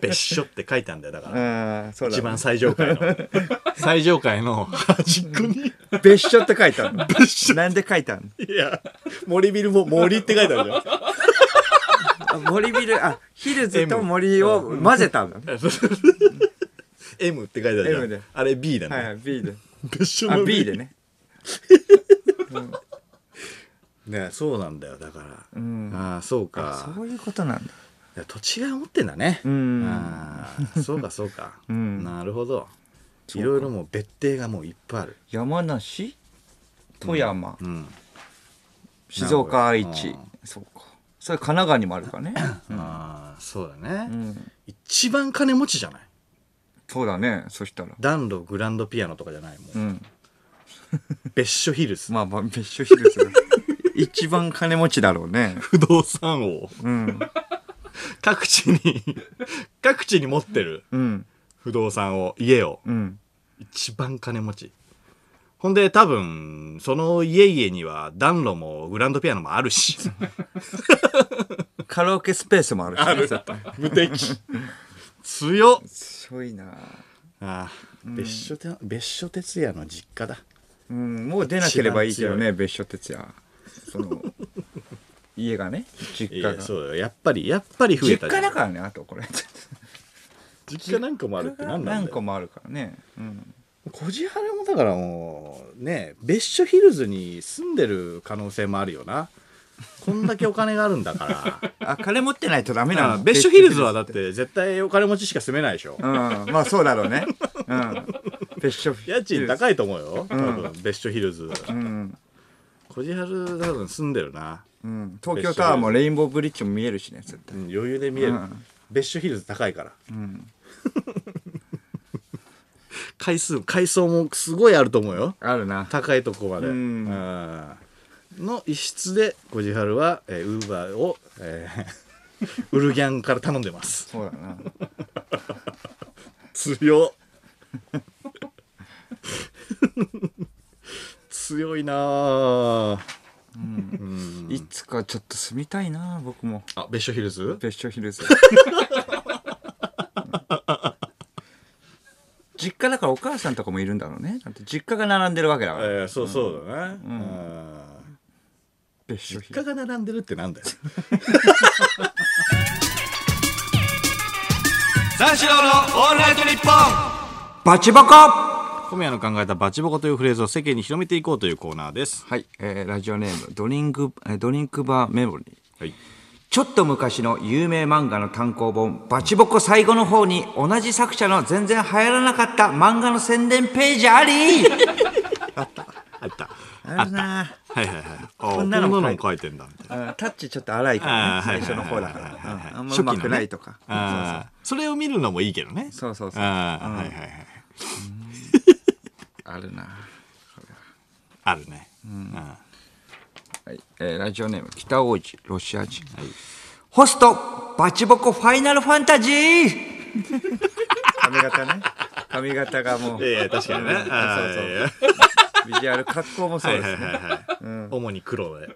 A: 別所って書いたんだよだから、
B: ああ、そうだね。
A: 一番最上
B: [LAUGHS]
A: 階の最上階の端っこに
B: 別所って書いてあ
A: [LAUGHS]
B: るの。なんで書いてあるの
A: いや森ビルも森って書いてあるじゃん
B: あ森ビルあヒルズと森を混ぜたんだね
A: M って書いてある
B: M
A: じゃ
B: で
A: んあれ B だね、
B: [LAUGHS] はい、はい、
A: [LAUGHS]
B: B で
A: 別所
B: あ
A: の
B: B でね
A: ねそうなんだよだから、ああそうか
B: そういうことなんだ
A: や土地が持ってんだね
B: うん
A: あーそうかそうか、
B: ん
A: なるほどいろいろもう別邸がもういっぱいある、
B: 山梨富山、
A: うん、
B: 静岡愛知
A: なるほ
B: そうかそれ神奈川にもあ
A: [LAUGHS]
B: るからね、
A: ああそうだね、
B: うん、
A: 一番金持ちじゃない
B: そうだねそしたら
A: 暖炉グランドピアノとかじゃないもう
B: うん
A: 別所ヒルズ、
B: まあまあ別所ヒ
A: [LAUGHS]
B: ルズ一番金持ちだろうね
A: 不動産を
B: うん
A: 各地に各地に持ってる
B: うん
A: 不動産を家を
B: うん
A: 一番金持ちほんで多分その家々には暖炉もグランドピアノもあるし
B: カラオケスペースもあるし、ね、絶対
A: [LAUGHS] 無敵強っ
B: 強いな
A: ああ別所て別所哲也の実家だ
B: うんもう出なければいいけど
A: 一番強
B: ね別所哲也その家がね実
A: い
B: 家
A: や
B: が
A: そうだよやっぱりやっぱり増え
B: 実
A: た
B: 家だかららねあとこれ
A: 実家何個もあるって何なん
B: 何
A: だ
B: 個
A: よ
B: もあるからね、うん、
A: こじはるもだからもうね別所ヒルズに住んでる可能性もあるよなこんだけお金があるんだから [LAUGHS]
B: あ金持ってないとダメな
A: ああ
B: の
A: 別所ヒルズはだって絶対お金持ちしか住めないでしょ
B: うん、まあそうだろうね。うん。別所
A: 家賃高いと思うよ多
B: ん
A: 分別所ヒルズ
B: うん。
A: こじはる多分住んでるな
B: うん。東京タワーもレインボーブリッジも見えるしね、絶
A: う
B: 対。
A: ん余裕で見える
B: うん
A: 別所ヒルズ高いから
B: うん。
A: [LAUGHS] 回数階層もすごいあると思うよ
B: あるな。
A: 高いとこまで、
B: うん
A: あーの一室でこじはるはウーバーを、えー [LAUGHS] ウルギャンから頼んでます
B: そうだな。
A: 強っ [LAUGHS] 強いなあ
B: いつかちょっと住みたいな、僕も。
A: あ別所ヒルズ
B: 別所ヒルズ。実家だからお母さんとかもいるんだろうね。だって実家が並んでるわけだから。
A: えー、そうそうだね、あー
B: 別所ヒ
A: 実
B: ル
A: 家
B: ズ。
A: が並んでるってなんだよ
B: [LAUGHS] 三四郎のオールナイトニッポンバチボコ
A: 小宮の考えたバチボコというフレーズを世間に広めていこうというコーナーです
B: はい、えーラジオネームドリンク、えードリンクバーメモリー。
A: はい
B: ちょっと昔の有名漫画の単行本「バチボコ最後の方に同じ作者の全然流行らなかった漫画の宣伝ページあり!
A: あった」
B: あるな
A: はいはいはいあー
B: こ
A: こ
B: ん
A: ん
B: な
A: な
B: のも
A: のも書いてんだみたいな
B: あタッチちょっと荒いから、
A: あ
B: ね、
A: ー
B: 最初の方だからうんあんまうまくないとか、
A: 初期のねあーそれを見るのもいいけどね
B: そうそうそう
A: あーはいはいはい
B: あるな、
A: あるねあ
B: はいえーラジオネーム北王子ロシア人、ホストバチボコファイナルファンタジー髪型ね髪型がもう
A: ーいやいや確かにねあーいやいや
B: ビジュアル格好もそうですね、
A: はいはいはい主に黒で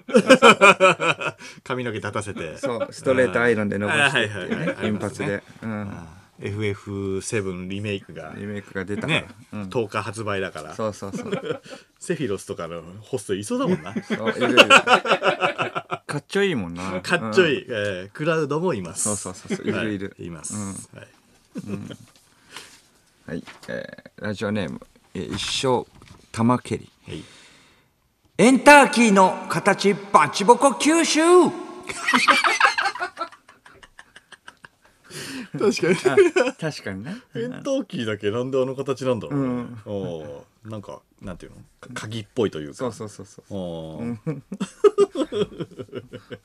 A: [LAUGHS] 髪の毛立たせて
B: そうストレートアイロンで伸ばしてっていうね、
A: あーはいはいはい
B: 金髪で、
A: ありま
B: うん、
A: FF7 リメイクが
B: リメイクが出たから、
A: ね10日発売だから
B: そうそうそう
A: [LAUGHS] セフィロスとかのホストいそうだもんな
B: そういるい
A: [LAUGHS]
B: るかっちょいいもんな
A: かっちょ
B: いい、
A: いいえークラウドもいます
B: そうそうそうそういるいる
A: はいいますはい
B: うんはいえーラジオネーム、えー一生玉蹴り
A: はい
B: エンターキーの形バチボコ九州
A: 確かに
B: 確かにね
A: 扁桃期だけなんであの形なんだろうね、おーなんかなんていうのか鍵っぽいというか
B: そうそうそうそう
A: おー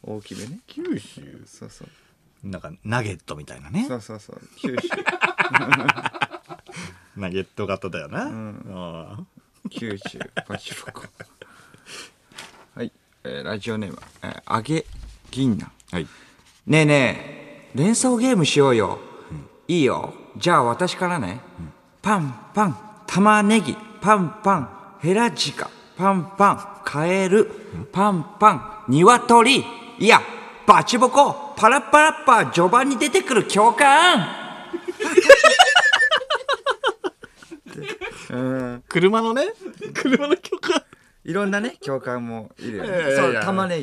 B: 大きめね
A: 九州
B: そうそう
A: なんかナゲットみたいなね
B: そうそうそう九州
A: ナゲット型だよな、あー
B: 九州バチボコはい、えーラジオネーム、えー、揚げ銀杏
A: はい
B: ねえねえ連想ゲームしようよ、いいよじゃあ私からね、パンパン玉ねぎパンパンヘラジカパンパンカエルパンパン鶏いやバチボコパラッパラッパー序盤に出てくる教官
A: 車のね [LAUGHS] 車の許可
B: いろんなね教官もいるよ
A: いやいやいや玉ね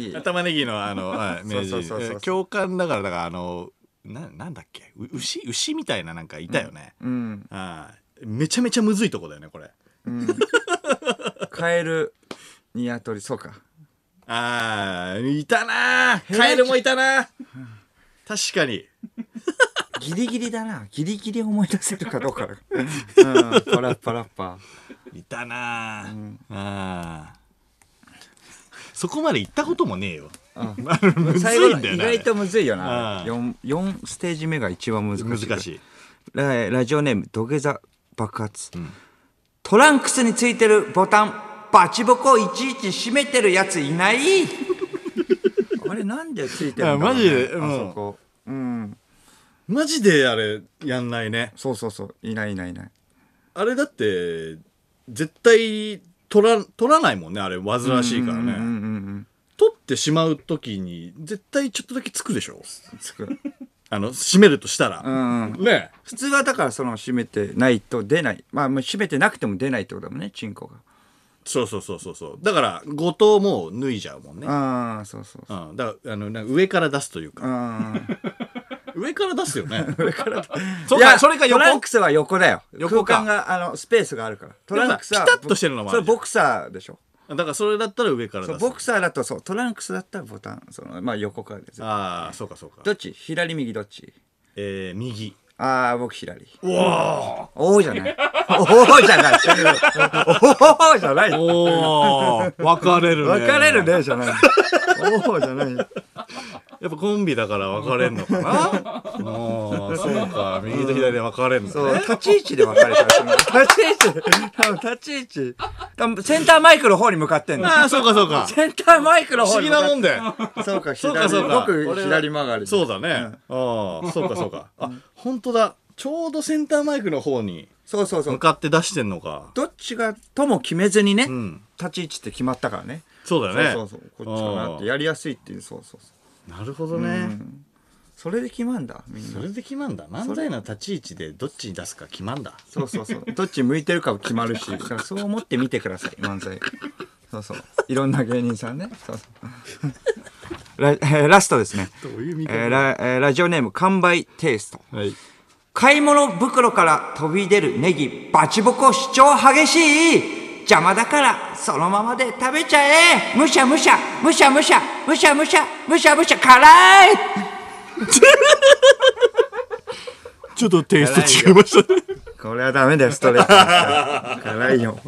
A: ぎのあのはい名人
B: [LAUGHS] そうそうそうそう
A: えー共感だからだからあのななんだっけう牛牛みたいななんかいたよね、
B: うん
A: あーめちゃめちゃむずいとこだよねこれ
B: カエル鶏そうか
A: あーいたなーカエルもいたなー確かに。
B: ギリギリだなギリギリ思い出せるかどう [LAUGHS] か、うん、パラッパラッパ
A: いたなあ、ああそこまで行ったこともねえよ。
B: うん
A: あの [LAUGHS] むず
B: 最後
A: いん
B: の
A: だよ
B: 意
A: ね。
B: 外とむずいよ
A: う
B: なん 4, 四ステージ目が一番難しい
A: 難しい。
B: ララジオネーム土下座爆発、トランクスについてるボタンバチボコいちいち閉めてるやつ
A: [LAUGHS]
B: いないあれなんでついてるんだろう、ね、
A: あマジでうん
B: あそこうん
A: マジであれやんないね。
B: そうそうそういないいないいない
A: あれだって絶対取ら取らないもんねあれ煩わしいからね。
B: うんうんうん
A: 取ってしまう時に絶対ちょっとだけつくでしょ
B: うんつく
A: あの閉めるとしたら。
B: うんうん
A: ね
B: 普通はだからその閉めてないと出ないまあもう閉めてなくても出ないってことだもんねチンコが
A: そうそうそうそうそうだから後藤も脱いじゃうもんね。
B: ああそうそうそう
A: うん、だからあのなんか上から出すというか
B: ああ
A: 上から出すよ
B: [LAUGHS]
A: ね上から [LAUGHS] そう
B: いや
A: かそれか
B: トラ
A: 横
B: ンクスは横だよ
A: 横か
B: 空間があのスペースがあるからトランクス
A: で
B: は
A: もさピタッとしてるのもある
B: それボクサーでしょ
A: だからそれだったら上から
B: そ
A: 出
B: う
A: す
B: ボクサーだとそうトランクスだったらボタンそのまあ横からです
A: ああそうかそうか
B: どっち左右どっち
A: えー、右
B: ああ僕左
A: おー
B: おおじ
A: [LAUGHS]
B: ゃないおおじゃないおおじゃない分
A: お
B: [LAUGHS]
A: ー分かれるね
B: かれるねじゃないおおじゃない
A: やっぱコンビだから分かれるの
B: [LAUGHS]
A: かなあーそうか右と左で分かれるんだ
B: そう
A: ね
B: 立ち位置で分かれたりする
A: [LAUGHS]
B: 立ち位置多分立ち位置多分センターマイクの方に向かってんの
A: ああそうかそう
B: [LAUGHS]
A: か
B: センターマイクの
A: 不
B: 方
A: 思
B: に
A: 議
B: 向
A: な
B: かって
A: もん
B: [LAUGHS]
A: で
B: そうか、
A: そうか
B: 左
A: そうか
B: 僕、左曲がり。
A: そうだね、ああそうかそう
B: [LAUGHS]
A: かあ本当だちょうどセンターマイクの方に
B: そうそうそ
A: 向
B: う。
A: かって出してんのか
B: どっちがとも決めずにね、
A: ん
B: 立ち位置って決まったからね。
A: そうだよね
B: そうそうそう。こっちかなって、
A: あ
B: やりやすいっていう、そうそうそう。
A: ーなるほどね、
B: それで決まんだ、みん
A: そ
B: な。
A: れで決まんだ漫才の立ち位置でどっちに出すか決まんだ
B: そうそうそう。どっち向いてるかも決まるし、だからそう思ってみてください、漫才。そうそう。いろんな芸人さんね。そうそう。ラえ [LAUGHS] ーラストですね。
A: どういう見
B: えーラえーラジオネーム、完売テイスト。
A: はい
B: 買い物袋から飛び出るネギバチボコ主張激しい邪魔だからそのままで食べちゃえむしゃむしゃむしゃむしゃむしゃむしゃむしゃむしゃ辛い
A: [LAUGHS] ちょっとテイスト違いましたね
B: これはダメだよストレートだから辛いよ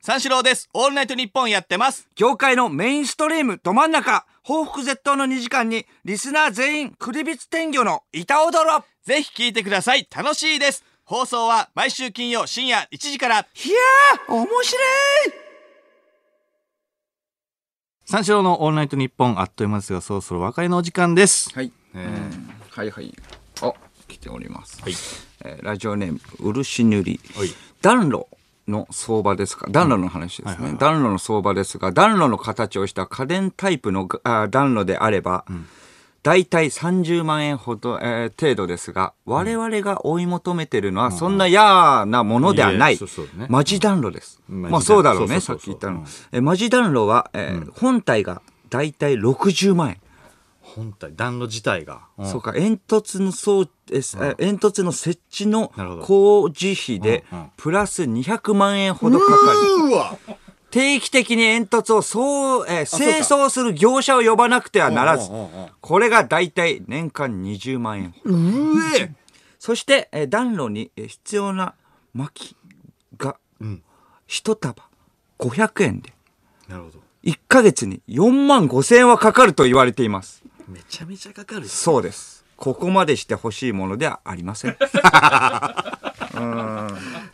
A: 三四郎ですオールナイトニッポンやってます
B: 業界のメインストリームど真ん中報復絶倒の2時間にリスナー全員クリビツ天魚の板踊ろ
A: ぜひ聞いてください楽しいです放送は毎週金曜深夜1時から
B: いやー面白い
A: 三四郎のオールナイトニッポンあっという間ですがそろそろお別れのお時間です
B: はい、うんはいはいあ来ております、はいえーラジオネーム漆塗り、
A: はい
B: 暖炉の相場ですか暖炉の話ですね、暖炉の相場ですが暖炉の形をした家電タイプのあ暖炉であれば、大体30万円ほど、えー程度ですが我々が追い求めてるのはそんなやーなものではないい、
A: えそうそうね
B: マジ暖炉です、
A: うん
B: まあそうだろうね
A: そうそうそうそう
B: さっき言ったの、
A: うん
B: えマジ暖炉は、えー本体が大体60万円
A: 本体暖炉自体が、
B: そうか、煙突のそう、えすえ煙突の設置の
A: なるほど
B: 工事費で
A: うんうん、
B: プラス200万円ほどかかる。
A: うわ
B: 定期的に煙突をそう、えー清掃する業者を呼ばなくてはならず
A: うんうんうんうん、
B: これが大体年間20万円ほど。
A: うえ
B: そして、えー暖炉にえー必要な薪が、一束500円で、
A: なるほど
B: 1ヶ月に4万5千円はかかると言われています。
A: めちゃめちゃかかる
B: そうです。ここまでして欲しいものではありません。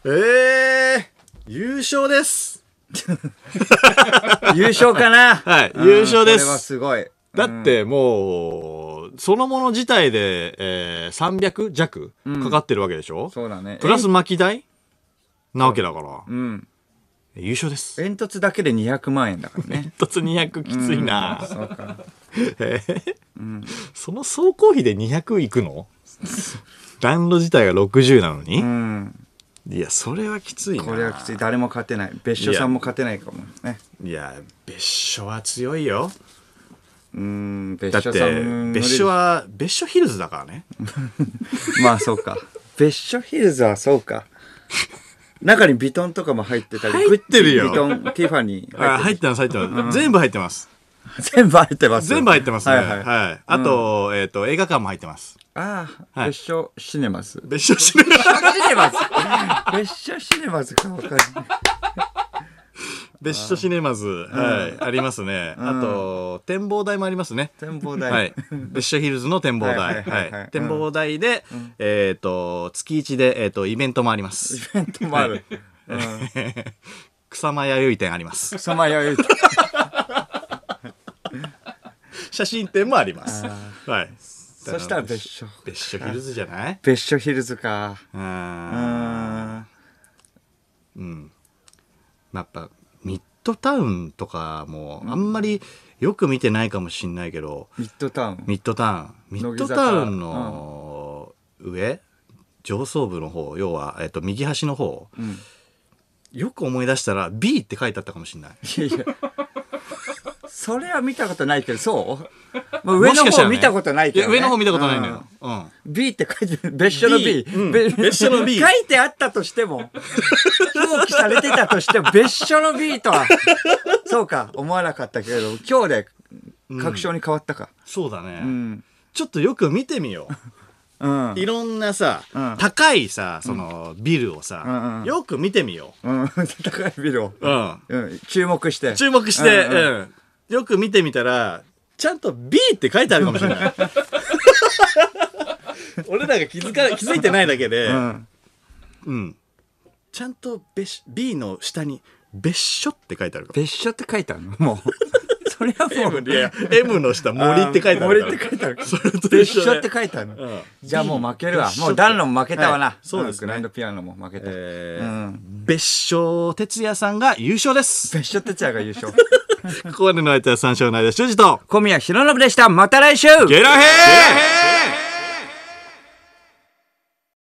A: ええ優勝です
B: 優勝かな
A: はい
B: うん
A: 優勝です
B: これはすごい。
A: だってもう、そのもの自体で、えー、300弱かかってるわけでしょ、
B: そうだね。
A: プラス巻き代なわけだから、
B: うん。
A: 優勝です。。
B: 煙突だけで200万円だからね
A: [LAUGHS] 突200きついな、
B: そうか。
A: えーその総工費で200いくの [LAUGHS] 暖炉自体が60なのに、
B: うん。
A: いやそれはきついな
B: これはきつい。誰も勝てない。別所さんも勝てないかもね。
A: いや別所は強いよ
B: うん。
A: だ
B: 別
A: っ
B: 所さ
A: て
B: ん。
A: 別所。は別所ヒルズだからね
B: まあそうか。別所ヒルズはそうか。中にビトンとかも入ってたり、
A: 入ってるよ
B: グッチビトン、ティファニー
A: あ入ってます入ってます、全部入ってます
B: 全部入ってます
A: 全部入ってますね。
B: はい
A: は。
B: はいい、
A: あと、えっと、映画館も入ってます。
B: ああ、
A: はい
B: 別所シネマス
A: 別所シネマ、
B: シネマズ [LAUGHS] 別所シネマズかわかんない
A: 別所シネマズ、はい、ありますね。あと、展望台もありますね。
B: 展望台、
A: はい、別所ヒルズの展望台、
B: はいはいはいはい
A: はい展望台で、えっ、と月一で、えっとイベントもあります。
B: イベントもある、うん、
A: 草間弥生店あり
B: [LAUGHS]
A: ます。
B: 草間弥生
A: 写真展もあります。はい。
B: そしたら別所
A: 別所ヒルズじゃない？
B: 別所ヒルズか
A: う。
B: うんん
A: うん。まあやっぱミッドタウンとかもあんまりよく見てないかもしれないけど、
B: ミッドタウン
A: ミッドタウン、ミッドタウンの上、上層部の方、要はえっと右端の方。
B: ん
A: よく思い出したら B って書いてあったかもしれない。
B: いやいやそれは見たことないけどそう、まあ、上の方見たことないけど、ね、
A: や上の方見たことないのよ。うん。
B: うん B って書いてる別所の B,
A: B うん
B: べ
A: 別所の B
B: [LAUGHS] 書いてあったとしても表記されてたとしても別所の B とはそうか思わなかったけれど今日で確証に変わったか
A: そうだね、
B: うん
A: ちょっとよく見てみよう。
B: うん、
A: いろんなさ、
B: うん
A: 高いさ、そのビルをさ、
B: うんうん
A: よく見てみよ
B: うん、高いビルを、
A: う。うん。
B: うん、注目して
A: [LAUGHS] 注目して、
B: う
A: うんん、
B: うん
A: よく見てみたら、ちゃんと B って書いてあるかもしれ [LAUGHS] ない。俺らが気づか、気づいてないだけで、う。
B: うんん
A: ちゃんと別 B の下に、別所って書いてあるかも。
B: 別所って書いてあるのもう [LAUGHS] それはもう
A: M, いや M の下森って書いてあるから
B: 森って書いてある
A: それと一
B: 別
A: 緒
B: 所
A: で
B: って書いてあるの、
A: うん
B: じゃあもう負けるわ
A: 別所っ
B: も
A: て
B: う暖炉も負けたわな、
A: はいそうですね
B: んグランドピアノも負けた、
A: え
B: う
A: ー
B: ん
A: 別所哲也さんが優勝です。
B: 別所哲也が優勝
A: ここまでの相手は三勝内で修二と、
B: 小宮浩信でしたまた来週
A: ゲラヘー